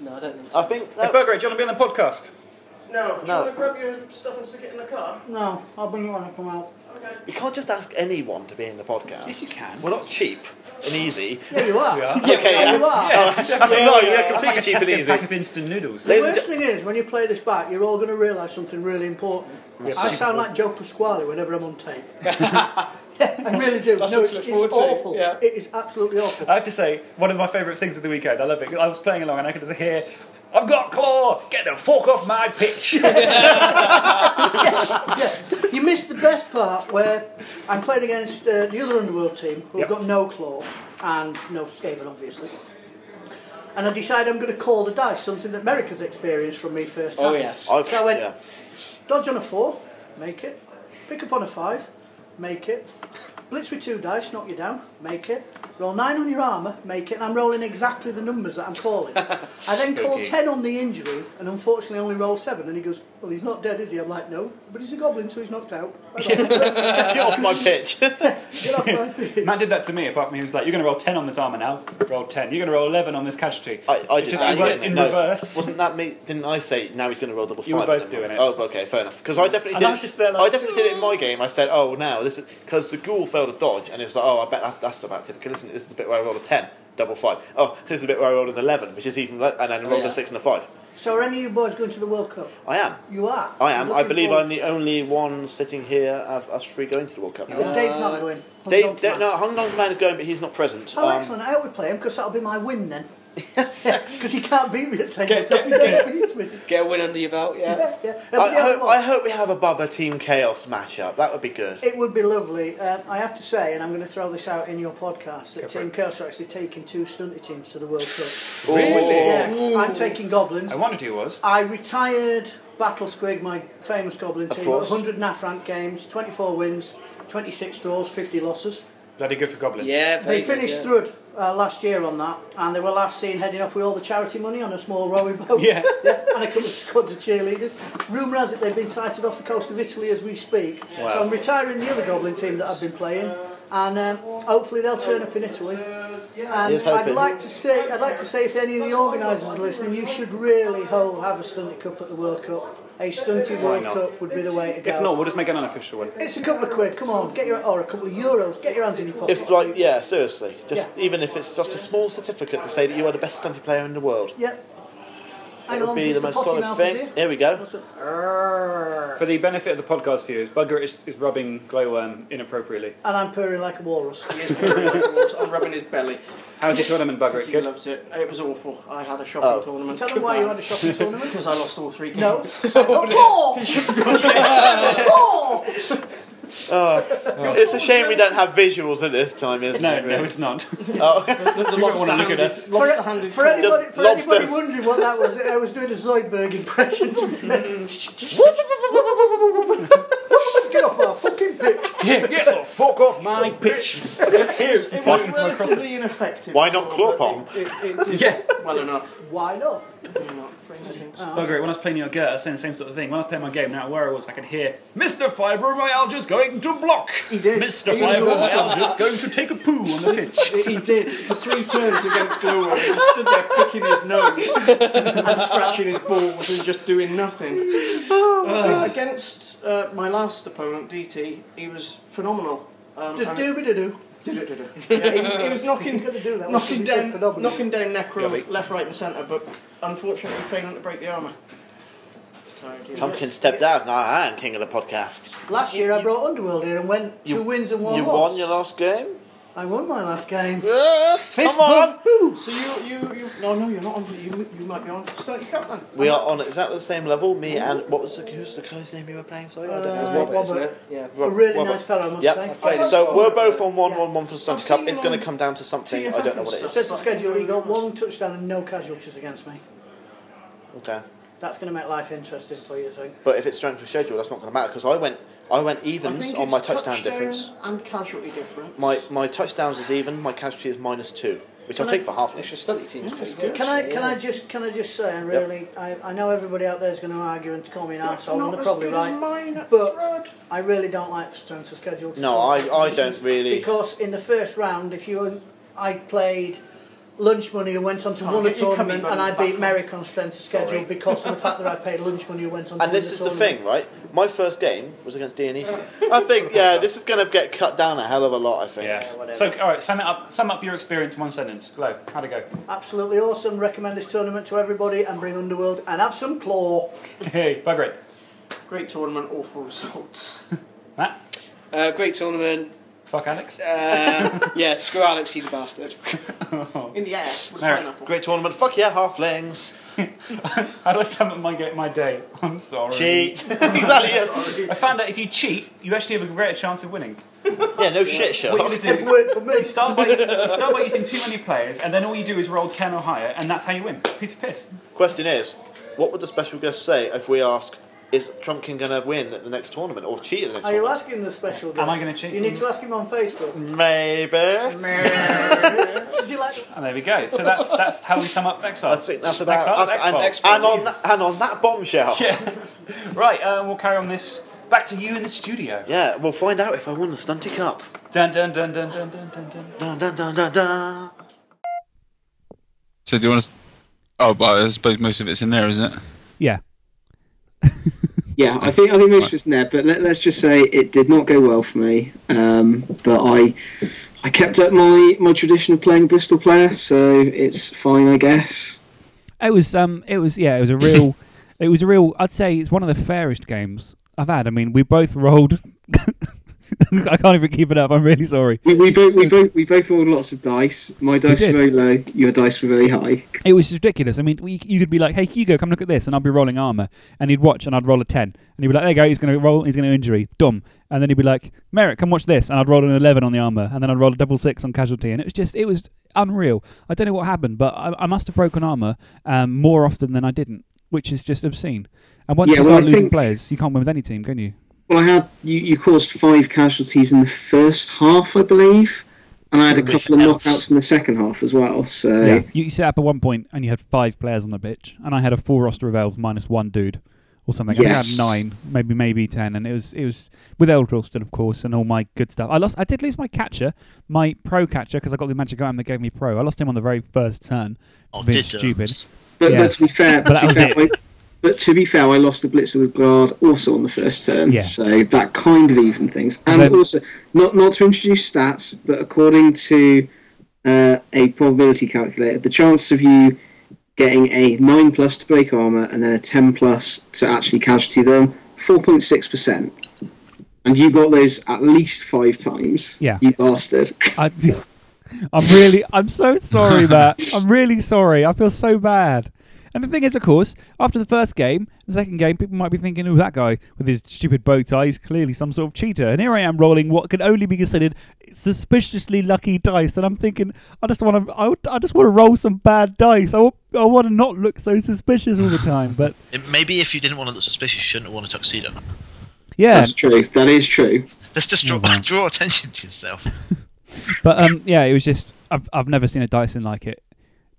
S6: No, I don't think so.
S5: I think
S1: Hey,
S5: no,
S1: Burger, do you want to be on the podcast?
S15: No,
S5: No.
S15: try to grab your stuff and stick it in the car.
S12: No, I'll bring it when I come out.
S5: we can't just ask anyone to be in the podcast.
S1: Yes, you can.
S5: We're not cheap and easy.
S12: Yeah, you are.
S1: We are.
S5: okay,
S12: <laughs> Yeah,
S5: yeah.
S12: you are.
S5: That's a no, Oh, yeah,
S1: Like
S5: completely
S1: a <laughs>
S5: cheap and
S1: Tesco
S5: easy.
S1: pack of instant noodles.
S12: The
S5: Ladies and
S12: worst thing is, when you play this back, you're all going to realise something really important. I sound like Joe Pasquale whenever I'm on tape. <laughs> yeah, I really do.
S6: That's
S12: no,
S6: what
S12: it's,
S6: to look
S12: it's
S6: forward to,
S12: awful.
S6: yeah.
S12: It is absolutely awful.
S1: I have to say, one of my favourite things of the weekend, I love it, 'cause I was playing along and I could just hear, I've got claw, get the fork off my pitch.
S12: You missed the best part where I'm playing against uh, the other Underworld team who've
S1: Yep.
S12: got no claw and no Skaven, obviously. And I decide I'm going to call the dice, something that Merrick has experienced from me first time.
S6: Oh, yes.
S5: I've-
S12: So I went-
S5: yeah.
S12: Dodge on a four, make it. Pick up on a five, make it. Blitz with two dice, knock you down, make it. Roll nine on your armour, make it. And I'm rolling exactly the numbers that I'm calling. I then call ten on the injury, and unfortunately only roll seven. And he goes, "Well, he's not dead, is he?" I'm like, "No, but he's a goblin, so he's knocked out." Get
S5: Get off my pitch.
S12: off my
S1: <laughs>
S12: feet.
S1: Matt did that to me, apart from he was like, You're going to roll 10 on this armour now, roll 10. You're going to roll 11 on this casualty.
S6: Uh,
S5: I, I
S1: It's
S5: did
S1: just
S5: that.
S1: he worked
S5: yeah.
S1: in
S5: No,
S1: reverse.
S5: Wasn't that me? Didn't I say now he's going to roll double five?
S1: You were both
S5: and then-
S1: doing it.
S5: Oh, okay, fair enough. Because I definitely
S1: And I
S5: did.
S1: was
S5: It,
S1: just there like-
S5: I definitely did it in my game. I said, "Oh, now this is because the ghoul failed a dodge, and it was like, oh, I bet that's that's about it. Because listen, this is the bit where I rolled a ten. double five. Oh, this is the bit where I rolled an eleven, which is even, le- and then I rolled
S12: Oh, yeah.
S5: a six and a five.
S12: So are any of you boys going to the World Cup?
S5: I am.
S12: You are.
S5: I am. I
S12: Looking
S5: believe
S12: forward-
S5: I'm the only one sitting here of us three going to the World Cup.
S12: Uh, Dave's not going.
S5: Dave, Dave, no, Hung Dong Man is going, but he's not present.
S12: Oh,
S5: Um,
S12: excellent. I hope we play him because that'll be my
S5: <laughs>
S12: win then. <laughs> Because he can't beat me at table top. He
S5: get-
S12: never beats me.
S5: Get a win under your belt,
S12: Yeah, yeah.
S5: Um, I,
S12: It'll be the only
S5: hope,
S12: one.
S5: I hope we have a Bubba Team Chaos matchup. That would be good.
S12: It would be lovely. Um, I have to say, and I'm going to throw this out in your podcast, that Team Curse are actually taking two stunty teams to the World Cup.
S16: Really?
S6: oh.
S12: Yes,
S16: Ooh.
S12: I'm taking Goblins.
S16: I wondered who was.
S12: I retired Battle Squig, my famous Goblin
S16: Of
S12: team,
S16: course.
S12: 100 NAF rank games, 24 wins, 26 draws, 50 losses.
S16: Bloody good for goblins.
S12: they finished third uh, last year on that, and they were last seen heading off with all the charity money on a small rowing boat. <laughs>
S16: Yeah.
S12: and a couple of squads of cheerleaders. Rumour has it they've been sighted off the coast of Italy as we speak.
S16: Wow.
S12: So I'm retiring the other Goblin team that I've been playing, and um, hopefully they'll turn up in Italy. And
S16: Here's
S12: I'd
S16: hoping.
S12: like to say, I'd like to say, if any of the organisers are listening, you should really ho- have a stunty cup at the World Cup. A stunty
S16: Why
S12: World
S16: not?
S12: Cup would be the way to go.
S1: If not, we'll just make an unofficial one.
S12: It's a couple of quid. Come on, get your or a couple of euros. Get your hands in your pocket.
S5: If like, yeah, seriously, just even if it's just a small certificate to say that you are the best stunty player in the world,
S12: Yep.
S5: it would be the most solid thing. Here we go.
S1: For the benefit of the podcast viewers, Bugger is, is rubbing Glowworm inappropriately.
S12: And I'm purring like a
S5: <laughs>
S12: walrus.
S6: I'm rubbing his belly.
S1: How's the
S6: <laughs>
S1: tournament, Bugger? It
S6: He
S1: good?
S6: loves it. It was awful. I had a shopping
S1: Oh.
S6: tournament.
S12: Tell them why you had a shopping
S5: <laughs>
S12: tournament.
S6: Because I lost all three games.
S12: No. Oh, <laughs>
S5: Oh, it's a shame we don't have visuals at this time, isn't
S1: No,
S5: it?
S1: no, it's
S6: <laughs>
S1: not. <laughs>
S5: Oh.
S6: the You won't wanna look at lobster-handed- us.
S12: For, for anybody,
S5: Just
S12: for anybody
S5: lobsters.
S12: wondering what that was, I was doing a Zoidberg
S5: <laughs>
S12: impression. Get off my fucking pitch!
S1: Get the fuck off my pitch!
S6: <laughs> It was relatively ineffective.
S1: Why not claw
S6: but
S1: palm?
S6: It, it, it did
S1: Yeah.
S6: well enough.
S12: Why not?
S6: Uh,
S1: Bugger it, Oh, when I was playing your Gert, I was saying the same sort of thing. When I was playing my game, now where I was, I could hear Mr. Fibromyalgia's going to block! He did. Mr.
S6: He was
S1: Fibromyalgia's
S6: awesome.
S1: going to take a poo on the pitch.
S6: <laughs> He did for three turns against Glory. He just stood there picking his nose and scratching his balls and just doing nothing. Uh, against uh, my last opponent, DT, he was phenomenal. Um,
S12: Do
S6: and-
S12: do do.
S6: Yeah, he was, he
S5: <laughs>
S6: was knocking,
S12: Gotta do that.
S6: knocking
S12: It's
S6: down,
S12: phenomenal.
S6: knocking down Necro
S5: Yummy.
S6: left, right, and centre, but unfortunately failing to break the armour. Tired, yeah.
S5: Pumpkin stepped down. Now I am king of the podcast.
S12: Last year I brought Underworld here and went two wins and one
S5: You
S12: loss.
S5: won your last game.
S12: I won my last game.
S5: Yes,
S12: Fist
S5: come on.
S12: bump. Woo.
S6: So you, you, you, no, no, you're not on. You, you might be on. Start your cup then.
S5: We are on exactly the same level. Me and what was the who's the guy's name you were playing? Sorry, I don't know.
S12: Uh,
S5: It was Robert,
S12: Robert,
S5: isn't it?
S12: yeah.
S5: Ro-
S12: A really nice fellow, I must
S5: Yep.
S12: say. I played him.
S5: So we're both on one, one, one for the Stumpy Cup.
S12: seen
S5: It's
S12: him
S5: going
S12: on
S5: to come down to something. I don't know what it is.
S12: Set the schedule. He got one touchdown and no casualties against me.
S5: Okay.
S12: That's going to make life interesting for you, I think.
S5: But if it's strength of schedule, that's not going to matter because I went I went
S6: I
S5: evens
S6: think
S5: on
S6: it's
S5: my touchdown, difference.
S6: and casualty difference.
S5: My my touchdowns is even. My casualty is minus two, which I'll
S12: Can I-
S5: take for half. Extra
S6: study teams.
S12: Can I can I just can I just say I really I, I know everybody out there is going to argue and call me an arsehole and
S6: not
S12: they're
S6: as
S12: probably
S6: good as
S12: right,
S6: mine at
S12: but
S6: Thrud.
S12: I really don't like to turn to schedule. To
S5: No,
S12: sort
S5: I- I
S12: competitions
S5: don't really-
S12: because in the first round, if you I played lunch money and went on to
S6: Oh,
S12: won a
S6: get your cummy
S12: tournament
S6: bun
S12: and I
S6: back
S12: beat
S6: on.
S12: Merrick on strength of schedule
S6: Sorry.
S12: because of the fact that I paid lunch money and went on. to
S5: And
S12: win
S5: this is the
S12: tournament.
S5: thing, right? My first game was against Dionysus. I think, yeah, this is going to get cut down a hell of a lot. I think.
S1: Yeah. So, all right, sum it up. Sum up your experience in one sentence. Glow, how'd it go?
S12: <laughs> Absolutely awesome. Recommend this tournament to everybody and bring Underworld and have some claw.
S1: Hey, bugger it.
S6: Great tournament, awful results.
S1: Matt?
S16: Uh, great tournament.
S1: Fuck Alex.
S6: <laughs>
S16: Uh, yeah, screw Alex. He's a bastard.
S6: In the ass. With
S1: Merrick.
S6: pineapple.
S5: Great tournament. Fuck yeah, halflings.
S1: <laughs> How'd I sum up my, ga- my day? <laughs> I'm sorry.
S5: Cheat.
S1: I found out if you cheat, you actually have a greater chance of winning.
S5: Yeah, no shit, Sherlock.
S1: What you
S12: <laughs>
S1: do,
S12: Worked for
S6: <laughs>
S12: me.
S1: you start, by, you start by using too many players, and then all you do is roll 10 or higher, and that's how you win. Piece of piss.
S5: Question is, what would the special guest say if we ask, is Trumpkin going to win at the next tournament or cheat at the next
S12: Are you
S5: tournament?
S12: asking the special guest?
S1: Am I gonna cheat?
S12: You need to ask him on Facebook.
S5: Maybe.
S12: Would you like to
S1: And there we go. So that's that's how we sum
S5: <laughs>
S1: up Exiles.
S5: I think that's about.
S1: Exiles,
S5: and,
S1: Xbox.
S5: and on that, and on that bombshell.
S1: Yeah. Right, um, we'll carry on this. Back to you in the studio.
S5: Yeah, we'll find out if I won the Stunty Cup.
S1: Dun dun dun dun dun dun dun dun.
S5: Dun dun dun dun dun.
S2: So do you want to? Oh, but I suppose most of it's in there, isn't it?
S17: Yeah.
S3: Yeah, I think I think most was in there, but let, let's just say it did not go well for me. Um, but I I kept up my, my tradition of playing Bristol player, so it's fine, I guess.
S1: It was um it was yeah, it was a <laughs> real it was a real I'd say it's one of the fairest games I've had. I mean, we both rolled <laughs> I can't even keep it up. I'm really sorry.
S3: We, we both we both we both rolled lots of dice. My dice were
S1: did.
S3: very low. Your dice were very high.
S1: It was ridiculous. I mean, we, you could be like, "Hey, Hugo, come look at this," and I'd be rolling armor, and he'd watch, and I'd roll a ten, and he'd be like, "There you go, he's going to roll, he's going to injury, dumb," and then he'd be like, "Merrick, come watch this," and I'd roll an eleven on the armor, and then I'd roll a double six on casualty, and it was just, it was unreal. I don't know what happened, but I, I must have broken armor um, more often than I didn't, which is just obscene. And once
S3: Yeah,
S1: you
S3: well,
S1: start
S3: I
S1: losing
S3: think-
S1: players, you can't win with any team, can you?
S3: Well, I had you, you caused five casualties in the first half, I believe, and I had a
S1: With
S3: couple of
S1: elves.
S3: knockouts in the second half as well. So
S1: yeah. You, you set up at one point and you had five players on the pitch, and I had a full roster of elves minus one dude or something.
S3: Yes.
S1: I think I had nine, maybe maybe ten, and it was it was with Eldril still, of course, and all my good stuff. I lost. I did lose my catcher, my pro catcher, because I got the magic item that gave me pro. I lost him on the very first turn. for being
S4: diddums.
S1: stupid.
S3: But, but
S1: Yes.
S3: to be fair,
S1: but that
S3: to be
S1: was
S3: fair
S1: it.
S3: I, but to be fair, I lost the blitzer with guard also on the first turn,
S1: Yeah.
S3: so that kind of even things. And
S1: Then-
S3: also, not not to introduce stats, but according to uh, a probability calculator, the chance of you getting a nine plus to break armor and then a ten plus to actually casualty them four point six percent. And you got those at least five times.
S1: Yeah.
S3: You bastard. <laughs>
S1: I, <laughs> I'm really, I'm so sorry, Matt. I'm really sorry. I feel so bad. And the thing is, of course, after the first game, the second game, people might be thinking, "Oh, that guy with his stupid bow tie is clearly some sort of cheater." And here I am rolling what can only be considered suspiciously lucky dice, and I'm thinking, I just want to, I, I just want to roll some bad dice. I, wa- I want to not look so suspicious all the time. But
S4: <laughs> It- maybe if you didn't want to look suspicious, you shouldn't have worn a tuxedo.
S1: yeah,
S3: That's true. That is true.
S4: Let's just draw, draw attention to yourself.
S1: but um, yeah, it was just I've I've never seen a Dyson like it.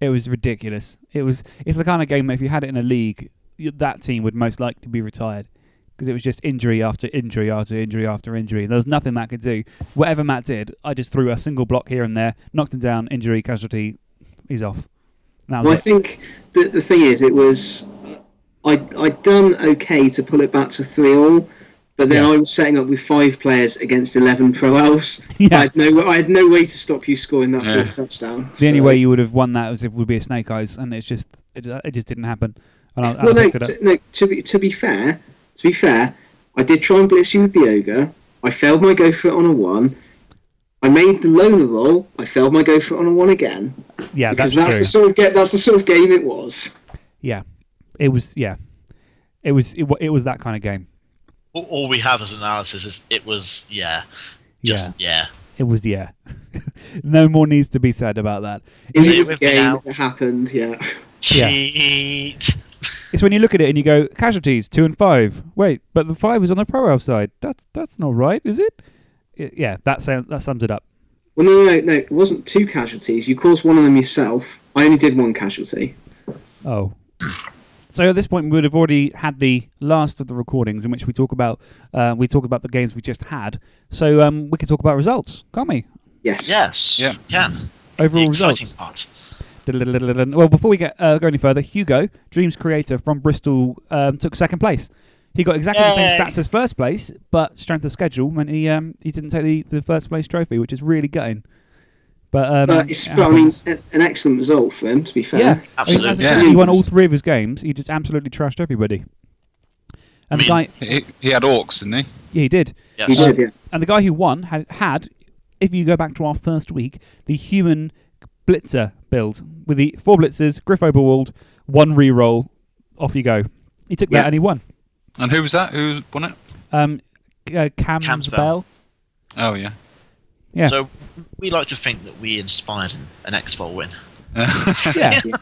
S1: It was ridiculous. It was it's the kind of game that if you had it in a league, y- that team would most likely be retired because it was just injury after injury after injury after injury. There was nothing Matt could do. Whatever Matt did, I just threw a single block here and there, knocked him down, injury, casualty, he's off. And that was
S3: Well, I
S1: it.
S3: think the, the thing is, it was I I'd done okay to pull it back to three all, but then I was setting up with five players against eleven
S1: <laughs>
S3: pro elves. I had no I had no way to stop you scoring that fourth touchdown.
S1: the only way you would have won that was if it would be a snake eyes, and it's just it, uh, it just didn't happen. And I, and I
S3: well, no,
S1: picked it up.
S3: t- no. To be to be fair, to be fair, I did try and blitz you with the ogre. I failed my go for it on a one. I made the loner roll. I failed my go for it on a one again.
S1: yeah,
S3: because
S1: that's,
S3: that's,
S1: true.
S3: the sort of ga- that's the sort of game it was.
S1: Yeah, it was. Yeah, it was. It, wa- it was that kind of game.
S4: All- All we have as analysis is it was yeah, just yeah.
S1: It was. Yeah. <laughs> no more needs to be said about that.
S3: Is
S1: It-
S3: it the game that happened? Yeah. <laughs>
S4: Cheat.
S1: it's when you look at it and you go casualties two and five. Wait, but the five is on the pro elf side. That's that's not right, is it? Y- yeah, that sounds that sums it up.
S3: Well, no, no, no. It wasn't two casualties. You caused one of them yourself. I only did one casualty.
S1: Oh. So at this point, we would have already had the last of the recordings in which we talk about uh, we talk about the games we just had. So um, we could talk about results, can't we?
S3: Yes.
S4: Yes. Yeah. Can.
S1: Overall
S4: the exciting
S1: results.
S4: part.
S1: Dun-dun-dun-dun-dun. Well, before we get uh, go any further, Hugo, Dreams creator from Bristol, um, took second place. He got exactly the
S4: Yay.
S1: same stats as first place, but strength of schedule meant he um, he didn't take the, the first place trophy, which is really gutting. But um,
S3: but Uh, it's,
S1: it
S3: but, I mean,
S1: happens.
S3: a- an excellent result for him, to be fair.
S1: yeah, I mean, as a kid, he won all three of his games. He just absolutely trashed everybody. And the guy,
S2: He, he had orcs, didn't he?
S1: yeah, he did.
S2: Yes. He did, yeah.
S1: And the guy who won had, had, if you go back to our first week, the human blitzer build with the four blitzers, Griff Oberwald, one reroll, off you go. He took that
S2: Yeah.
S1: and he won.
S2: And who was that? Who won it?
S1: Um, uh, Cam's,
S4: Cam's
S1: Bell.
S4: Bell.
S2: Oh yeah.
S1: Yeah.
S4: So we like to think that we inspired an, an X Bowl win.
S1: Yeah.
S3: <laughs>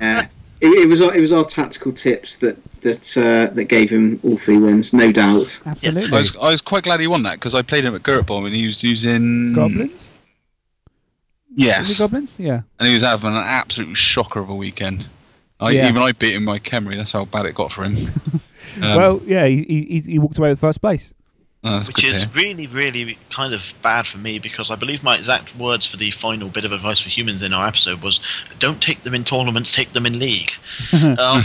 S3: yeah. It, it was our, it was our tactical tips that that uh, that gave him all three wins, no doubt.
S1: Absolutely.
S2: I was, I was quite glad he won that because I played him at Gurtbaum and he was using
S1: goblins. Was
S2: Yes,
S1: it goblins? Yeah.
S2: and he was having an absolute shocker of a weekend. I,
S1: Yeah.
S2: Even I beat him by Kemri. That's how bad it got for him. <laughs> Um,
S1: well, yeah, he, he, he walked away with first place.
S2: oh, that's
S4: Which
S2: good to
S4: is
S2: hear.
S4: really, really kind of bad for me because I believe my exact words for the final bit of advice for humans in our episode was don't take them in tournaments, take them
S2: <laughs>
S4: in league. um,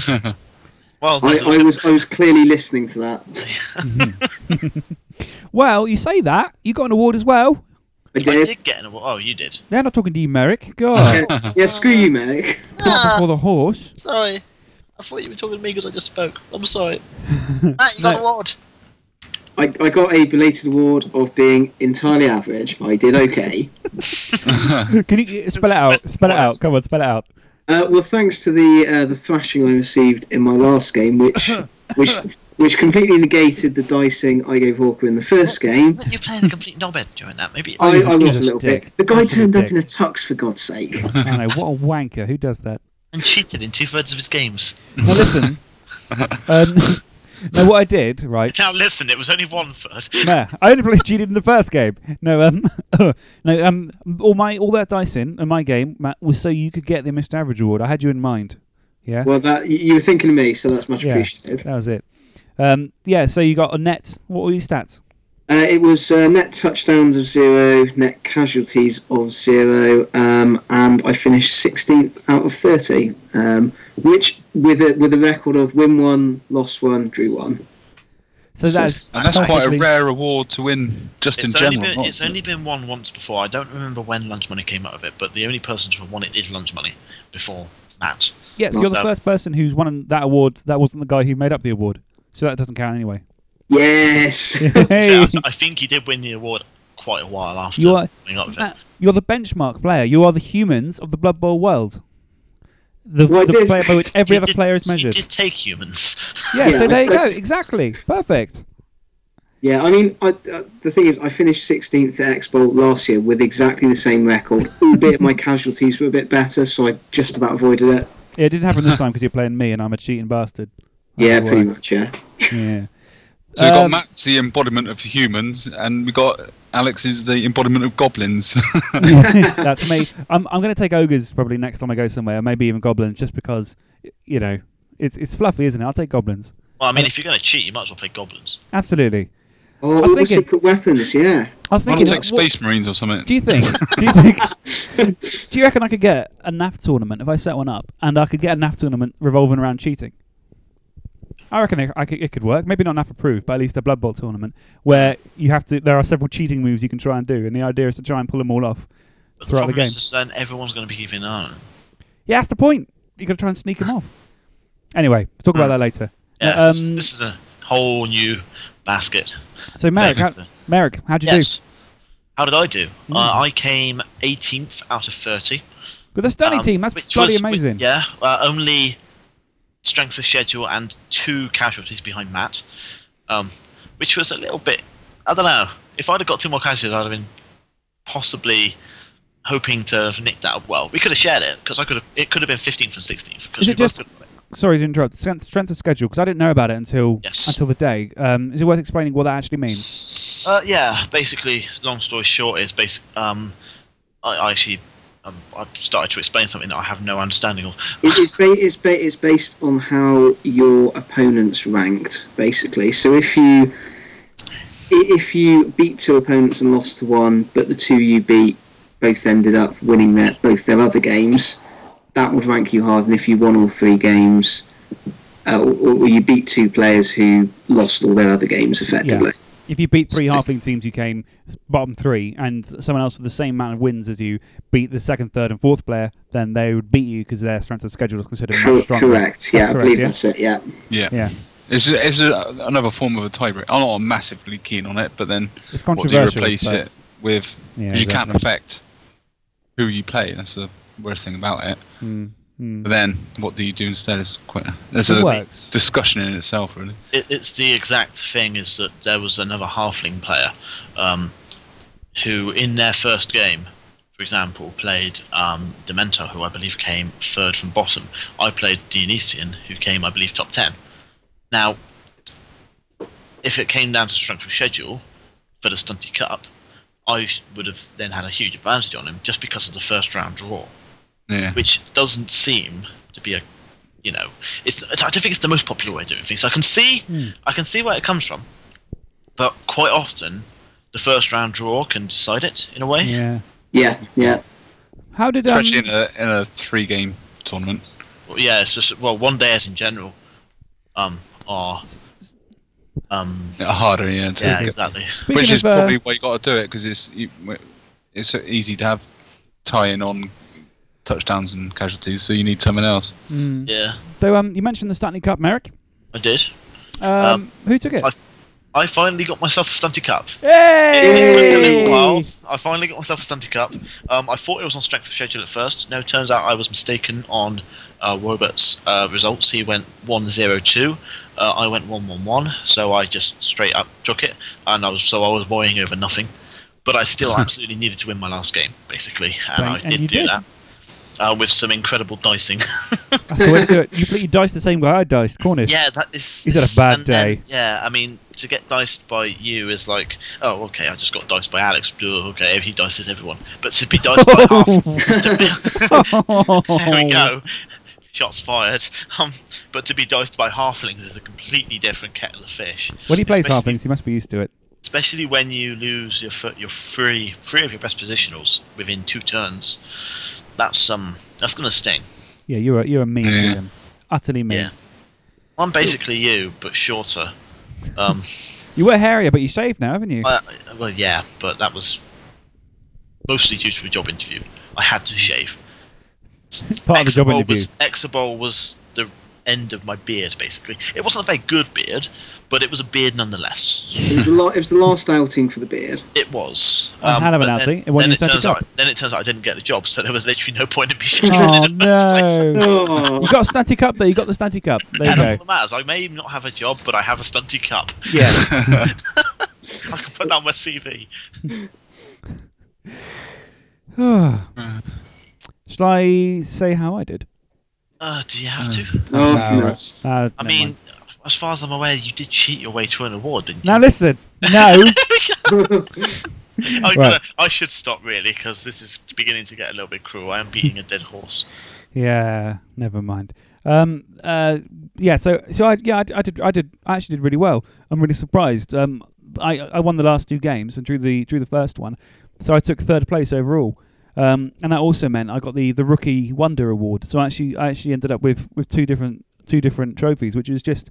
S4: well,
S3: I, I was I was clearly listening to that.
S1: Well, you say that. You got an award as well.
S3: I
S4: I
S3: did.
S4: did get an award. Oh, you did.
S1: They're not talking to you, Merrick.
S3: <laughs>
S1: God.
S3: yeah, screw you, Merrick.
S1: Not before the horse.
S4: Sorry. I thought you were talking to me because I just spoke. I'm sorry. Matt, you got an award.
S3: I, I got a belated award of being entirely average. I did okay.
S1: Can you uh, spell it out? Spell it out. Come on, spell it out.
S3: Uh, well, thanks to the uh, the thrashing I received in my last game, which
S1: <laughs>
S3: which which completely negated the dicing I gave Hawker in the first game.
S4: Look, <laughs> You're playing a complete knobhead during that. Maybe
S3: I, I
S1: You're
S3: was a
S1: just
S3: little
S1: dick.
S3: bit. The guy
S1: You're just a
S3: turned up
S1: dick.
S3: in a tux, for God's sake.
S1: I know. What a wanker. Who does that?
S4: and cheated in two thirds of his games.
S1: Now listen. um, <laughs> now what I did,
S4: <laughs>
S1: right?
S4: Now listen, it was only one third.
S1: Nah, I only played cheated in the first game. No, um, <laughs> no, um, all my all that dice in in my game, Matt, was so you could get the Mr. Average award. I had you in mind. Yeah.
S3: Well, that you you were thinking of me, so that's much
S1: yeah,
S3: appreciated.
S1: that was it. Um, yeah. So you got a net. What were your stats?
S3: Uh, it was uh, net touchdowns of zero, net casualties of zero, um, and I finished 16th out of 30, um, which with a with a record of win one, lost one, drew one.
S1: So that's
S2: and that's quite a rare award to win just
S4: it's
S2: in
S4: only
S2: general.
S4: Been,
S2: not-
S4: it's only been won once before. I don't remember when lunch money came out of it, but the only person to have won it is lunch money before Matt.
S1: Yes, you're the
S4: So-
S1: first person who's won that award. That wasn't the guy who made up the award, so that doesn't count anyway.
S3: Yes.
S1: <laughs> Hey.
S4: So I, I think he did win the award quite a while after
S1: You are,
S4: coming up with it.
S1: Matt, Uh, you're the benchmark player. You are the humans of the Blood Bowl world. The,
S4: Well, I
S1: the
S4: did-
S1: player by which every
S2: <laughs>
S4: You
S1: other
S4: did-
S1: player is
S4: you
S1: measured.
S4: did take humans.
S1: Yeah, so there you go.
S3: That's-
S1: Exactly. Perfect.
S3: Yeah, I mean, I, uh, the thing is, I finished 16th at Expo last year with exactly the same record,
S1: <laughs>
S3: albeit my casualties were a bit better, so I just about avoided it.
S1: Yeah, it didn't happen this time because you're playing me and I'm a cheating bastard.
S3: Yeah,
S1: That's
S3: pretty
S1: why.
S3: much, yeah.
S1: Yeah.
S2: So we got
S1: Um,
S2: Matt's the embodiment of humans, and we got Alex is the embodiment of goblins. <laughs>
S1: That's me. I'm, I'm going to take ogres probably next time I go somewhere, or maybe even goblins, just because, you know, it's it's fluffy, isn't it? I'll take goblins.
S4: Well, I mean, if you're going to cheat, you might as well play goblins.
S1: Absolutely.
S3: Oh,
S1: I was
S3: all the
S1: thinking-
S3: secret weapons, yeah.
S1: I was
S2: Why
S1: thinking,
S2: not take
S1: what-
S2: space marines or something?
S1: Do you think? do you think? <laughs> Do you reckon I could get a NAF tournament if I set one up, and I could get a NAF tournament revolving around cheating? I reckon it, I could, it could work. Maybe not NAF approved, but at least a Blood Bowl tournament where you have to. There are several cheating moves you can try and do, and the idea is to try and pull them all off
S4: But the
S1: throughout the
S4: problem
S1: game.
S4: is, is then everyone's going to be keeping an eye on them.
S1: Yeah, that's the point. You got to try and sneak them off. Anyway, we'll talk about that later.
S4: Yeah,
S1: Uh, um,
S4: this, is, this is a whole new basket.
S1: so Merrick, how,
S4: Thanks to-
S1: Merrick, how'd you
S4: Yes. How did I do?
S1: Hmm.
S4: Uh, I came 18th out of 30.
S1: do with a stunning
S4: um,
S1: team? That's
S4: which
S1: bloody
S4: was-
S1: amazing.
S4: Yeah, uh, only strength of schedule and two casualties behind Matt, um, which was a little bit. I don't know. If I'd have got two more casualties, I'd have been possibly hoping to have nicked that. Well, we could have shared it because I could have. It could have been 15th and 16th. 'cause
S1: Is
S4: we
S1: it
S4: both
S1: just? Sorry to interrupt. Strength, strength of schedule, because I didn't know about it until until the day. Um, is it worth explaining what that actually means?
S4: Uh, yeah, basically, long story short is basic. Um, I, I actually, um, I started to explain something that I have no understanding of.
S3: It- It's, ba- it's, ba- it's based on how your opponent's ranked, basically. So if you i- if you beat two opponents and lost to one, but the two you beat both ended up winning their both their other games, that would rank you higher than if you won all three games, uh, or, or you beat two players who lost all their other games effectively.
S1: If you beat three halfling teams, you came s- bottom three, and someone else with the same amount of wins as you beat the second, third, and fourth player, then they would beat you because their strength of schedule is considered much stronger.
S3: Correct. Yeah,
S1: That's
S3: I
S1: correct,
S3: believe
S1: yeah?
S3: that's it. Yeah.
S2: Yeah.
S1: Yeah.
S2: It's, it's a, another form of a tiebreaker. I'm not massively keen on it, but then
S1: It's
S2: what do you
S1: controversial,
S2: replace
S1: but-
S2: it with?
S1: Yeah,
S2: 'cause you can't
S1: exactly.
S2: affect who you play. That's the worst thing about it.
S1: Mm, mm.
S2: But then, what do you do instead? Is quite. There's
S1: It
S2: a
S1: works.
S2: discussion in itself, really.
S4: It, it's the exact thing is that there was another halfling player, um, who in their first game, for example, played um, Dementor, who I believe came third from bottom. I played Dionysian, who came, I believe, top ten. Now, if it came down to strength of schedule for the Stunty Cup, I sh- would have then had a huge advantage on him just because of the first round draw
S2: Yeah.
S4: which doesn't seem to be a you know it's it's- I don't think it's the most popular way of doing things. I can see
S1: Hmm.
S4: I can see where it comes from, but quite often the first round draw can decide it in a way.
S1: Yeah.
S3: Yeah. Yeah.
S1: How did um,
S2: Especially in a in a three game tournament.
S4: Well, yeah, it's just well one days in general um are um
S2: Yeah, harder, yeah. To
S4: yeah
S2: get-
S4: exactly.
S2: Which
S1: Speaking
S2: is
S1: of, uh,
S2: probably why you got to do it because it's you, it's so easy to have tying on touchdowns and casualties, so you need something else. <laughs>
S1: Mm.
S4: Yeah.
S1: Though um, you mentioned the Stanley Cup, Merrick.
S4: I did.
S1: Um, who took it?
S4: I, I finally got myself a Stunty Cup.
S1: Hey!
S4: It, took a little while. I finally got myself a Stunty Cup. Um, I thought it was on strength of schedule at first. No, turns out I was mistaken on uh, Robert's uh, results. He went 1 0 2. Uh, I went 1 1 1. So I just straight up took it. and I was So I was worrying over nothing. But
S1: <laughs>
S4: I still absolutely needed to win my last game, basically. And
S1: Right,
S4: I
S1: and
S4: did
S1: you
S4: do
S1: did.
S4: that. Uh, with some incredible dicing. <laughs>
S1: That's the way to do it. You, put- you diced the same way I diced Cornish.
S4: Yeah, that is.
S1: He's had a bad
S4: and
S1: day.
S4: then, yeah, I mean, to get diced by you is like, oh, okay, I just got diced by Alex. Oh, Okay, he dices everyone. But to be
S1: <laughs>
S4: diced by half.
S1: Oh.
S4: there we go. Shots fired. Um, but to be diced by halflings is a completely different kettle of fish.
S1: When he plays halflings, he must be used to it.
S4: Especially when you lose your fir- your three three of your best positionals within two turns. That's um that's gonna sting.
S1: Yeah, you're a, you're a mean
S4: Yeah.
S1: GM. Utterly mean.
S4: I'm basically you, but shorter. Um,
S1: You were hairier, but you shaved now, haven't you?
S4: Uh, well, yeah, but that was mostly due to a job interview. I had
S1: Mm.
S4: to shave.
S1: Part of the job
S4: Exabol
S1: interview.
S4: <laughs> Was, Exabol was the end of my beard, basically. It wasn't a very good beard, but it was a beard nonetheless.
S3: It was the, la- it was the last outing for the beard.
S4: It was. um,
S1: A hell of
S4: but
S1: an
S4: then-
S1: outing. It won
S4: then
S1: you
S4: it
S1: such a
S4: turns
S1: job.
S4: out, then it turns out I didn't get the job, so there was literally no point in me <laughs> shaving.
S1: Oh
S4: it.
S1: no!
S4: Oh.
S1: you got a static up there. You got the static up. There you
S4: Yeah, that's
S1: go.
S4: all that matters. I may not have a job, but I have a stunty cup. <laughs>
S1: Yeah. <sighs>
S4: I can put that on my CV.
S1: Shall I say how I did?
S4: Uh, do you have to?
S1: Oh, No, no. right. Uh,
S4: I
S1: never
S4: mean, as far as I'm aware, you did cheat your way to an award, didn't you?
S1: Now listen. No. <laughs>
S4: I'm
S1: Right.
S4: gonna, I should stop really because this is beginning to get a little bit cruel. I am beating a dead horse.
S1: Yeah, never mind. Um, uh, yeah, so so I yeah I, d- I did I did I actually did really well. I'm really surprised. Um, I I won the last two games and drew the drew the first one, so I took third place overall. Um, and that also meant I got the the rookie wonder award. So I actually I actually ended up with with two different two different trophies, which is just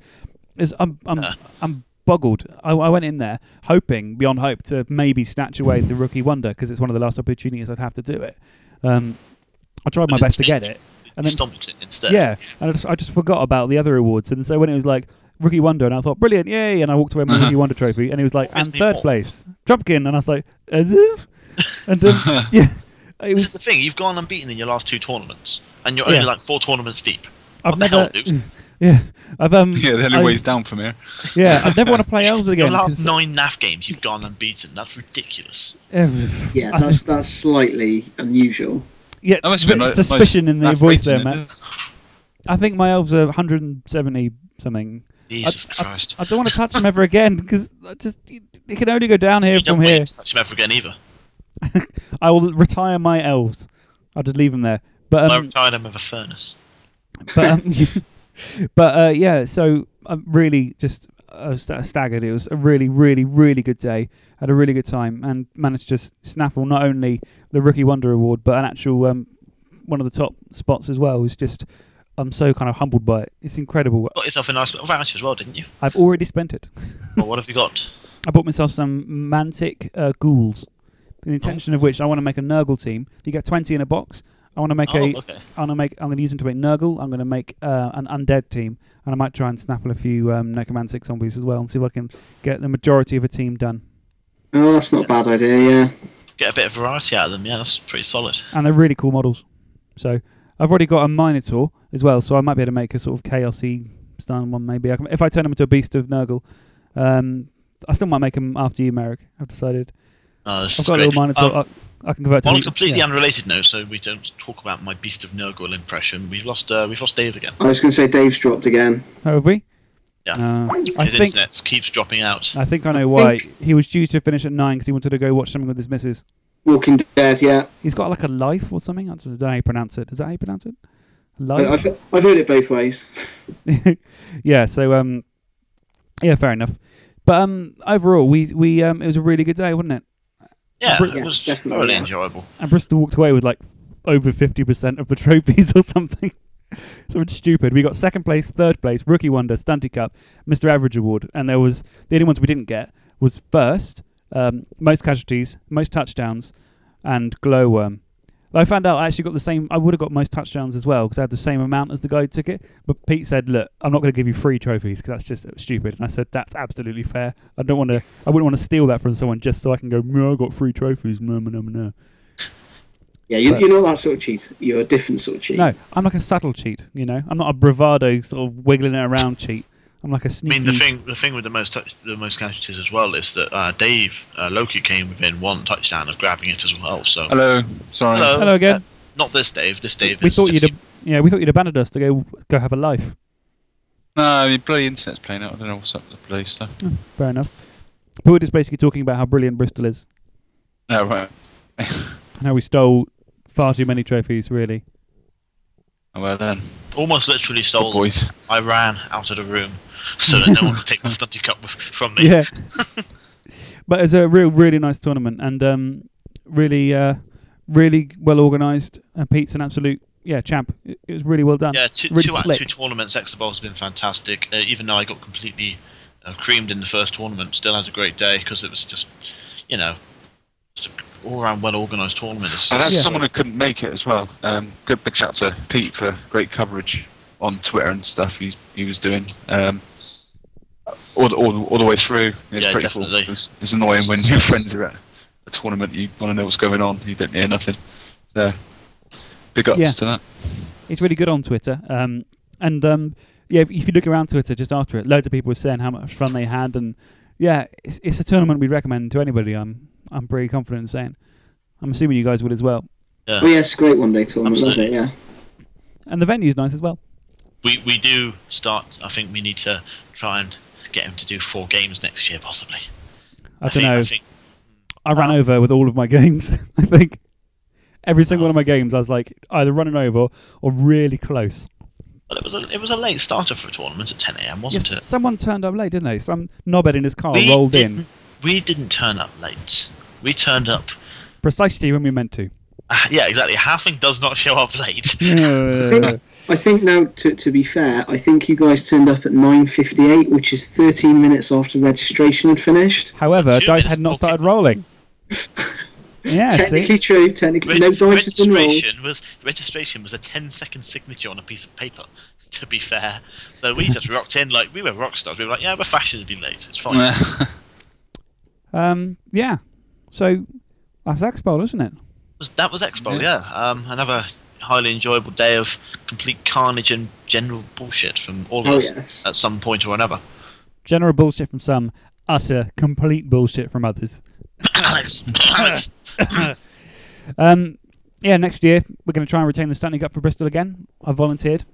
S1: is I'm I'm I'm boggled. I, I went in there hoping beyond hope to maybe snatch away the rookie wonder because it's one of the last opportunities I'd have to do it. Um, I tried my
S4: But
S1: best to get
S4: instead-
S1: it, and then
S4: stomped it instead.
S1: yeah, and I just, I just forgot about the other awards, and so when it was like Rookie Wonder, and I thought brilliant, yay, and I walked away
S4: Uh-huh.
S1: with my Rookie Wonder trophy, and it was like and third place, Trumpkin, and I was like, "Uh,
S4: <laughs>
S1: and um, <laughs> yeah, it
S4: This is
S1: was.
S4: the thing. You've gone unbeaten in your last two tournaments, and you're
S1: Yeah.
S4: only like four tournaments deep.
S1: I've
S4: what the
S1: never,
S4: hell, dude?
S1: <laughs> yeah, I've um,
S2: Yeah, the only
S1: I-
S2: way's down from here.
S1: Yeah, I've
S4: <laughs>
S1: never want to play elves
S4: Your
S1: again. <laughs>
S4: last
S1: 'cause-
S4: nine NAF games, you've gone unbeaten. That's ridiculous.
S3: Yeah, that's that's slightly unusual.
S1: Yeah,
S3: That must have been
S1: there's
S3: like-
S1: suspicion
S3: nice-
S1: in the
S3: nice
S1: voice
S3: rating,
S1: there, man. I think my elves are 170 something.
S4: Jesus
S1: I, I-
S4: Christ.
S1: I, don't want to touch them ever again because just it can only go down here
S4: You don't
S1: from here.
S4: wait to touch them ever again either.
S1: I will retire my elves. I'll just leave them there. But
S4: I
S1: um,
S4: retired them with a furnace.
S1: but um, <laughs> but uh, yeah. So I'm really just uh, st- staggered. It was a really, really, really good day. Had a really good time and managed to s- snaffle not only the Rookie Wonder Award but an actual um, one of the top spots as well. It was just I'm so kind of humbled by it. It's incredible.
S4: Got yourself a nice little voucher as well, didn't you?
S1: I've already spent it.
S4: Well, what have you got?
S1: I bought myself some Mantic uh, ghouls,
S4: Oh.
S1: the intention of which I want to make a Nurgle team. You get twenty in a box. I want to make
S4: Oh,
S1: a.
S4: okay.
S1: am gonna make. I'm gonna use them to make Nurgle. I'm gonna make uh, an undead team, and I might try and snaffle a few um, Necromantic zombies as well, and see if I can get the majority of a team done.
S3: Oh, that's not a bad idea. Yeah.
S4: Get a bit of variety out of them. Yeah, that's pretty solid.
S1: And they're really cool models. So I've already got a Minotaur as well, so I might be able to make a sort of chaosy style one. Maybe I can, if I turn him into a beast of Nurgle. Um, I still might make him after you, Merrick. I've decided.
S4: Oh, this
S1: I've
S4: is
S1: got a little
S4: great.
S1: Minotaur.
S4: Um,
S1: I, I can convert to
S4: On a
S1: meat-
S4: completely
S1: yeah.
S4: unrelated note, so we don't talk about my Beast of Nurgle impression. We've lost, uh, we've lost Dave again.
S3: I was going to say Dave's dropped again.
S1: Oh, have we?
S4: Yeah.
S1: Uh,
S4: His
S1: I think
S4: internet keeps dropping out.
S1: I think I know why. He was due to finish at nine because he wanted to go watch something with his missus.
S3: Walking Dead. Yeah.
S1: He's got like a life or something. I don't know how you pronounce it. Is that how you pronounce it?
S3: I,
S1: Life.
S3: I've, I've heard it both ways.
S1: yeah. So um, yeah, fair enough. But um, overall, we we um, it was a really good day, wasn't it?
S4: Yeah,
S1: Br-
S4: it was thoroughly enjoyable.
S1: And Bristol walked away with like over fifty percent of the <laughs> trophies or something. Something stupid. We got second place, third place, rookie wonder, Stunty Cup, Mr. Average Award, and there was the only ones we didn't get was first, um, most casualties, most touchdowns, and glowworm. I found out I actually got the same. I would have got most touchdowns as well because I had the same amount as the guy who took it. But Pete said, "Look, I'm not going to give you free trophies because that's just stupid." And I said, "That's absolutely fair. I don't want to. I wouldn't want to steal that from someone just so I can go. No, I got free trophies. No, no, no, no."
S3: Yeah, you,
S1: But-
S3: you're not that sort of cheat. You're a different sort of cheat.
S1: No, I'm like a subtle cheat. You know, I'm not a bravado sort of wiggling it around cheat. I'm like a
S4: I
S1: sneaky.
S4: mean, the thing the thing with the most touch, the most casualties as well is that uh, Dave uh, Loki came within one touchdown of grabbing it as well. So
S2: Hello, sorry.
S4: hello,
S1: Hello again.
S4: Uh, not this Dave. This Dave.
S1: we
S4: is
S1: thought you'd, ab- yeah, we thought you'd abandoned us to go go have a life.
S2: No, your bloody internet's playing out. I don't know what's up with the bloody stuff.
S1: Fair enough. But we're just basically talking about how brilliant Bristol is Mm.
S2: No, right.
S1: and how we stole far too many trophies.
S4: <laughs>
S1: Really,
S2: Well then.
S4: almost literally stole.
S2: boys.
S4: I ran out of the room so that no one
S1: <laughs>
S4: could take my stunty cup with- from me.
S1: yeah. but it's a real, really nice tournament and um, really, uh, really well organised. And Pete's an absolute yeah champ. It, it was really well done.
S4: Yeah, Uh, two,
S1: really
S4: two out of
S1: slick.
S4: two tournaments. Exeter Bowl's been fantastic. Uh, even though I got completely uh, creamed in the first tournament, still had a great day because it was just, you know, just an all around well organised tournament. It's-
S2: And that's
S4: it's-
S2: someone who couldn't make it as well. Um, good big shout to Pete for great coverage on Twitter and stuff he, he was doing. Um, all, the, all, the, all the way through. It's
S4: Yeah,
S2: pretty
S4: definitely.
S2: cool. It's, it's annoying when your <laughs> friends are at a tournament, you want to know what's going on, you don't hear nothing. So, big ups
S1: Yeah.
S2: to that.
S1: It's really good on Twitter. Um, and um, yeah, if, if you look around Twitter just after it, loads of people were saying how much fun they had, and yeah, it's, it's a tournament we'd recommend to anybody. I'm I'm pretty confident in saying. I'm assuming you guys would as well.
S3: Oh yeah, it's a great one day tournament. Love it. Yeah.
S1: And the venue's nice as well.
S4: we we do start. I think we need to try and get him to do four games next year, possibly.
S1: I, don't
S4: think-
S1: know.
S4: I
S1: I,
S4: think-
S1: ran over with all of my games. <laughs> I think every single one of my games, I was like either running over or really close.
S4: But it was a it was a late starter for a tournament at 10 a.m. wasn't
S1: Yes,
S4: it?
S1: someone turned up late, didn't they? Some knobhead in his car
S4: We
S1: rolled in
S4: didn't- We didn't turn up late. We turned up.
S1: precisely when we meant to.
S4: ah, yeah, exactly. Halfing does not show up late.
S3: I think, I think now, to, to be fair, I think you guys turned up at 9.58, which is 13 minutes after registration had finished.
S1: However, dice had not started
S4: <laughs>
S1: rolling. yeah,
S3: technically
S1: see?
S3: true, technically.
S4: Reg-
S3: no dice has been rolled.
S4: registration was registration was a 10 second signature on a piece of paper. <laughs> To be fair, so we just rocked in like <laughs> we were rock stars. We were like, yeah, we're fashionably late. It's fine. it
S1: Um, yeah. So that's Expo, isn't it?
S4: was, that was Expo, yeah. Um, another highly enjoyable day of complete carnage and general bullshit from all of
S1: Oh,
S4: us
S1: yes.
S4: at some point or another.
S1: General bullshit from some, utter complete bullshit from others.
S4: <coughs> Alex, <coughs> Alex.
S1: um, yeah, next year we're going to try and retain the Stanley Cup for Bristol again. I volunteered.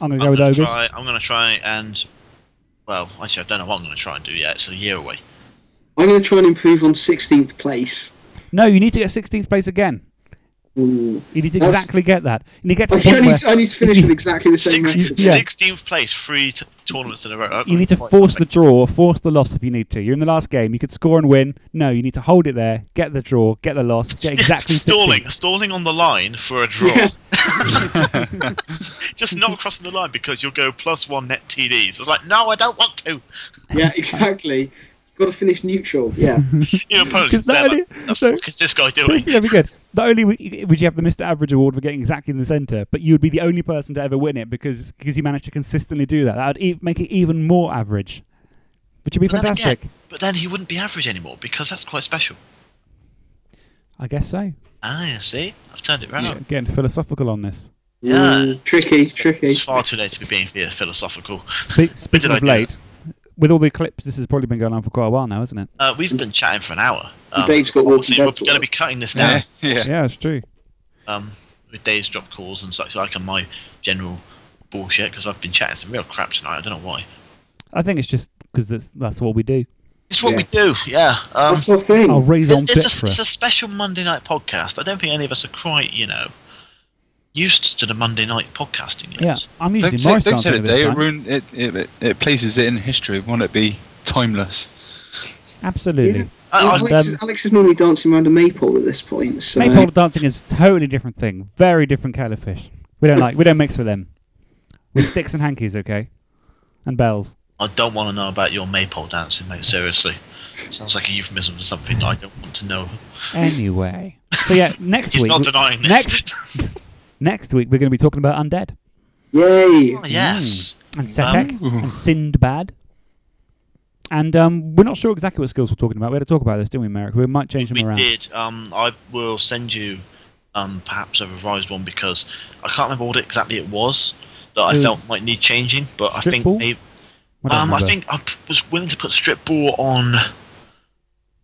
S1: I'm going to go with
S4: gonna
S1: Ogres.
S4: try, I'm going to try and. Well, actually, I don't know what I'm going to try and do yet. It's a year away.
S3: I'm going to try and improve on 16th place.
S1: No, you need to get 16th place again.
S3: You
S1: need to
S3: That's-
S1: exactly get that. You need to get to
S3: I,
S1: the point
S3: I, need
S1: where
S3: to, I need to
S1: <laughs>
S3: finish with exactly the same record.
S1: Yeah.
S4: 16th place, three t- tournaments in a row.
S1: you need to force the draw, force the loss if you need to. You're in the last game. You could score and win. No, you need to hold it there, get the draw, get the loss, get exactly 16th.
S4: stalling, stalling on the line for a draw. <laughs> Just not crossing the line because you'll go plus one net TDs. I was like, no, I don't want to.
S3: Yeah, <laughs> exactly. Got to finish neutral. Yeah.
S1: <laughs>
S4: Your
S1: Because
S4: opponent's just there
S1: that
S4: like,
S1: only-
S4: the
S1: so-
S4: fuck is this guy doing?
S1: That'd be good. <laughs> Not only would you, would you have the Mr. Average award for getting exactly in the centre, but you would be the only person to ever win it because because you managed to consistently do that. That would e- make it even more average, which would be
S4: But then again-
S1: fantastic.
S4: but then he wouldn't be average anymore because that's quite special.
S1: I guess so.
S4: Ah, yeah, see? I've turned it
S1: Yeah,
S4: round.
S1: getting philosophical on this.
S4: Yeah.
S3: tricky, tricky.
S4: It's far too late to be being yeah, philosophical.
S1: Spe- <laughs> speaking
S4: did I
S1: of
S4: do
S1: late, with all the clips, this has probably been going on for quite a while now, isn't it?
S4: Uh, we've been chatting for an hour. Um,
S1: Dave's got
S4: obviously
S1: walking
S4: We're
S1: dead to
S4: going to be cutting this down.
S2: <laughs>
S1: yeah, it's true.
S4: Um, with Dave's drop calls and such like, and my general bullshit because I've been chatting some real crap tonight. I don't know why.
S1: I think it's just because that's that's what we do.
S4: It's what we do. Yeah. Um,
S1: That's our thing.
S3: Oh,
S1: Our raison
S4: it's, it's, a,
S1: d'etre.
S4: it's a special Monday night podcast. I don't think any of us are quite, you know, used to the Monday night podcasting yet.
S1: Yeah, I'm usually
S2: don't
S1: more
S2: say, don't say
S1: starting
S2: the
S1: at this
S2: day, it,
S1: time.
S2: ruin, it, it, it, it places it in history. Won't it be timeless?
S1: Absolutely. And,
S3: Alex,
S1: um,
S3: Alex is normally dancing around a maypole at this point. So
S1: Maypole dancing is a totally different thing. Very different kettle of fish. We don't like. We don't mix with them. With sticks and hankies, okay, and bells.
S4: I don't want to know about your maypole dancing, mate. Seriously, sounds like a euphemism for something I don't want to know.
S1: Anyway, So
S5: <laughs>
S1: yeah, next
S5: He's
S1: week.
S5: not denying this.
S4: <laughs>
S1: Next, next week we're going to be talking about undead.
S3: <laughs> Yay!
S4: Oh,
S5: yes.
S1: And Setek and Sindbad. And um, we're not sure exactly what skills we're talking about. We had to talk about this, didn't we, Merrick? We might change them
S5: we
S1: around.
S5: did. Um, I will send you um, perhaps a revised one because I can't remember what exactly it was that I
S1: It
S5: felt might need changing. But I
S1: Strip
S5: think
S1: ball?
S5: maybe.
S1: I don't
S5: Um, I
S1: remember.
S5: think I p- was willing to put strip ball on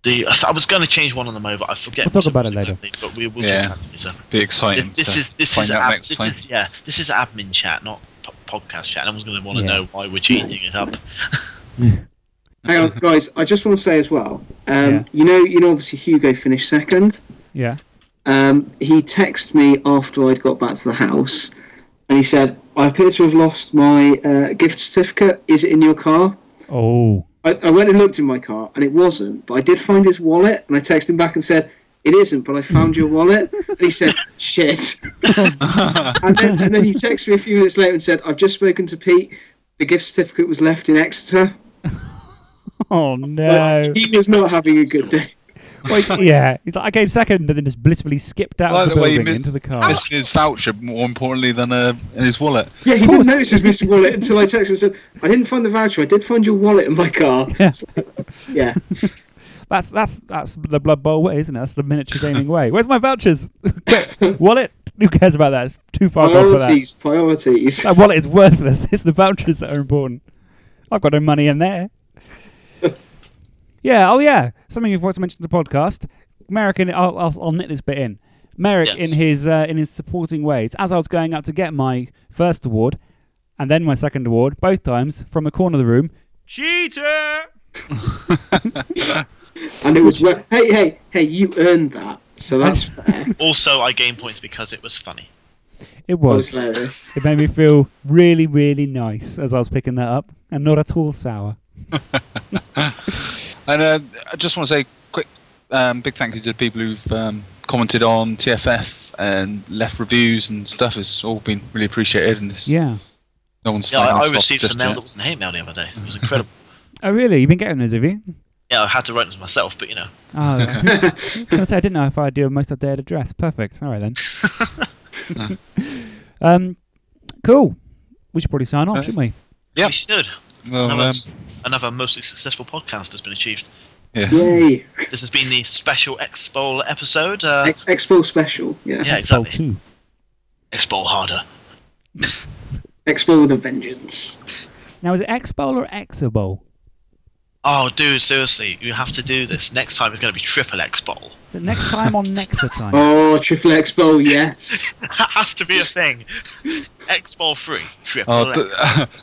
S5: the. I s- I was going to change one on them over. I forget.
S1: We'll talk
S5: which
S1: about
S5: was
S1: it later.
S5: exactly, but we will.
S2: Yeah.
S5: talk about it later.
S2: Be exciting
S5: This, this
S2: to
S5: is this
S2: find
S5: is
S2: out
S5: ab-
S2: next
S5: this
S2: time.
S5: is yeah. This is admin chat, not po- podcast chat. Everyone's going to want to
S1: Yeah.
S5: know why we're cheating it up.
S3: Hang on, guys. I just want to say as well. Um,
S1: Yeah.
S3: You know, you know. Obviously, Hugo finished second.
S1: Yeah.
S3: Um, he texted me after I'd got back to the house, and he said, "I appear to have lost my uh, gift certificate. Is it in your car?"
S5: <laughs>
S1: Oh.
S3: I, I went and looked in my car, and it wasn't. But I did find his wallet, and I texted him back and said, "It isn't, but I found your wallet." and he said, "Shit." and, then, and then he texted me a few minutes later and said, "I've just spoken to Pete. The gift certificate was left in Exeter.
S1: Oh no.
S3: He was not having a good day."
S1: yeah. He's like, I came second, and then just blissfully skipped out
S2: By
S1: of the
S2: the way,
S1: building
S2: mi-
S1: into the car.
S2: missing his voucher more importantly than uh, in his wallet.
S3: Yeah, he didn't notice his missing wallet until I texted him and said, I didn't find the voucher, I did find your wallet in
S1: <laughs>
S3: my car. It's like, Yeah.
S1: That's that's that's the Blood Bowl way, isn't it? That's the miniature gaming way. Where's my vouchers? Quick, wallet? Who cares about that? It's too far gone for that.
S3: priorities, priorities.
S1: That wallet is worthless. <laughs> It's the vouchers that are important. I've got no money in there. yeah. Oh yeah. Something you forgot to mention to the podcast. Merrick, in, I'll, I'll I'll knit this bit in. Merrick
S5: Yes.
S1: in his uh, in his supporting ways. As I was going up to get my first award, and then my second award, both times from the corner of the room.
S18: Cheater!
S3: And it was, like, hey, hey, hey, you earned that. So that's fair.
S5: also, I gain points because it was funny.
S1: It
S3: That
S1: was.
S3: was hilarious.
S1: It made me feel really, really nice as I was picking that up, and not at all sour.
S2: And uh, I just want to say quick um, big thank you to the people who've um, commented on TFF and left reviews and stuff. It's all been really appreciated, and it's,
S1: Yeah.
S2: no one's
S5: Yeah, I, I
S2: slagging us off
S5: received
S2: just uh,
S5: some mail
S2: yet.
S5: that wasn't hate mail the other day. It was
S2: <laughs>
S5: incredible.
S1: Oh, really? You've been getting those, have you?
S5: yeah, I had to write it myself, but you know.
S1: Oh, <laughs> I was gonna say I didn't know if I do most of the day at address. Perfect. All right then.
S5: <laughs>
S1: um, cool. We should probably sign off,
S5: Uh,
S1: shouldn't we?
S2: Yeah.
S5: We should.
S2: Well,
S5: another,
S2: um,
S5: another mostly successful podcast has been achieved.
S2: yeah.
S3: Yay.
S5: This has been the special Expo episode. Uh,
S3: Ex- Expo special, yeah.
S5: yeah,
S1: Expo
S5: exactly.
S1: two.
S5: Expo harder.
S3: Expo with a vengeance.
S1: Now is it X Bowl or Exo Bowl?
S5: Oh, dude, seriously, you have to do this. Next time it's going to be triple Expo. <laughs>
S1: Is it next time on Nexa time?
S3: Oh, Triple
S1: <laughs>
S3: Expo, yes.
S5: that has to be a thing. Expo free,
S2: <laughs>
S5: triple
S2: Oh,
S5: X.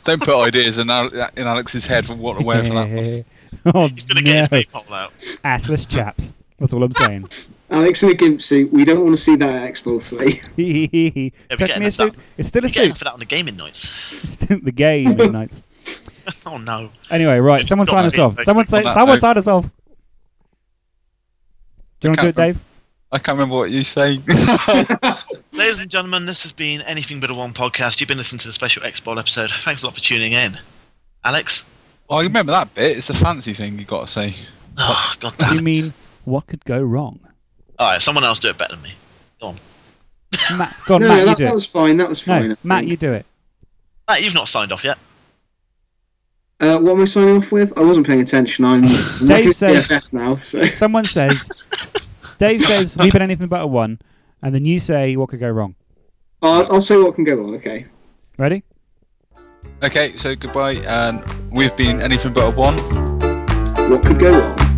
S2: d- <laughs> don't put ideas in, Al- in Alex's head for what to wear for that
S1: <laughs>
S2: one.
S1: oh,
S5: He's going to get
S1: no.
S5: his PayPal out.
S1: Assless chaps. That's all I'm saying.
S5: <laughs>
S1: <laughs>
S3: Alex in a gimp suit, we don't want to see that at Expo 3.
S1: Check me
S5: getting
S1: a
S5: this
S1: suit.
S5: done.
S1: It's still a
S5: He's getting
S1: suit.
S5: for that on the gaming nights.
S1: It's still <laughs> the game
S3: <laughs>
S1: midnights.
S5: oh, no.
S1: Anyway, right.
S5: It's
S1: someone
S5: not
S1: sign
S5: a
S1: us
S5: big
S1: off.
S5: thing.
S1: Someone
S2: On
S1: say.
S2: that
S1: Someone
S2: note-
S1: sign us off. Do you want to do it,
S2: can't
S1: Dave?
S3: <laughs>
S2: I can't remember what you say. <laughs>
S5: Ladies and gentlemen, this has been Anything But a One podcast. You've been listening to the special Expo episode. Thanks a lot for tuning in. Alex?
S2: oh, you remember that bit? It's the fancy thing you got to say.
S5: Oh, God damn
S1: You
S5: it.
S1: mean what could go wrong?
S5: Alright, someone else do it better than me.
S1: Matt, go on,
S3: no,
S1: Oh, Matt,
S3: no,
S1: you
S3: that,
S1: do
S3: that
S1: it.
S3: was fine, that was fine.
S1: no,
S3: I
S1: Matt,
S3: think.
S1: you do it.
S5: Matt, you've not signed off yet.
S3: Uh, what am I signing off with? I wasn't paying attention. I'm
S1: <laughs> Dave says-
S3: TFF now, so. <laughs>
S1: Someone says, Dave says we've been anything but a one, and then you say what could go wrong.
S3: I'll, I'll say what can go on, okay.
S1: Ready?
S2: Okay, so goodbye, and we've been anything but a one.
S3: What could go wrong?